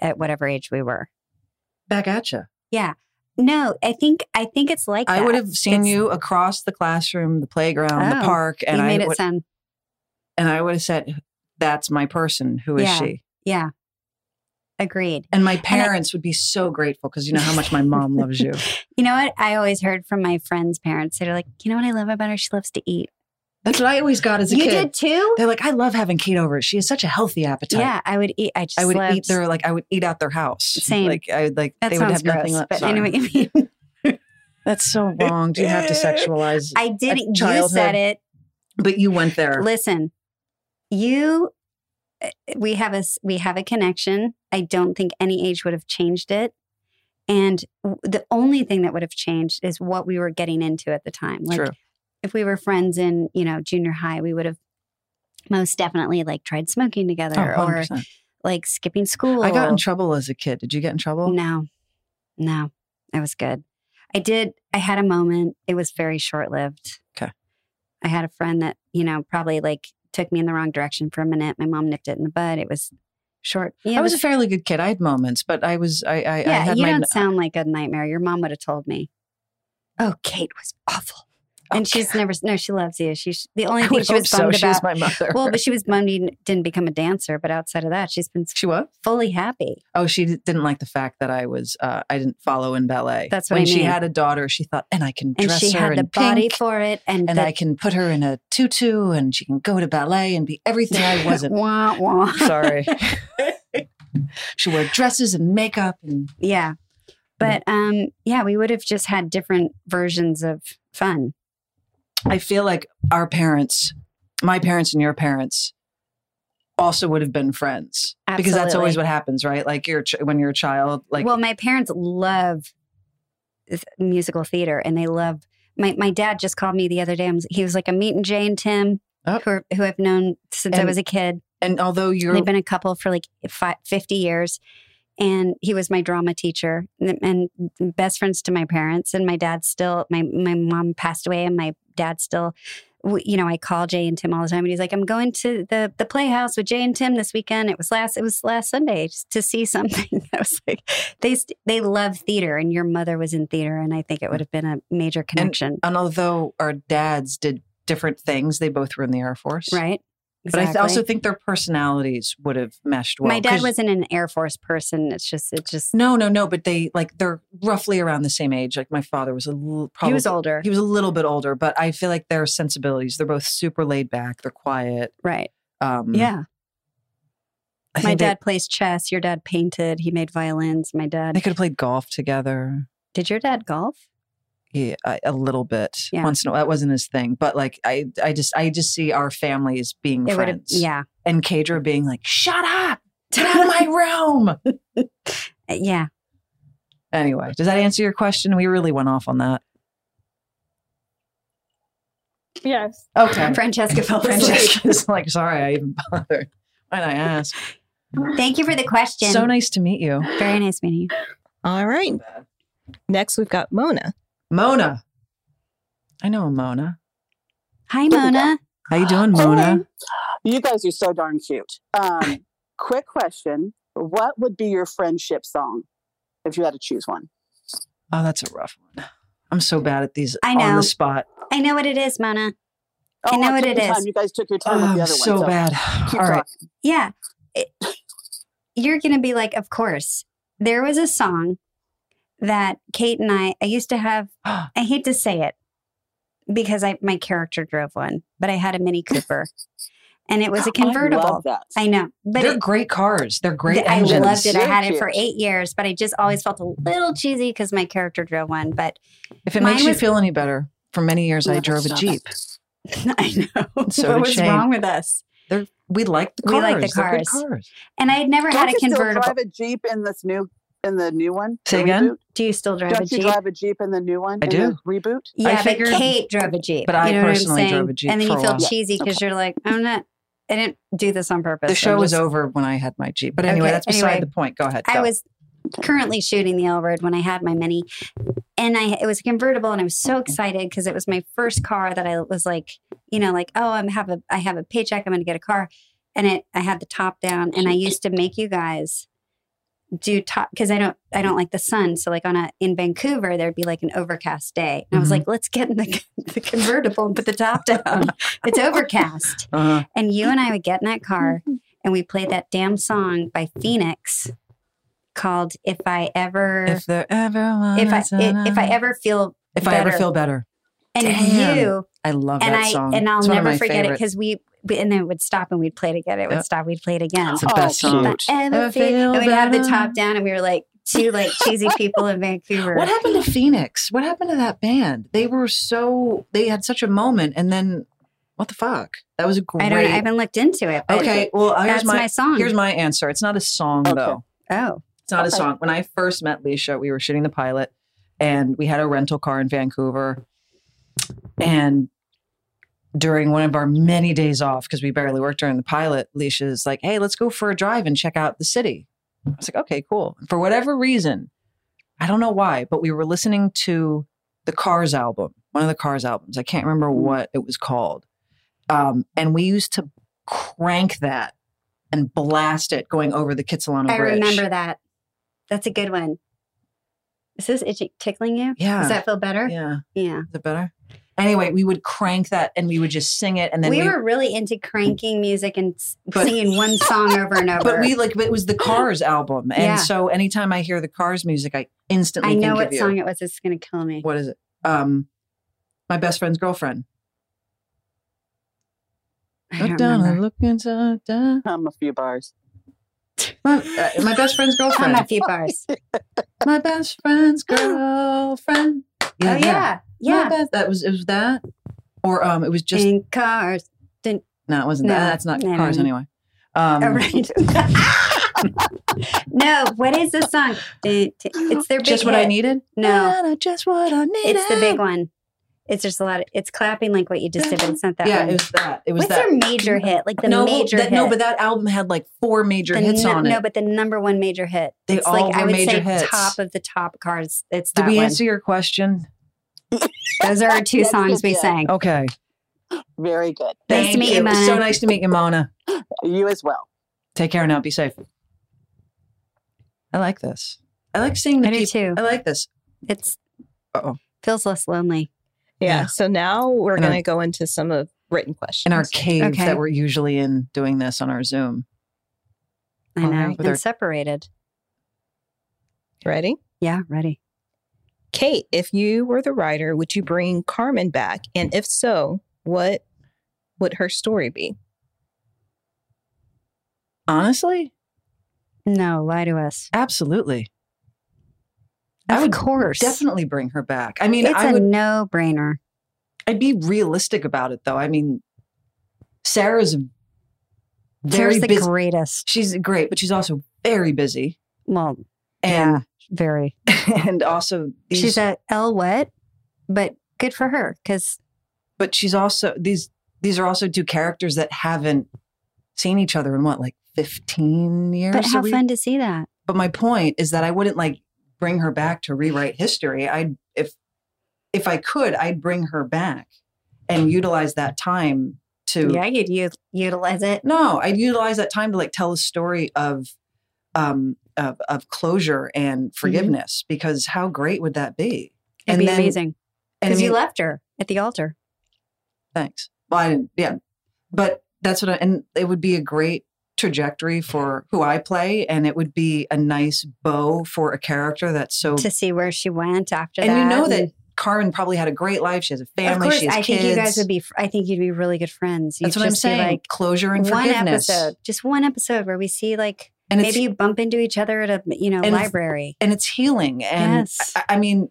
Speaker 1: at whatever age we were.
Speaker 2: Back at you.
Speaker 1: No, I think I think it's like
Speaker 2: I
Speaker 1: that.
Speaker 2: would have seen
Speaker 1: It's-
Speaker 2: you across the classroom, the playground, the
Speaker 1: Oh,
Speaker 2: park, and
Speaker 1: you
Speaker 2: I
Speaker 1: made
Speaker 2: would,
Speaker 1: it sound
Speaker 2: and I would have said, "That's my person. Who is
Speaker 1: Yeah.
Speaker 2: she?"
Speaker 1: yeah. Agreed.
Speaker 2: And my
Speaker 1: I-
Speaker 2: parents would be so grateful because you know how much my mom loves you.
Speaker 1: You know what? I always heard from my friends' parents. They're like, you know what I love about her? She loves to eat.
Speaker 2: That's what I always got as a
Speaker 1: you
Speaker 2: kid.
Speaker 1: did too?
Speaker 2: They're like, "I love having Kate over. She has such a healthy appetite."
Speaker 1: Yeah, I would eat. I just
Speaker 2: I would
Speaker 1: loved,
Speaker 2: eat their like I would eat out their house.
Speaker 1: Same.
Speaker 2: Like I would like
Speaker 1: That
Speaker 2: they would
Speaker 1: sounds
Speaker 2: have
Speaker 1: gross,
Speaker 2: nothing left.
Speaker 1: but
Speaker 2: Sorry.
Speaker 1: anyway, I mean,
Speaker 2: that's so wrong. Do you have to sexualize?
Speaker 1: I didn't. You
Speaker 2: childhood.
Speaker 1: said it.
Speaker 2: but you went there.
Speaker 1: Listen, you. uh, We have a s- we have a connection. I don't think any age would have changed it. And w- the only thing that would have changed is what we were getting into at the time. Like
Speaker 2: True.
Speaker 1: if we were friends in you know junior high, we would have most definitely like tried smoking
Speaker 2: Oh,
Speaker 1: together or
Speaker 2: 100%.
Speaker 1: like skipping school.
Speaker 2: I got in trouble as a kid. Did you get in trouble?
Speaker 1: No, no, it was good. I did. I had a moment. It was very short lived.
Speaker 2: Okay.
Speaker 1: I had a friend that you know probably like took me in the wrong direction for a minute. My mom nipped it in the bud. It was short. Yeah,
Speaker 2: I
Speaker 1: it
Speaker 2: was a fairly good kid. I had moments, but I was I I, I
Speaker 1: yeah,
Speaker 2: had
Speaker 1: you
Speaker 2: my
Speaker 1: don't sound like a nightmare. Your mom would have told me. Oh, Kate was awful, and she's never. No, she loves you. She's the only
Speaker 2: Oh, I
Speaker 1: thing
Speaker 2: would
Speaker 1: she
Speaker 2: hope
Speaker 1: was
Speaker 2: so.
Speaker 1: bummed
Speaker 2: She was
Speaker 1: about.
Speaker 2: my mother.
Speaker 1: well, but she was bummed you didn't become a dancer. But outside of that, she's been
Speaker 2: she what?
Speaker 1: fully happy.
Speaker 2: Oh, she d- didn't like the fact that I was uh, I didn't follow in ballet.
Speaker 1: That's what
Speaker 2: when
Speaker 1: I
Speaker 2: she
Speaker 1: mean.
Speaker 2: had a daughter, she thought, and I can
Speaker 1: And
Speaker 2: dress
Speaker 1: she
Speaker 2: her
Speaker 1: had
Speaker 2: in
Speaker 1: the body
Speaker 2: pink,
Speaker 1: for it, and,
Speaker 2: and
Speaker 1: the,
Speaker 2: I can put her in a tutu, and she can go to ballet and be everything I wasn't.
Speaker 1: Wah, wah.
Speaker 2: Sorry. she wore dresses and makeup and
Speaker 1: Yeah. But um yeah, we would have just had different versions of fun.
Speaker 2: I feel like our parents, my parents and your parents, also would have been friends because that's always
Speaker 1: Absolutely.
Speaker 2: what happens, right? Like you're ch- when you're a child, like
Speaker 1: well, my parents love th- musical theater and they love my my dad just called me the other day. I'm- He was like, I'm meeting Jay and Tim,
Speaker 2: Oh.
Speaker 1: who, are, who I've known since I
Speaker 2: And
Speaker 1: was a kid.
Speaker 2: and although you're
Speaker 1: They've been a couple for like fi 50 years. And he was my drama teacher and and best friends to my parents. And my dad still, my, my mom passed away and my dad still, w- you know, I call Jay and Tim all the time. And he's like, I'm going to the, the playhouse with Jay and Tim this weekend. It was last, it was last Sunday just to see something. I was like, they, st- they love theater and your mother was in theater. And I think it would have been a major connection.
Speaker 2: and although our dads did different things, they both were in the Air Force,
Speaker 1: right.
Speaker 2: But I th- also think their personalities would have meshed well.
Speaker 1: my dad
Speaker 2: 'cause-
Speaker 1: wasn't an Air Force person. It's just, it just,
Speaker 2: No, no, no. But they like they're roughly around the same age. Like my father was a little. Probably,
Speaker 1: he was older.
Speaker 2: He was a little bit older, but I feel like their sensibilities. They're both super laid back. They're quiet.
Speaker 1: right.
Speaker 2: Um,
Speaker 1: Yeah.
Speaker 2: I
Speaker 1: My
Speaker 2: think they-
Speaker 1: dad plays chess. Your dad painted. He made violins. My
Speaker 2: They
Speaker 1: dad.
Speaker 2: could have played golf together.
Speaker 1: Did your dad golf?
Speaker 2: Yeah, a, a little bit.
Speaker 1: Yeah.
Speaker 2: Once in a while, that wasn't his thing. But like, I, I just, I just see our families being
Speaker 1: It would've-
Speaker 2: friends.
Speaker 1: Yeah.
Speaker 2: And Kadra being like, "Shut up, get out of my room."
Speaker 1: Uh, Yeah.
Speaker 2: Anyway, does that answer your question? We really went off on that.
Speaker 9: Yes.
Speaker 2: Okay.
Speaker 1: Francesca fell asleep.
Speaker 2: Francesca's like, sorry, I even bothered. Why did I ask?
Speaker 1: Thank you for the question.
Speaker 2: So nice to meet you,
Speaker 1: Very nice meeting you.
Speaker 8: All right. Next we've got Mona.
Speaker 2: Mona. I know a Mona.
Speaker 1: Hi, Mona.
Speaker 2: How you doing, Mona?
Speaker 10: You guys are so darn cute. Um, quick question: What would be your friendship song if you had to choose one?
Speaker 2: Oh, that's a rough one. I'm so bad at these
Speaker 1: I
Speaker 2: on
Speaker 1: know.
Speaker 2: the spot.
Speaker 1: I know what it is, Mona.
Speaker 10: Oh,
Speaker 1: I know what
Speaker 10: took
Speaker 1: it
Speaker 10: your time.
Speaker 1: is.
Speaker 10: You guys took your time
Speaker 2: Oh,
Speaker 10: with the
Speaker 2: I'm
Speaker 10: other
Speaker 2: so
Speaker 10: one.
Speaker 2: bad.
Speaker 10: Keep
Speaker 2: All right.
Speaker 10: talking.
Speaker 1: Yeah. It- you're going to be like, of course. There was a song that Kate and I, I used to have, I hate to say it because I my character drove one, but I had a Mini Cooper and it was a
Speaker 10: I
Speaker 1: convertible.
Speaker 10: love that.
Speaker 1: I, know, but
Speaker 2: They're
Speaker 1: it-
Speaker 2: great cars. They're great
Speaker 1: I
Speaker 2: engines.
Speaker 1: loved it. I had it for
Speaker 10: Cheers.
Speaker 1: eight years, but I just always felt a little cheesy because my character drove one. But
Speaker 2: If it
Speaker 1: Mine
Speaker 2: makes you
Speaker 1: was-
Speaker 2: feel any better, for many years I
Speaker 10: No,
Speaker 2: drove a
Speaker 10: stop
Speaker 2: Jeep.
Speaker 1: I know
Speaker 2: So
Speaker 1: what
Speaker 2: did
Speaker 1: was
Speaker 2: Shane.
Speaker 1: wrong with us.
Speaker 2: They're, we like the cars.
Speaker 1: We like the
Speaker 2: They're good
Speaker 1: cars.
Speaker 2: cars.
Speaker 1: And I had never
Speaker 10: Don't
Speaker 1: had a
Speaker 10: you still
Speaker 1: convertible.
Speaker 10: drive a Jeep in this new in the new one?
Speaker 2: Say
Speaker 10: the
Speaker 2: again?
Speaker 10: reboot?
Speaker 1: Do you still drive
Speaker 10: Don't
Speaker 1: a
Speaker 10: you
Speaker 1: Jeep?
Speaker 10: drive a Jeep in the new one?
Speaker 2: I
Speaker 10: in the reboot.
Speaker 1: Yeah,
Speaker 2: I
Speaker 1: but
Speaker 2: figured-
Speaker 1: Kate drove a Jeep.
Speaker 2: But I
Speaker 1: you know what I'm
Speaker 2: personally drove
Speaker 1: saying?
Speaker 2: a Jeep
Speaker 1: And then
Speaker 2: for
Speaker 1: you
Speaker 2: a
Speaker 1: feel
Speaker 2: while.
Speaker 1: cheesy because you're like, I'm not. I didn't do this on purpose.
Speaker 2: The show
Speaker 1: I'm
Speaker 2: was
Speaker 1: just-
Speaker 2: over when I had my Jeep. But anyway,
Speaker 1: Okay,
Speaker 2: that's beside
Speaker 1: anyway.
Speaker 2: the point. Go ahead.
Speaker 1: I
Speaker 2: go.
Speaker 1: was currently shooting the L Road when I had my mini, and I it was a convertible, and I was so excited because it was my first car that I was like, you know, like oh, I'm have a I have a paycheck, I'm going to get a car, and it I had the top down, and I used to make you guys do top because I don't I don't like the sun, so like on a in Vancouver there'd be like an overcast day, and I was
Speaker 2: Mhm.
Speaker 1: like, let's get in the, the convertible and put the top down, it's overcast.
Speaker 2: Uh-huh.
Speaker 1: And you and I would get in that car and we played that damn song by Phoenix called If I Ever
Speaker 2: If there ever was
Speaker 1: If I
Speaker 2: an-
Speaker 1: if, if I ever feel
Speaker 2: if I ever
Speaker 1: better.
Speaker 2: feel better,
Speaker 1: and
Speaker 2: Damn.
Speaker 1: you
Speaker 2: I love
Speaker 1: and
Speaker 2: that
Speaker 1: I
Speaker 2: song.
Speaker 1: and I'll
Speaker 2: It's one of
Speaker 1: never
Speaker 2: my
Speaker 1: forget it
Speaker 2: favorites.
Speaker 1: because we we- and then it would stop and we'd play it again. It would
Speaker 2: Yep.
Speaker 1: stop. We'd play it again.
Speaker 2: It's the best
Speaker 10: oh,
Speaker 2: song.
Speaker 10: cute.
Speaker 1: Ever
Speaker 2: Ever
Speaker 1: feel,
Speaker 2: feel
Speaker 1: and we'd have the top
Speaker 2: better.
Speaker 1: down, and we were like two like cheesy people in Vancouver.
Speaker 2: What happened to Phoenix? What happened to that band? They were so they had such a moment, and then what the fuck? That was a great.
Speaker 1: I don't. know. I haven't looked into it. But
Speaker 2: okay, well here's
Speaker 1: that's my,
Speaker 2: my,
Speaker 1: song.
Speaker 2: here's my answer. It's not a song
Speaker 10: Okay.
Speaker 2: though.
Speaker 1: oh,
Speaker 2: It's not a
Speaker 10: Okay.
Speaker 2: song. When I first met Leisha, we were shooting the pilot, and we had a rental car in Vancouver, and during one of our many days off because we barely worked during the pilot leisha's like hey let's go for a drive and check out the city i was like okay cool for whatever reason i don't know why but we were listening to the cars album one of the cars albums i can't
Speaker 1: Mm.
Speaker 2: remember what it was called um, and we used to crank that and blast it going over the kitsilano
Speaker 1: I
Speaker 2: bridge
Speaker 1: remember that. That's a good one. Is this itching, tickling you?
Speaker 2: yeah
Speaker 1: Does that feel better?
Speaker 2: yeah
Speaker 1: yeah.
Speaker 2: is it better anyway we would crank that and we would just sing it and then
Speaker 1: we,
Speaker 2: we,
Speaker 1: were really into cranking music and s
Speaker 2: But-
Speaker 1: singing one song over and over.
Speaker 2: But we like but it was the Cars album, and
Speaker 1: Yeah.
Speaker 2: so anytime I hear the Cars music, I instantly
Speaker 1: I know
Speaker 2: think
Speaker 1: what
Speaker 2: of you.
Speaker 1: song it was. It's going to kill me.
Speaker 2: What is it? Um, my best friend's girlfriend.
Speaker 1: I
Speaker 2: Look
Speaker 1: don't
Speaker 2: down and
Speaker 1: remember.
Speaker 2: look inside. da-
Speaker 10: Hum a few bars.
Speaker 2: My, uh, my best friend's
Speaker 1: I'm a
Speaker 2: girlfriend.
Speaker 1: few bars. Oh
Speaker 2: my best friend's girlfriend.
Speaker 1: yeah, Oh, yeah.
Speaker 2: My best- that was it was that, or um, it was just
Speaker 1: In cars.
Speaker 2: no, it wasn't
Speaker 1: No.
Speaker 2: that. That's not
Speaker 1: No, no,
Speaker 2: Cars
Speaker 1: no.
Speaker 2: anyway. Um,
Speaker 1: All Oh, right. no, what is the song? Dun, dun- It's their big
Speaker 2: just what I
Speaker 1: hit.
Speaker 2: needed.
Speaker 1: No,
Speaker 2: Not just what I needed.
Speaker 1: it's the big one. It's just a lot of, it's clapping like what you just did, but it's not that
Speaker 2: Yeah,
Speaker 1: one.
Speaker 2: it was that. It was
Speaker 1: What's
Speaker 2: that.
Speaker 1: their major hit? Like the
Speaker 2: no, well,
Speaker 1: major
Speaker 2: that-
Speaker 1: hit.
Speaker 2: no, but that album had like four major
Speaker 1: the
Speaker 2: hits
Speaker 1: nu-
Speaker 2: on it.
Speaker 1: No, but the number one major hit.
Speaker 2: They
Speaker 1: it's
Speaker 2: all
Speaker 1: like I
Speaker 2: were
Speaker 1: would
Speaker 2: major
Speaker 1: say
Speaker 2: hits.
Speaker 1: top of the top cards. It's
Speaker 2: Did
Speaker 1: that
Speaker 2: we
Speaker 1: one.
Speaker 2: answer your question?
Speaker 1: Those are our two
Speaker 10: Yes,
Speaker 1: songs
Speaker 10: yes,
Speaker 1: we
Speaker 10: yes.
Speaker 1: sang.
Speaker 2: Okay.
Speaker 10: Very good.
Speaker 1: Nice to meet you,
Speaker 2: It was so
Speaker 1: Mona.
Speaker 2: nice to meet Oh, you, Mona.
Speaker 10: You as well.
Speaker 2: Take care now. Be safe. I like this. I like seeing the
Speaker 1: I do
Speaker 2: people.
Speaker 1: too.
Speaker 2: I like this.
Speaker 1: It's
Speaker 2: Uh-oh.
Speaker 1: feels less lonely.
Speaker 8: Yeah.
Speaker 2: Yeah.
Speaker 8: So now we're
Speaker 2: And
Speaker 8: going
Speaker 2: our-
Speaker 8: to go into some of written questions.
Speaker 2: In our cave
Speaker 1: Okay.
Speaker 2: that we're usually in doing this on our Zoom.
Speaker 1: I
Speaker 2: All
Speaker 1: know.
Speaker 2: right. With
Speaker 1: And
Speaker 2: our-
Speaker 1: separated.
Speaker 8: Ready?
Speaker 1: Yeah, ready.
Speaker 8: Kate, if you were the writer, would you bring Carmen back? And if so, what would her story be?
Speaker 2: Honestly?
Speaker 1: No, lie to us.
Speaker 2: Absolutely. I
Speaker 1: Of
Speaker 2: would
Speaker 1: course.
Speaker 2: Definitely bring her back. I mean,
Speaker 1: It's
Speaker 2: I
Speaker 1: a
Speaker 2: would
Speaker 1: no brainer.
Speaker 2: I'd be realistic about it though. I mean, Sarah's very
Speaker 1: Sarah's the
Speaker 2: busy.
Speaker 1: greatest.
Speaker 2: she's great, but she's also very busy.
Speaker 1: Well,
Speaker 2: And
Speaker 1: very.
Speaker 2: and also these,
Speaker 1: She's a L what? But good for her because
Speaker 2: but she's also these these are also two characters that haven't seen each other in what like 15 years
Speaker 1: but
Speaker 2: So
Speaker 1: how
Speaker 2: we-
Speaker 1: fun to see that.
Speaker 2: but my point is that i wouldn't like bring her back to rewrite history i'd if if i could i'd bring her back and utilize that time to
Speaker 1: Yeah, you'd u- utilize it.
Speaker 2: no i'd utilize that time to like tell a story of um of, of closure and forgiveness because how great would that be?
Speaker 1: Mm-hmm. It'd
Speaker 2: and
Speaker 1: be
Speaker 2: then-
Speaker 1: amazing
Speaker 2: And I
Speaker 1: because you
Speaker 2: mean-
Speaker 1: left her at the altar.
Speaker 2: Thanks. Well, I didn't, yeah, but that's what I, and it would be a great trajectory for who I play, and it would be a nice bow for a character that's so.
Speaker 1: to see where she went after
Speaker 2: and
Speaker 1: that.
Speaker 2: you know that
Speaker 1: and-
Speaker 2: Carmen probably had a great life. She has a family.
Speaker 1: of course,
Speaker 2: she has
Speaker 1: I
Speaker 2: kids.
Speaker 1: think you guys would be. fr- I think you'd be really good friends. You'd
Speaker 2: that's what I'm
Speaker 1: just be
Speaker 2: saying.
Speaker 1: Like
Speaker 2: Closure and
Speaker 1: one
Speaker 2: forgiveness.
Speaker 1: episode, just one episode where we see like
Speaker 2: And it's
Speaker 1: maybe you bump into each other at a you know
Speaker 2: And it's-
Speaker 1: library.
Speaker 2: and it's healing. And
Speaker 1: Yes.
Speaker 2: I, I mean,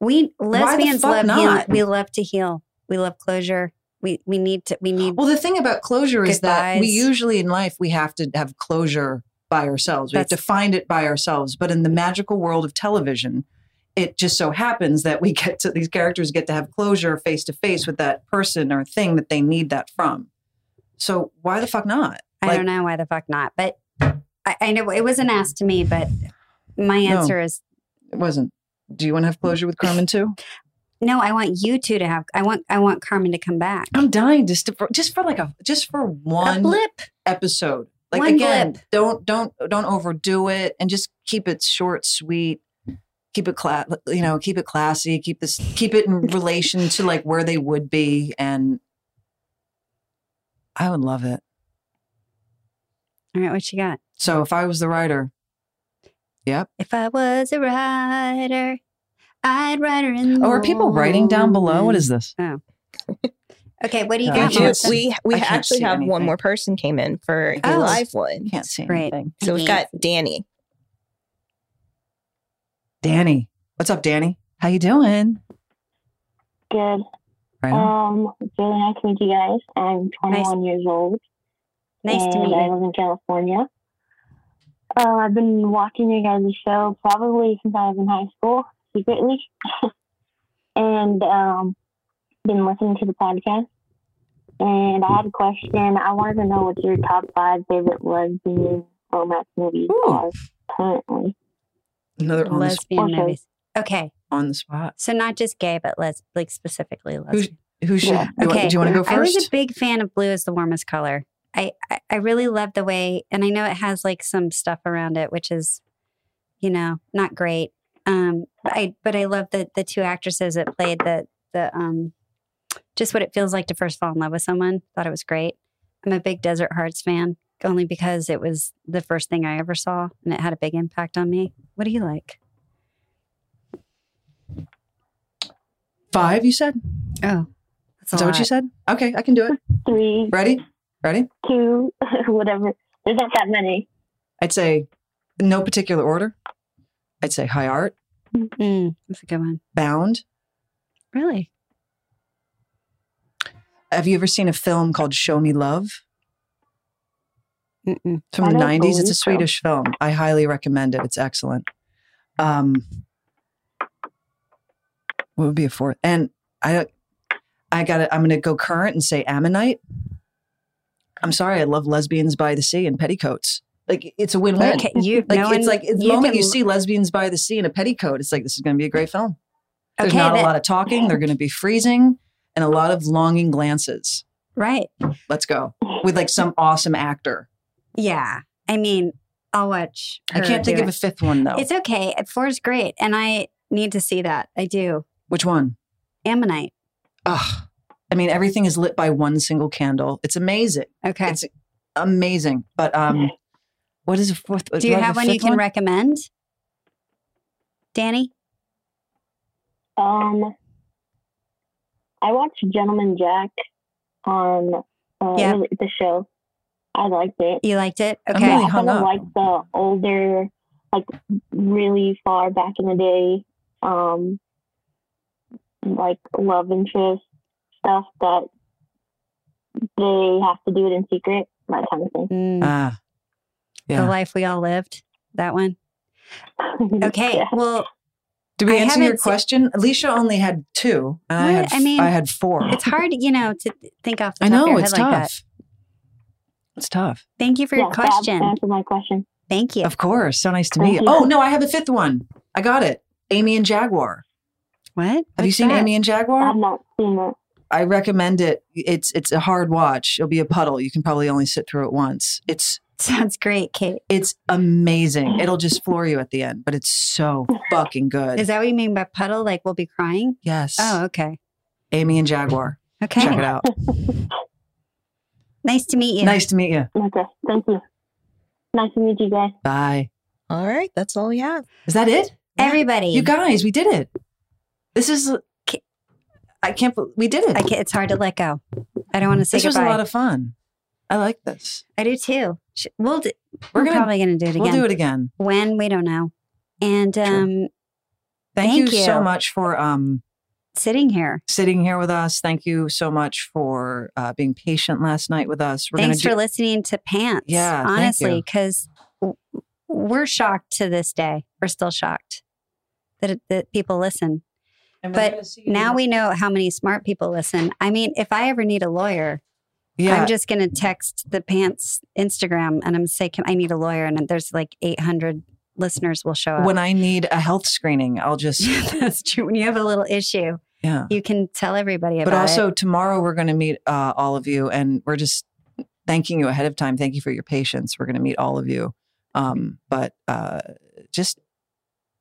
Speaker 1: We
Speaker 2: the
Speaker 1: lesbians
Speaker 2: fuck
Speaker 1: love healing.
Speaker 2: not?
Speaker 1: We love to heal. We love closure. We we need to. We need.
Speaker 2: well, the thing about closure is that we
Speaker 1: Goodbyes.
Speaker 2: usually in life we have to have closure by ourselves. We have
Speaker 1: That's-
Speaker 2: to find it by ourselves. But in the magical world of television, it just so happens that we get to these characters get to have closure face to face with that person or thing that they need that from. So why the fuck not?
Speaker 1: I
Speaker 2: like-
Speaker 1: don't know why the fuck not, but I, I know it wasn't asked to me, but my
Speaker 2: No.
Speaker 1: answer is
Speaker 2: It wasn't. Do you want to have closure with Carmen too?
Speaker 1: no. I want you two to have. I want. I want Carmen to come back.
Speaker 2: I'm dying just to, for, just for like a just for one
Speaker 1: a blip.
Speaker 2: episode. Like
Speaker 1: One
Speaker 2: again, don't don't don't overdo it, and just keep it short, sweet. Keep it cla- you know, keep it classy. Keep this, keep it in relation to like where they would be, and I would love it.
Speaker 1: All right, what you got?
Speaker 2: So if I was the writer,
Speaker 1: If I was a writer, I'd write her in.
Speaker 2: oh, are people writing down below? What is this?
Speaker 1: Okay, what do you
Speaker 2: No, I
Speaker 1: got?
Speaker 2: can't
Speaker 1: Melissa?
Speaker 2: see.
Speaker 8: we we
Speaker 2: I can't
Speaker 8: actually
Speaker 2: see
Speaker 8: have one
Speaker 2: anything.
Speaker 8: more person came in for a
Speaker 1: Oh.
Speaker 8: live one.
Speaker 2: Can't see
Speaker 1: Great.
Speaker 2: anything.
Speaker 8: So we've got Danny.
Speaker 2: Danny, what's up, Danny? How you doing?
Speaker 5: Good.
Speaker 2: Right on.
Speaker 5: Um, really nice to meet you guys. I'm 21 years old.
Speaker 1: Nice
Speaker 5: and
Speaker 1: to meet
Speaker 5: I
Speaker 1: you.
Speaker 5: live in California. Uh, I've been watching your guys' show probably since I was in high school, secretly, and um, been listening to the podcast. And I had a question. I wanted to know what your top five favorite lesbian romance movies
Speaker 2: Ooh.
Speaker 5: are currently.
Speaker 2: Another on the, sp-
Speaker 1: Lesbian
Speaker 5: Okay.
Speaker 1: movies. Okay,
Speaker 2: on the spot.
Speaker 1: so not just gay, but les- like specifically
Speaker 2: Who's-
Speaker 1: lesbian.
Speaker 2: Who should?
Speaker 5: Yeah.
Speaker 2: Do, you want,
Speaker 1: Okay.
Speaker 2: do you want to go
Speaker 1: I was a
Speaker 2: first?
Speaker 1: big fan of Blue is the Warmest Color. I, I, I really love the way, and I know it has like some stuff around it, which is, you know, not great. Um, but I but I love the the two actresses that played the the um, just what it feels like to first fall in love with someone. Thought it was great. I'm a big Desert Hearts fan, only because it was the first thing I ever saw, and it had a big impact on me. What do you like?
Speaker 2: Five, you said.
Speaker 1: Oh, that's a
Speaker 2: Is that what you
Speaker 1: lot.
Speaker 2: said? Okay, I can do it.
Speaker 5: Three,
Speaker 2: Ready? Ready?
Speaker 5: two, whatever. There's not that many.
Speaker 2: I'd say no particular order. I'd say high art,
Speaker 1: Mm, that's a good one.
Speaker 2: bound.
Speaker 1: Really?
Speaker 2: Have you ever seen a film called Show Me Love?
Speaker 1: Mm-mm.
Speaker 2: It's from
Speaker 5: I
Speaker 2: the
Speaker 5: don't
Speaker 2: 90s. It's a
Speaker 5: believe so.
Speaker 2: Swedish film. I highly recommend it. It's excellent. Um, what would be a fourth? And I, I got to I'm going to go current and say Ammonite. I'm sorry. I love lesbians by the sea and petticoats. Like it's a win-win.
Speaker 1: Okay, you.
Speaker 2: Like
Speaker 1: no one-
Speaker 2: it's like the moment
Speaker 1: can
Speaker 2: you see lesbians by the sea in a petticoat, it's like this is going to be a great film. There's
Speaker 1: Okay,
Speaker 2: not a
Speaker 1: that-
Speaker 2: lot of talking. They're going to be freezing and a lot of longing glances.
Speaker 1: Right.
Speaker 2: Let's go with like some awesome actor.
Speaker 1: Yeah. I mean, I'll watch.
Speaker 2: I can't think of a fifth one though.
Speaker 1: It's okay. Four is great, and I need to see that. I do.
Speaker 2: Which one?
Speaker 1: Ammonite.
Speaker 2: Ugh. I mean, everything is lit by one single candle. It's amazing.
Speaker 1: Okay.
Speaker 2: It's amazing. But um, what is a fourth?
Speaker 1: do you
Speaker 2: I
Speaker 1: have
Speaker 2: a
Speaker 1: one you
Speaker 2: fifth
Speaker 1: can recommend, Danny?
Speaker 5: Um, I watched Gentleman Jack on uh,
Speaker 1: Yeah.
Speaker 5: was it the show. I liked it.
Speaker 1: You liked it.
Speaker 2: I'm
Speaker 1: Okay.
Speaker 2: really
Speaker 5: I
Speaker 2: hung
Speaker 5: kind of
Speaker 2: up.
Speaker 5: liked the older, like really far back in the day, um, like love interest stuff that they have to do it in secret, that kind of
Speaker 1: Mm,
Speaker 2: Ah,
Speaker 1: The
Speaker 2: yeah.
Speaker 1: life we all lived. That one.
Speaker 5: thing.
Speaker 1: Okay.
Speaker 5: Yeah.
Speaker 1: Well,
Speaker 2: did we
Speaker 1: I
Speaker 2: answer your
Speaker 1: haven't se-
Speaker 2: question? Alicia only had two, and I
Speaker 1: What?
Speaker 2: had.
Speaker 1: I
Speaker 2: I
Speaker 1: mean,
Speaker 2: I had four.
Speaker 1: it's hard, you know, to think off the
Speaker 2: I
Speaker 1: top of
Speaker 2: know
Speaker 1: your
Speaker 2: it's
Speaker 1: head
Speaker 2: tough.
Speaker 1: like that.
Speaker 2: It's tough.
Speaker 1: Thank you for
Speaker 5: yeah,
Speaker 1: your
Speaker 5: that
Speaker 1: question.
Speaker 5: answered my question.
Speaker 1: Thank you.
Speaker 2: Of course. So nice to
Speaker 5: Thank
Speaker 2: meet you.
Speaker 5: you.
Speaker 2: Oh no, I have a fifth one. I got it. Amy and Jaguar.
Speaker 1: What?
Speaker 2: Have you
Speaker 1: What's
Speaker 2: seen
Speaker 1: that?
Speaker 2: Amy and Jaguar?
Speaker 5: I've not seen it.
Speaker 2: I recommend it. It's it's a hard watch. It'll be a puddle. You can probably only sit through it once. It's
Speaker 1: Sounds great, Kate.
Speaker 2: It's amazing. It'll just floor you at the end, but it's so fucking good.
Speaker 1: Is that what you mean by puddle? Like we'll be crying?
Speaker 2: yes.
Speaker 1: Oh, okay.
Speaker 2: Amy and Jaguar.
Speaker 1: Okay.
Speaker 2: Check it out.
Speaker 1: Nice to meet you.
Speaker 2: Nice to meet you.
Speaker 5: Okay, thank you. Nice to meet you guys.
Speaker 2: Bye.
Speaker 8: All right, that's all we have.
Speaker 2: Is that it?
Speaker 1: Everybody.
Speaker 2: You guys, we did it. This is. I can't. bel- We did it.
Speaker 1: I can it's hard to let go. I don't want to say
Speaker 2: this was
Speaker 1: goodbye.
Speaker 2: a lot of fun. I like this.
Speaker 1: I do too. Sh- We'll do,
Speaker 2: We're
Speaker 1: we're
Speaker 2: gonna-
Speaker 1: probably going to do it
Speaker 2: We'll
Speaker 1: again.
Speaker 2: do it again.
Speaker 1: When we don't know. And
Speaker 2: Sure.
Speaker 1: um,
Speaker 2: Thank,
Speaker 1: Thank
Speaker 2: you, so
Speaker 1: you.
Speaker 2: much for um,
Speaker 1: sitting here.
Speaker 2: sitting here with us. Thank you so much for uh, being patient last night with us. We're
Speaker 1: Thanks for
Speaker 2: gonna do,
Speaker 1: listening to Pants.
Speaker 2: Yeah, thank
Speaker 1: honestly,
Speaker 2: you.
Speaker 1: because we're shocked to this day. We're still shocked that it, that people listen.
Speaker 2: and we're
Speaker 1: but
Speaker 2: gonna see you-
Speaker 1: Now we know how many smart people listen. I mean, if I ever need a lawyer,
Speaker 2: Yeah,
Speaker 1: I'm just going to text the Pants Instagram and I'm say, Can, I need a lawyer, and there's like 800 listeners will show up.
Speaker 2: when I need a health screening, I'll just
Speaker 1: That's true. When you have a little issue,
Speaker 2: yeah.
Speaker 1: you can tell everybody about
Speaker 2: But
Speaker 1: it.
Speaker 2: also tomorrow we're going to meet uh, all of you, and we're just thanking you ahead of time. Thank you for your patience. We're going to meet all of you. Um, but uh, just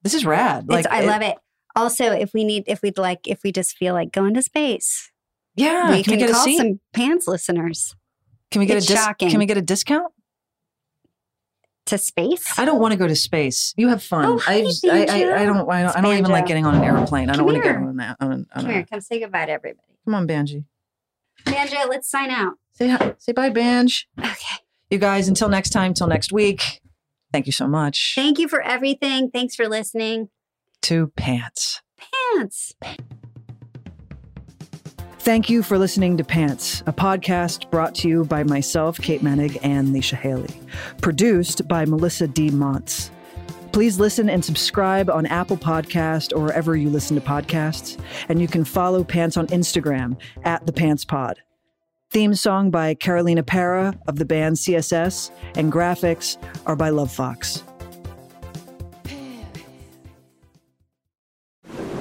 Speaker 2: this is rad.
Speaker 1: It's, I
Speaker 2: it-
Speaker 1: love it. Also, if we need, if we'd like, if we just feel like going to space,
Speaker 2: Yeah,
Speaker 1: we
Speaker 2: we
Speaker 1: can,
Speaker 2: get a
Speaker 1: call
Speaker 2: seat?
Speaker 1: some Pants listeners
Speaker 2: Can we get
Speaker 1: It's
Speaker 2: a dis-
Speaker 1: shocking.
Speaker 2: Can we get a discount?
Speaker 1: to space.
Speaker 2: I don't want to go to space. You have fun.
Speaker 1: Oh, hi,
Speaker 2: I've- I,
Speaker 1: Banjo.
Speaker 2: I, I don't. I don't, I don't even
Speaker 1: Banjo.
Speaker 2: like getting on an airplane. I
Speaker 1: Come
Speaker 2: don't want to get
Speaker 1: here.
Speaker 2: on that. On, a- on
Speaker 1: Come
Speaker 2: a-
Speaker 1: here, come say goodbye to everybody.
Speaker 2: Come on, Banji.
Speaker 1: Andrea, let's sign out.
Speaker 2: Say hi. Say bye, Banj.
Speaker 1: Okay.
Speaker 2: You guys. Until next time. Till next week. Thank you so much.
Speaker 1: Thank you for everything. Thanks for listening.
Speaker 2: to pants.
Speaker 1: Pants.
Speaker 2: Thank you for listening to Pants, a podcast brought to you by myself, Kate Menig, and Leisha Haley. Produced by Melissa D. Montz. Please listen and subscribe on Apple Podcast or wherever you listen to podcasts. And you can follow Pants on Instagram at the Pants Pod. Theme song by Carolina Para of the band CSS, and graphics are by Love Fox.